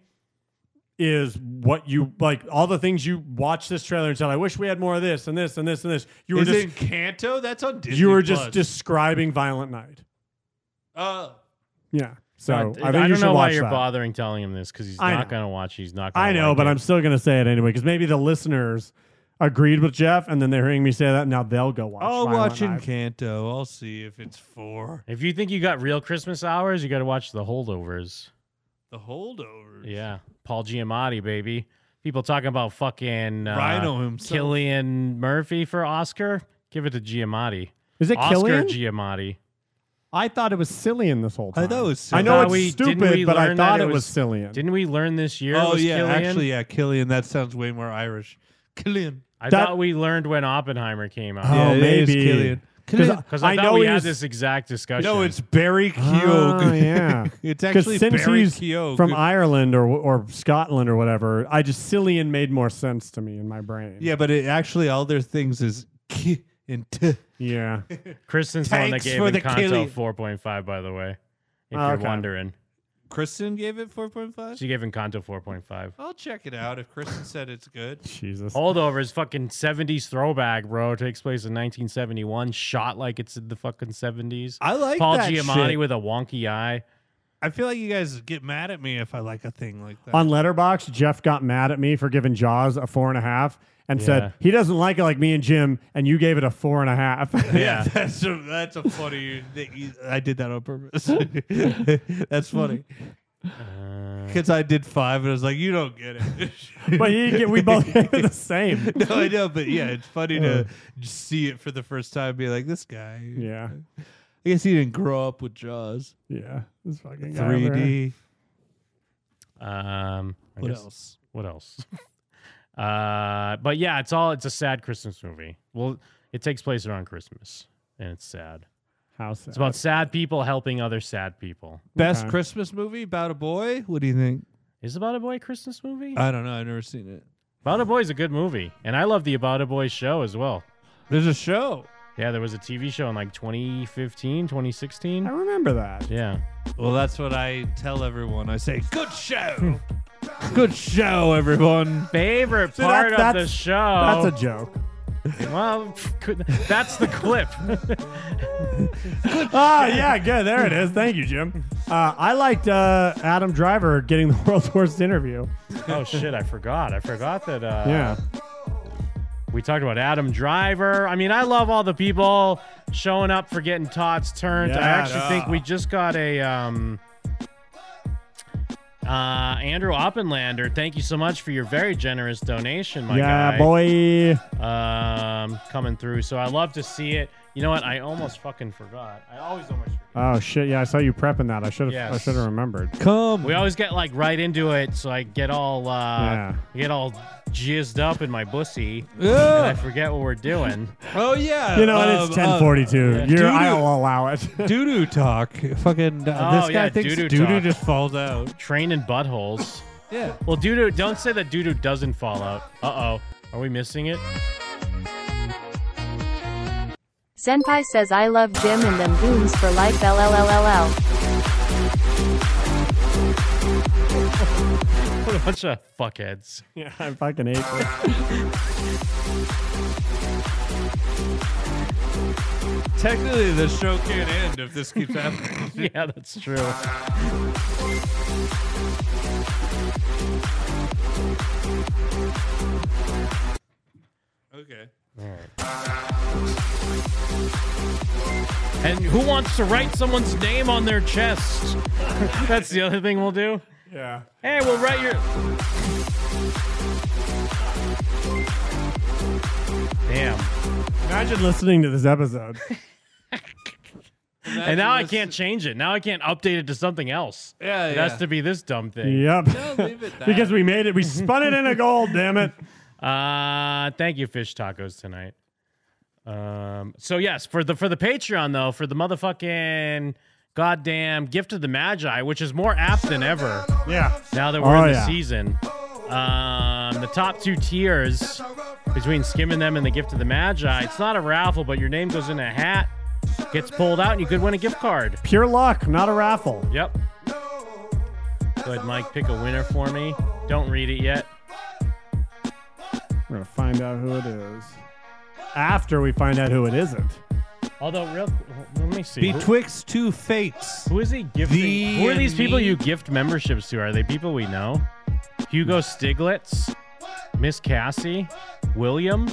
S3: is what you like. All the things you watch this trailer and said, "I wish we had more of this and this and this and this." You were
S4: Is
S3: just
S4: it Encanto? That's on Disney.
S3: you were just
S4: Plus.
S3: describing Violent Night.
S4: Oh.
S3: Yeah, so I,
S5: I,
S3: think
S5: don't
S3: you should
S5: know why
S3: watch
S5: you're
S3: that.
S5: bothering telling him this because he's
S3: I
S5: not
S3: know.
S5: going to watch. it, He's not. Gonna
S3: I know,
S5: like
S3: but
S5: it.
S3: I'm still gonna say it anyway because maybe the listeners agreed with Jeff, and then they're hearing me say that, and now they'll go watch.
S4: I'll
S3: Violent
S4: watch
S3: Night.
S4: Encanto. I'll see if it's four.
S5: If you think you got real Christmas hours, you got to watch The Holdovers.
S4: The holdovers.
S5: Yeah, Paul Giamatti, baby. People talking about fucking uh,
S4: Rhino himself.
S5: Killian Murphy for Oscar. Give it to Giamatti.
S3: Is it
S5: Oscar
S3: Killian?
S5: Giamatti?
S3: I thought it was Cillian this whole time.
S4: I thought it was
S3: I
S4: Cillian.
S3: know
S5: Thought
S3: it's
S5: we- didn't
S3: stupid,
S5: we
S3: but I
S5: learn that
S3: thought
S5: it
S3: it was
S5: was-
S3: Cillian.
S5: Didn't we learn this year?
S4: Oh
S5: was
S4: yeah,
S5: Killian?
S4: actually yeah, Killian. That sounds way more Irish. Killian.
S5: I
S3: That-
S5: thought we learned when Oppenheimer came out.
S3: Oh,
S4: Yeah, it is
S3: maybe.
S4: Killian.
S3: 'Cause I-
S5: Because I,
S3: I
S5: thought
S3: know
S5: we
S3: he
S5: had
S3: was-
S5: this exact discussion.
S4: No, it's Barry Keogh.
S3: Oh, yeah.
S4: it's
S3: 'Cause
S4: actually
S3: since
S4: Barry
S3: he's
S4: Keogh.
S3: from Ireland or or Scotland or whatever, I just Cillian made more sense to me in my brain.
S4: yeah, but it actually all their things is K and T.
S3: Yeah.
S5: Kristen's the one that
S4: Thanks
S5: gave
S4: for the
S5: Encanto
S4: Killian.
S5: 4.5, by the way. If
S3: Oh,
S5: you're
S3: okay.
S5: wondering,
S4: Kristen gave it four point five.
S5: she gave Encanto 4.5.
S4: I'll check it out if Kristen said it's good.
S3: Jesus.
S4: Oh.
S5: Holdover is fucking 70s throwback, bro. It takes place in 1971, shot like it's in the fucking 70s.
S4: I like
S5: Paul
S4: that
S5: Giamatti
S4: shit.
S5: with a wonky eye.
S4: I feel like you guys get mad at me if I like a thing like that.
S3: On Letterbox, Jeff got mad at me for giving Jaws a four and a half and
S5: Yeah.
S3: said he doesn't like it like me and Jim, and you gave it a four and a half.
S4: yeah, that's a that's a funny. that you- I did that on purpose. that's funny because I did five and I was like, you don't get it.
S3: Uh, but he, we both gave it the same.
S4: no, I know, but yeah, it's funny to see it for the first time. and Be like, this guy.
S3: Uh. Yeah.
S4: I guess he didn't grow up with Jaws.
S3: Yeah. This fucking guy over
S4: Three
S3: here.
S4: D.
S5: Um, I
S4: What
S5: guess-
S4: else?
S5: What else? uh, but yeah, it's all it's a sad Christmas movie. Well, it takes place around Christmas, and it's sad.
S3: How sad.
S5: It's about sad people helping other sad people.
S4: Best
S3: Okay.
S4: Christmas movie about a boy. What do you think?
S5: Is About a Boy a Christmas movie?
S4: I don't know. I've never seen it.
S5: About a Boy is a good movie, and I love the About a Boy show as well.
S4: There's a show.
S5: Yeah, there was a TV show in like 2015, 2016.
S3: I remember that.
S5: Yeah.
S4: Well, that's what I tell everyone. I say, "Good show, good show, everyone."
S5: Favorite
S3: See,
S5: part
S3: that- that's-
S5: of the show.
S3: That's a joke.
S5: well, could- that's the clip.
S3: Ah, yeah, good. There it is. Thank you, Jim. Uh, I liked uh, Adam Driver getting the world's worst interview.
S5: oh shit, I forgot. I forgot that. Uh,
S3: Yeah.
S5: We talked about Adam Driver. I mean, I love all the people showing up for getting Todd's turned. I
S3: Yeah,
S5: actually
S3: yeah.
S5: think we just got a um uh Andrew Oppenlander. Thank you so much for your very generous donation, my guy.
S3: yeah, boy.
S5: Um coming through. So I love to see it. You know what? I almost fucking forgot. I always almost forget.
S3: Oh shit! Yeah, I saw you prepping that. I should have. I
S5: Yes.
S3: should have remembered.
S4: Come,
S5: We always get like right into it, so I get all uh
S3: Yeah.
S5: get all jizzed up in my bussy. And I
S4: Yeah.
S5: forget what we're doing.
S4: Oh yeah.
S3: You know, and
S5: uh,
S3: it's ten forty-two. You're.
S4: doo-doo.
S3: I'll allow it.
S4: Doo doo talk. Fucking. Uh,
S5: Oh,
S4: this guy
S5: yeah,
S4: thinks
S5: doo-doo
S4: doo doo
S5: talk.
S4: just falls out.
S5: Train and buttholes.
S4: Yeah.
S5: Well, doo doo, don't say that doo doo doesn't fall out. Uh oh. Are we missing it?
S1: Senpai says I love Jim and them goons for life LLLLL.
S5: What a bunch of fuckheads.
S3: Yeah, I fucking hate this.
S4: Technically, the show can't end if this keeps happening.
S5: yeah, that's true.
S4: Okay.
S5: And who wants to write someone's name on their chest? that's the other thing we'll do.
S3: Yeah.
S5: Hey, we'll write your. Damn.
S3: Imagine listening to this episode.
S5: and now I can't change it. Now I can't update it to something else.
S4: Yeah,
S5: It has
S4: yeah.
S5: to be this dumb thing.
S3: yep.
S4: leave it that.
S3: because we made it. We spun it into gold. Damn it.
S5: Uh, thank you, fish tacos tonight. Um, so yes, for the for the Patreon though, for the motherfucking goddamn gift of the Magi, which is more apt than ever.
S3: Yeah.
S5: Now that we're
S3: Oh,
S5: in the
S3: yeah.
S5: season, um, the top two tiers between skimming them and the gift of the Magi, it's not a raffle, but your name goes in a hat, gets pulled out, and you could win a gift card.
S3: Pure luck, not a raffle.
S5: Yep. Go ahead, Mike, pick a winner for me. Don't read it yet.
S3: We're gonna find out who it is after we find out who it isn't.
S5: Although, real, let me see. Who-
S4: Betwixt two fates.
S5: Who is he gifting? Who are these people you gift memberships to? Are they people we know? Hugo Stiglitz, Miss Cassie, William.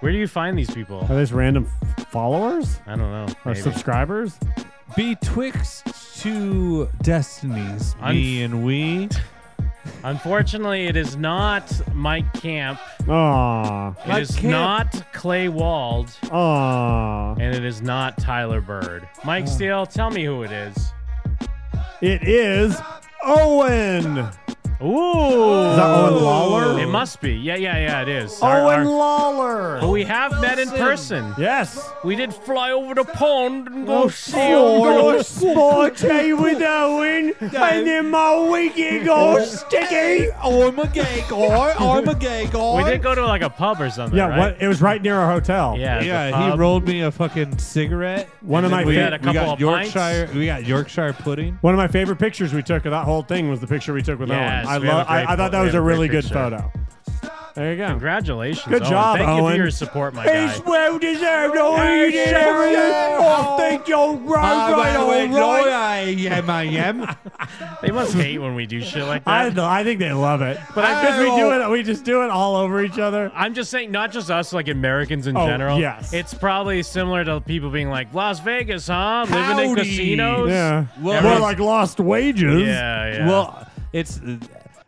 S5: Where do you find these people?
S3: Are these random f- followers
S5: I don't know.
S3: or
S5: Maybe.
S3: subscribers?
S4: Betwixt two destinies, me and we.
S5: Unfortunately, it is not Mike Camp.
S3: Aw.
S5: It is not Clay Wald,
S3: Aw.
S5: and it is not Tyler Bird.
S4: Oh.
S5: Mike Steele, tell me who it is.
S3: It is Owen.
S5: Ooh,
S3: Is that Owen Lawler?
S5: It must be. Yeah, yeah, yeah. It is. Our-
S3: Owen
S5: our-
S3: Lawler.
S5: who we have met in person.
S3: Yes.
S5: We did fly over the pond and go see
S3: Oh,
S5: him
S3: your
S5: go.
S3: sport day with Owen, and then my wiggy goes sticky.
S4: Oh, I'm a gay guy. Oh, I'm a gay
S5: We
S4: guy.
S5: did go to like a pub or something.
S3: Yeah,
S5: right?
S3: what? It was right near our hotel.
S5: Yeah, the
S4: yeah, he
S5: pub.
S4: rolled me a fucking cigarette.
S3: One of
S4: and then uh,
S3: my
S4: we
S3: fa-
S5: had a couple
S4: we got
S5: of pints.
S4: Yorkshire. We got Yorkshire pudding.
S3: One of my favorite pictures we took of that whole thing was the picture we took with
S5: Yes,
S3: Owen. I
S5: we have a
S3: love. I,
S5: great pho-
S3: I thought that
S5: we
S3: was
S5: have a
S3: a
S5: great
S3: really good
S5: picture.
S3: photo. There you go.
S5: Congratulations.
S3: Good
S5: Owen.
S3: job,
S5: Thank you
S3: Owen.
S5: for your support, my guy.
S3: well deserved. Oh,
S4: you deserve it. Oh, thank
S3: you.
S4: I am. I am.
S5: They must hate when we do shit like
S3: I
S5: that.
S3: know. I think they love it. But
S5: I-
S3: because we do
S5: oh.
S3: it, we just do it all over each other.
S5: I'm just saying, not just us, like Americans in
S3: Oh,
S5: general.
S3: yes.
S5: It's probably similar to people being like, Las Vegas, huh? Living in
S4: Howdy.
S5: casinos.
S3: Yeah.
S4: Well,
S3: More
S5: Everyone's-
S3: like lost wages.
S5: yeah, yeah.
S4: Well, it's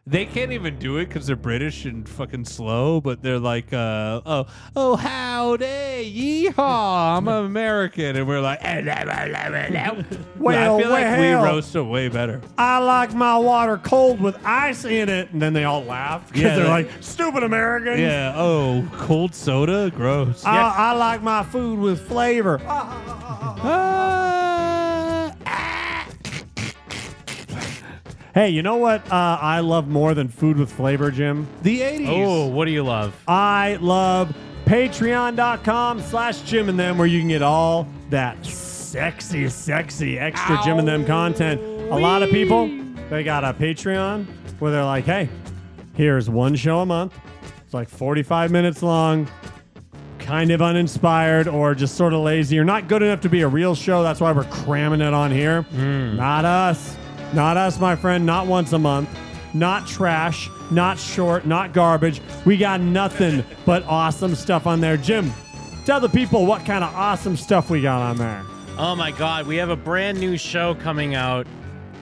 S4: they can't even do it because they're British and fucking slow. But they're like, uh, oh, oh, howdy, yeehaw! I'm American, and we're like, eh, blah, blah, blah, blah, blah.
S3: Well,
S4: I feel like
S3: well.
S4: we roast them way better.
S3: I like my water cold with ice in it. And then they all laugh because
S4: Yeah,
S3: they're
S4: they-
S3: like, stupid Americans.
S4: Yeah. Oh, cold soda, gross.
S3: I, I like my food with flavor. Hey, you know what uh, I love more than food with flavor, Jim?
S4: the '80s.
S5: oh, what do you love?
S3: I love patreon.com slash Jim and them, where you can get all that sexy, sexy extra Jim and them content. A lot of people, they got a Patreon where they're like, hey, here's one show a month. It's like 45 minutes long, kind of uninspired or just sort of lazy. You're not good enough to be a real show. That's why we're cramming it on here. Not us. Not us, my friend. Not once a month. Not trash. Not short. Not garbage. We got nothing but awesome stuff on there. Jim, tell the people what kind of awesome stuff we got on there.
S5: Oh my God, we have a brand new show coming out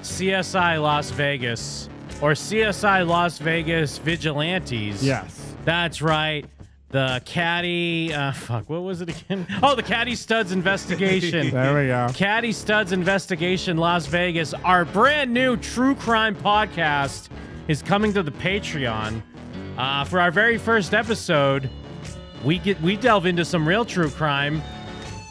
S5: CSI Las Vegas or CSI Las Vegas Vigilantes.
S3: Yes.
S5: That's right. The caddy, uh, fuck, what was it again? Oh, the caddy studs investigation.
S3: There we go.
S5: Caddy Studs Investigation Las Vegas, our brand new true crime podcast, is coming to the Patreon. Uh, for our very first episode, we get we delve into some real true crime.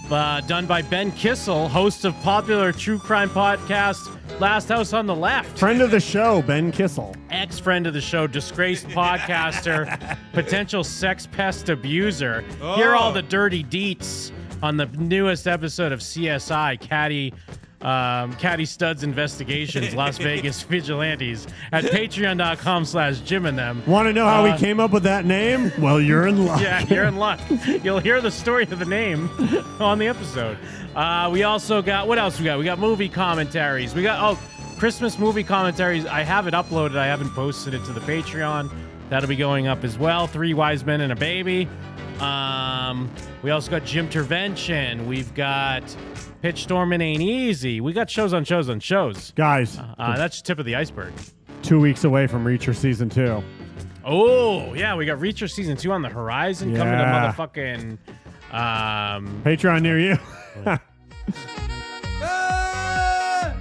S5: uh, done by Ben Kissel, host of popular true crime podcast Last House on the Left.
S3: Friend of the show, Ben Kissel.
S5: ex friend of the show, disgraced podcaster, potential sex pest abuser. Hear all the dirty deets on the newest episode of CSI Caddy. Um, Caddy Studs Investigations, Las Vegas Vigilantes at patreon.com slash Jim and them.
S3: Want to know how
S5: Uh,
S3: we came up with that name? Well, you're in luck.
S5: yeah, you're in luck. You'll hear the story of the name on the episode. Uh, we also got what else we got? We got movie commentaries. We got oh, Christmas movie commentaries. I have it uploaded. I haven't posted it to the Patreon. That'll be going up as well. Three wise men and a baby. Um, we also got Jim Tervention. We've got Pitch Storming Ain't Easy. We got shows on shows on shows.
S3: Guys,
S5: Uh, that's just tip of the iceberg.
S3: two weeks away from Reacher season two.
S5: Oh, yeah, we got Reacher season two on the horizon
S3: Yeah.
S5: coming to motherfucking um
S3: Patreon near you.
S4: Uh,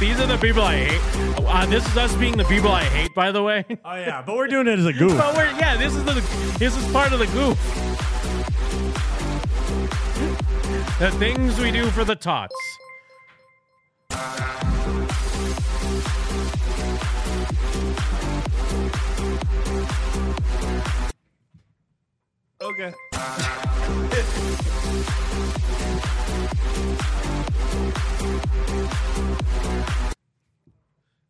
S5: These are the people I hate. Uh, this is us being the people I hate, by the way.
S3: Oh yeah, but we're doing it as a goof.
S5: but we're yeah, this is the this is part of the goof. The things we do for the tots.
S4: Okay.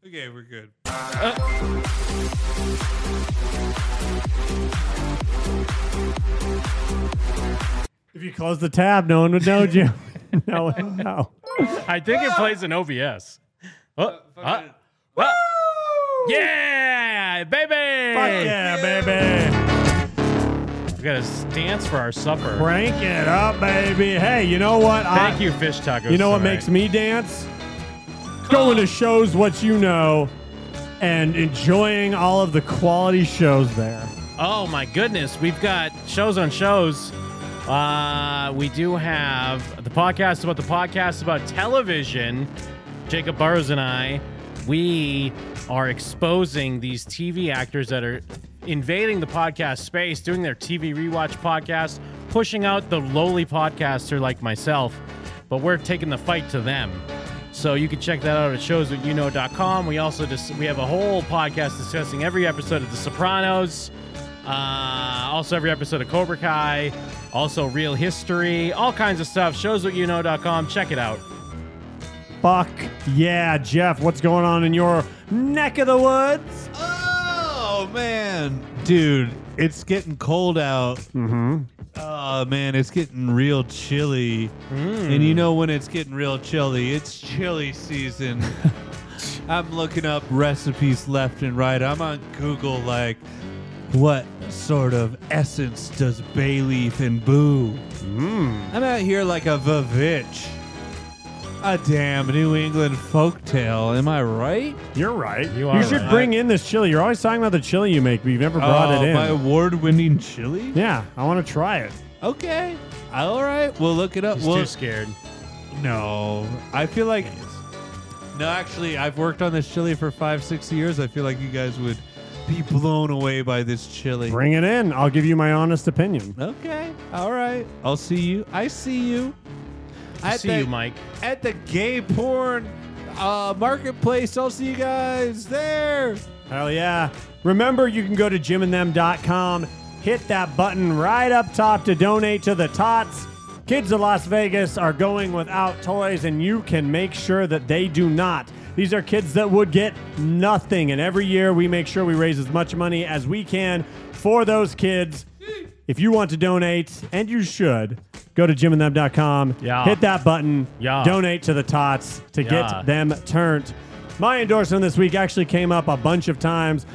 S4: okay, we're good.
S3: If you close the tab, no one would know Jim. no one would know.
S5: I think it plays in OBS. Oh, uh, uh, yeah, baby.
S3: Fuck yeah, baby.
S5: We got to dance for our supper.
S3: Crank it up, baby. Hey, you know what? I-
S5: Thank you, fish tacos.
S3: You know what
S5: tonight.
S3: makes me dance? Going to shows what you know and enjoying all of the quality shows there.
S5: Oh my goodness, we've got shows on shows. Uh, we do have the podcast about the podcast about television. Jacob Burrows and I, we are exposing these TV actors that are invading the podcast space, doing their TV rewatch podcast, pushing out the lowly podcaster like myself, but we're taking the fight to them. So you can check that out at showsthatyouknow.com. We also just we have a whole podcast discussing every episode of The Sopranos, uh, also every episode of Cobra Kai, also real history, all kinds of stuff. Showsthatyouknow.com. Check it out.
S3: Fuck yeah, Jeff. What's going on in your neck of the woods?
S4: Oh man, dude, it's getting cold out.
S3: Mm-hmm.
S4: Oh man, it's getting real chilly. And you know when it's getting real chilly, it's chili season. I'm looking up recipes left and right. I'm on Google like what sort of essence does bay leaf and boo? Mm. I'm out here like a vavitch. A damn New England folktale. Am I right?
S3: You're right.
S4: You
S3: You should bring in this chili. You're always talking about the chili you make, but you've never brought
S4: Oh,
S3: it in.
S4: my award-winning chili.
S3: Yeah, I want to try it.
S4: Okay. All right. We'll look it up.
S5: He's
S4: we'll,
S5: too scared.
S4: No, I feel like. No, actually, I've worked on this chili for five, six years. I feel like you guys would be blown away by this chili.
S3: Bring it in. I'll give you my honest opinion.
S4: Okay. All right. I'll see you. I see you.
S5: I see you, Mike.
S4: At the gay porn uh, marketplace. I'll see you guys there.
S3: Hell yeah. Remember, you can go to jimandthem.com, hit that button right up top to donate to the tots. Kids of Las Vegas are going without toys, and you can make sure that they do not. These are kids that would get nothing, and every year we make sure we raise as much money as we can for those kids. If you want to donate, and you should, go to jimandthem.com,
S5: Yeah.
S3: hit that button,
S5: Yeah.
S3: donate to the tots to
S5: Yeah.
S3: get them turned. My endorsement this week actually came up a bunch of times.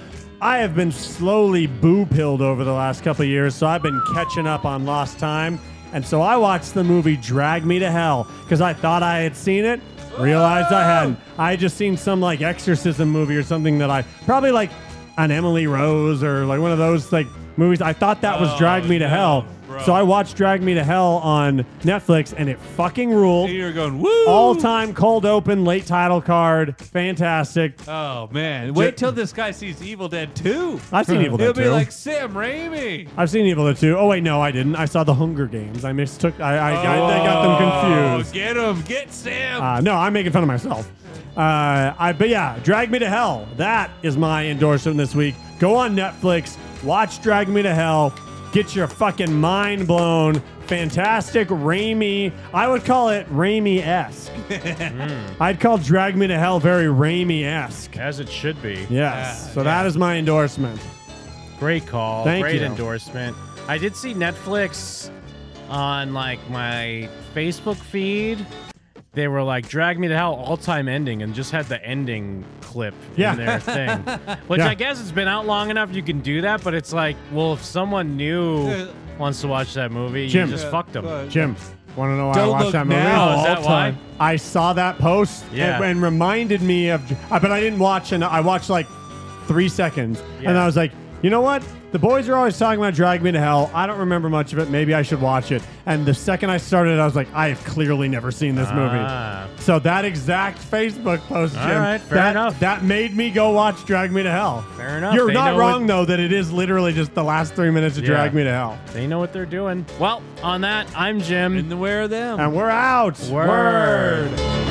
S3: I have been slowly boo pilled over the last couple of years, so I've been catching up on lost time. And so I watched the movie Drag Me to Hell because I thought I had seen it, realized I hadn't. I had just seen some like exorcism movie or something that I probably like an Emily Rose or like one of those like movies. I thought that was
S4: Oh,
S3: Drag Me to
S4: no,
S3: Hell.
S4: bro.
S3: So I watched Drag Me to Hell on Netflix, and it fucking ruled.
S4: You're going woo
S3: All time cold open, late title card, fantastic.
S4: Oh man! Wait till this guy sees Evil Dead Two.
S3: I've seen Evil Dead
S4: He'll be
S3: 2.
S4: like Sam Raimi.
S3: I've seen Evil Dead 2. Oh wait, no, I didn't. I saw The Hunger Games. I mistook. I I, I, I got them confused.
S4: Oh, get him! Get Sam!
S3: Uh, no, I'm making fun of myself. Uh, I, but yeah, Drag Me to Hell. That is my endorsement this week. Go on Netflix, watch Drag Me to Hell, get your fucking mind blown. Fantastic Raimi. I would call it Raimi esque. I'd call Drag Me to Hell very Raimi esque.
S5: As it should be.
S3: Yes. so that is my endorsement.
S5: Great call.
S3: Thank
S5: Great
S3: you.
S5: endorsement. I did see Netflix on like my Facebook feed. They were like, "Drag Me to Hell" all-time ending, and just had the ending clip
S3: Yeah.
S5: in their thing. Which
S3: Yeah.
S5: I guess it's been out long enough you can do that, but it's like, well, if someone new wants to watch that movie,
S3: Jim.
S5: you just fucked them.
S3: Jim, want to know why
S5: Don't
S3: I watched
S5: look
S3: that movie?
S5: now. Oh, is that why?
S3: I saw that post
S5: Yeah.
S3: and, and reminded me of, I- but I didn't watch, and I watched like three seconds, and
S5: Yeah.
S3: I was like, you know what? The boys are always talking about Drag Me to Hell. I don't remember much of it. Maybe I should watch it. And the second I started, I was like, I have clearly never seen this
S5: Ah.
S3: movie. So that exact Facebook post,
S5: All
S3: Jim,
S5: right, fair
S3: that,
S5: enough.
S3: that made me go watch Drag Me to Hell.
S5: Fair enough.
S3: You're
S5: They
S3: not
S5: know
S3: wrong
S5: what-
S3: though that it is literally just the last three minutes of
S5: Yeah.
S3: Drag Me to Hell.
S5: They know what they're doing. Well, on that, I'm Jim. And
S4: where are them?
S3: And we're out.
S5: Word.
S3: Word.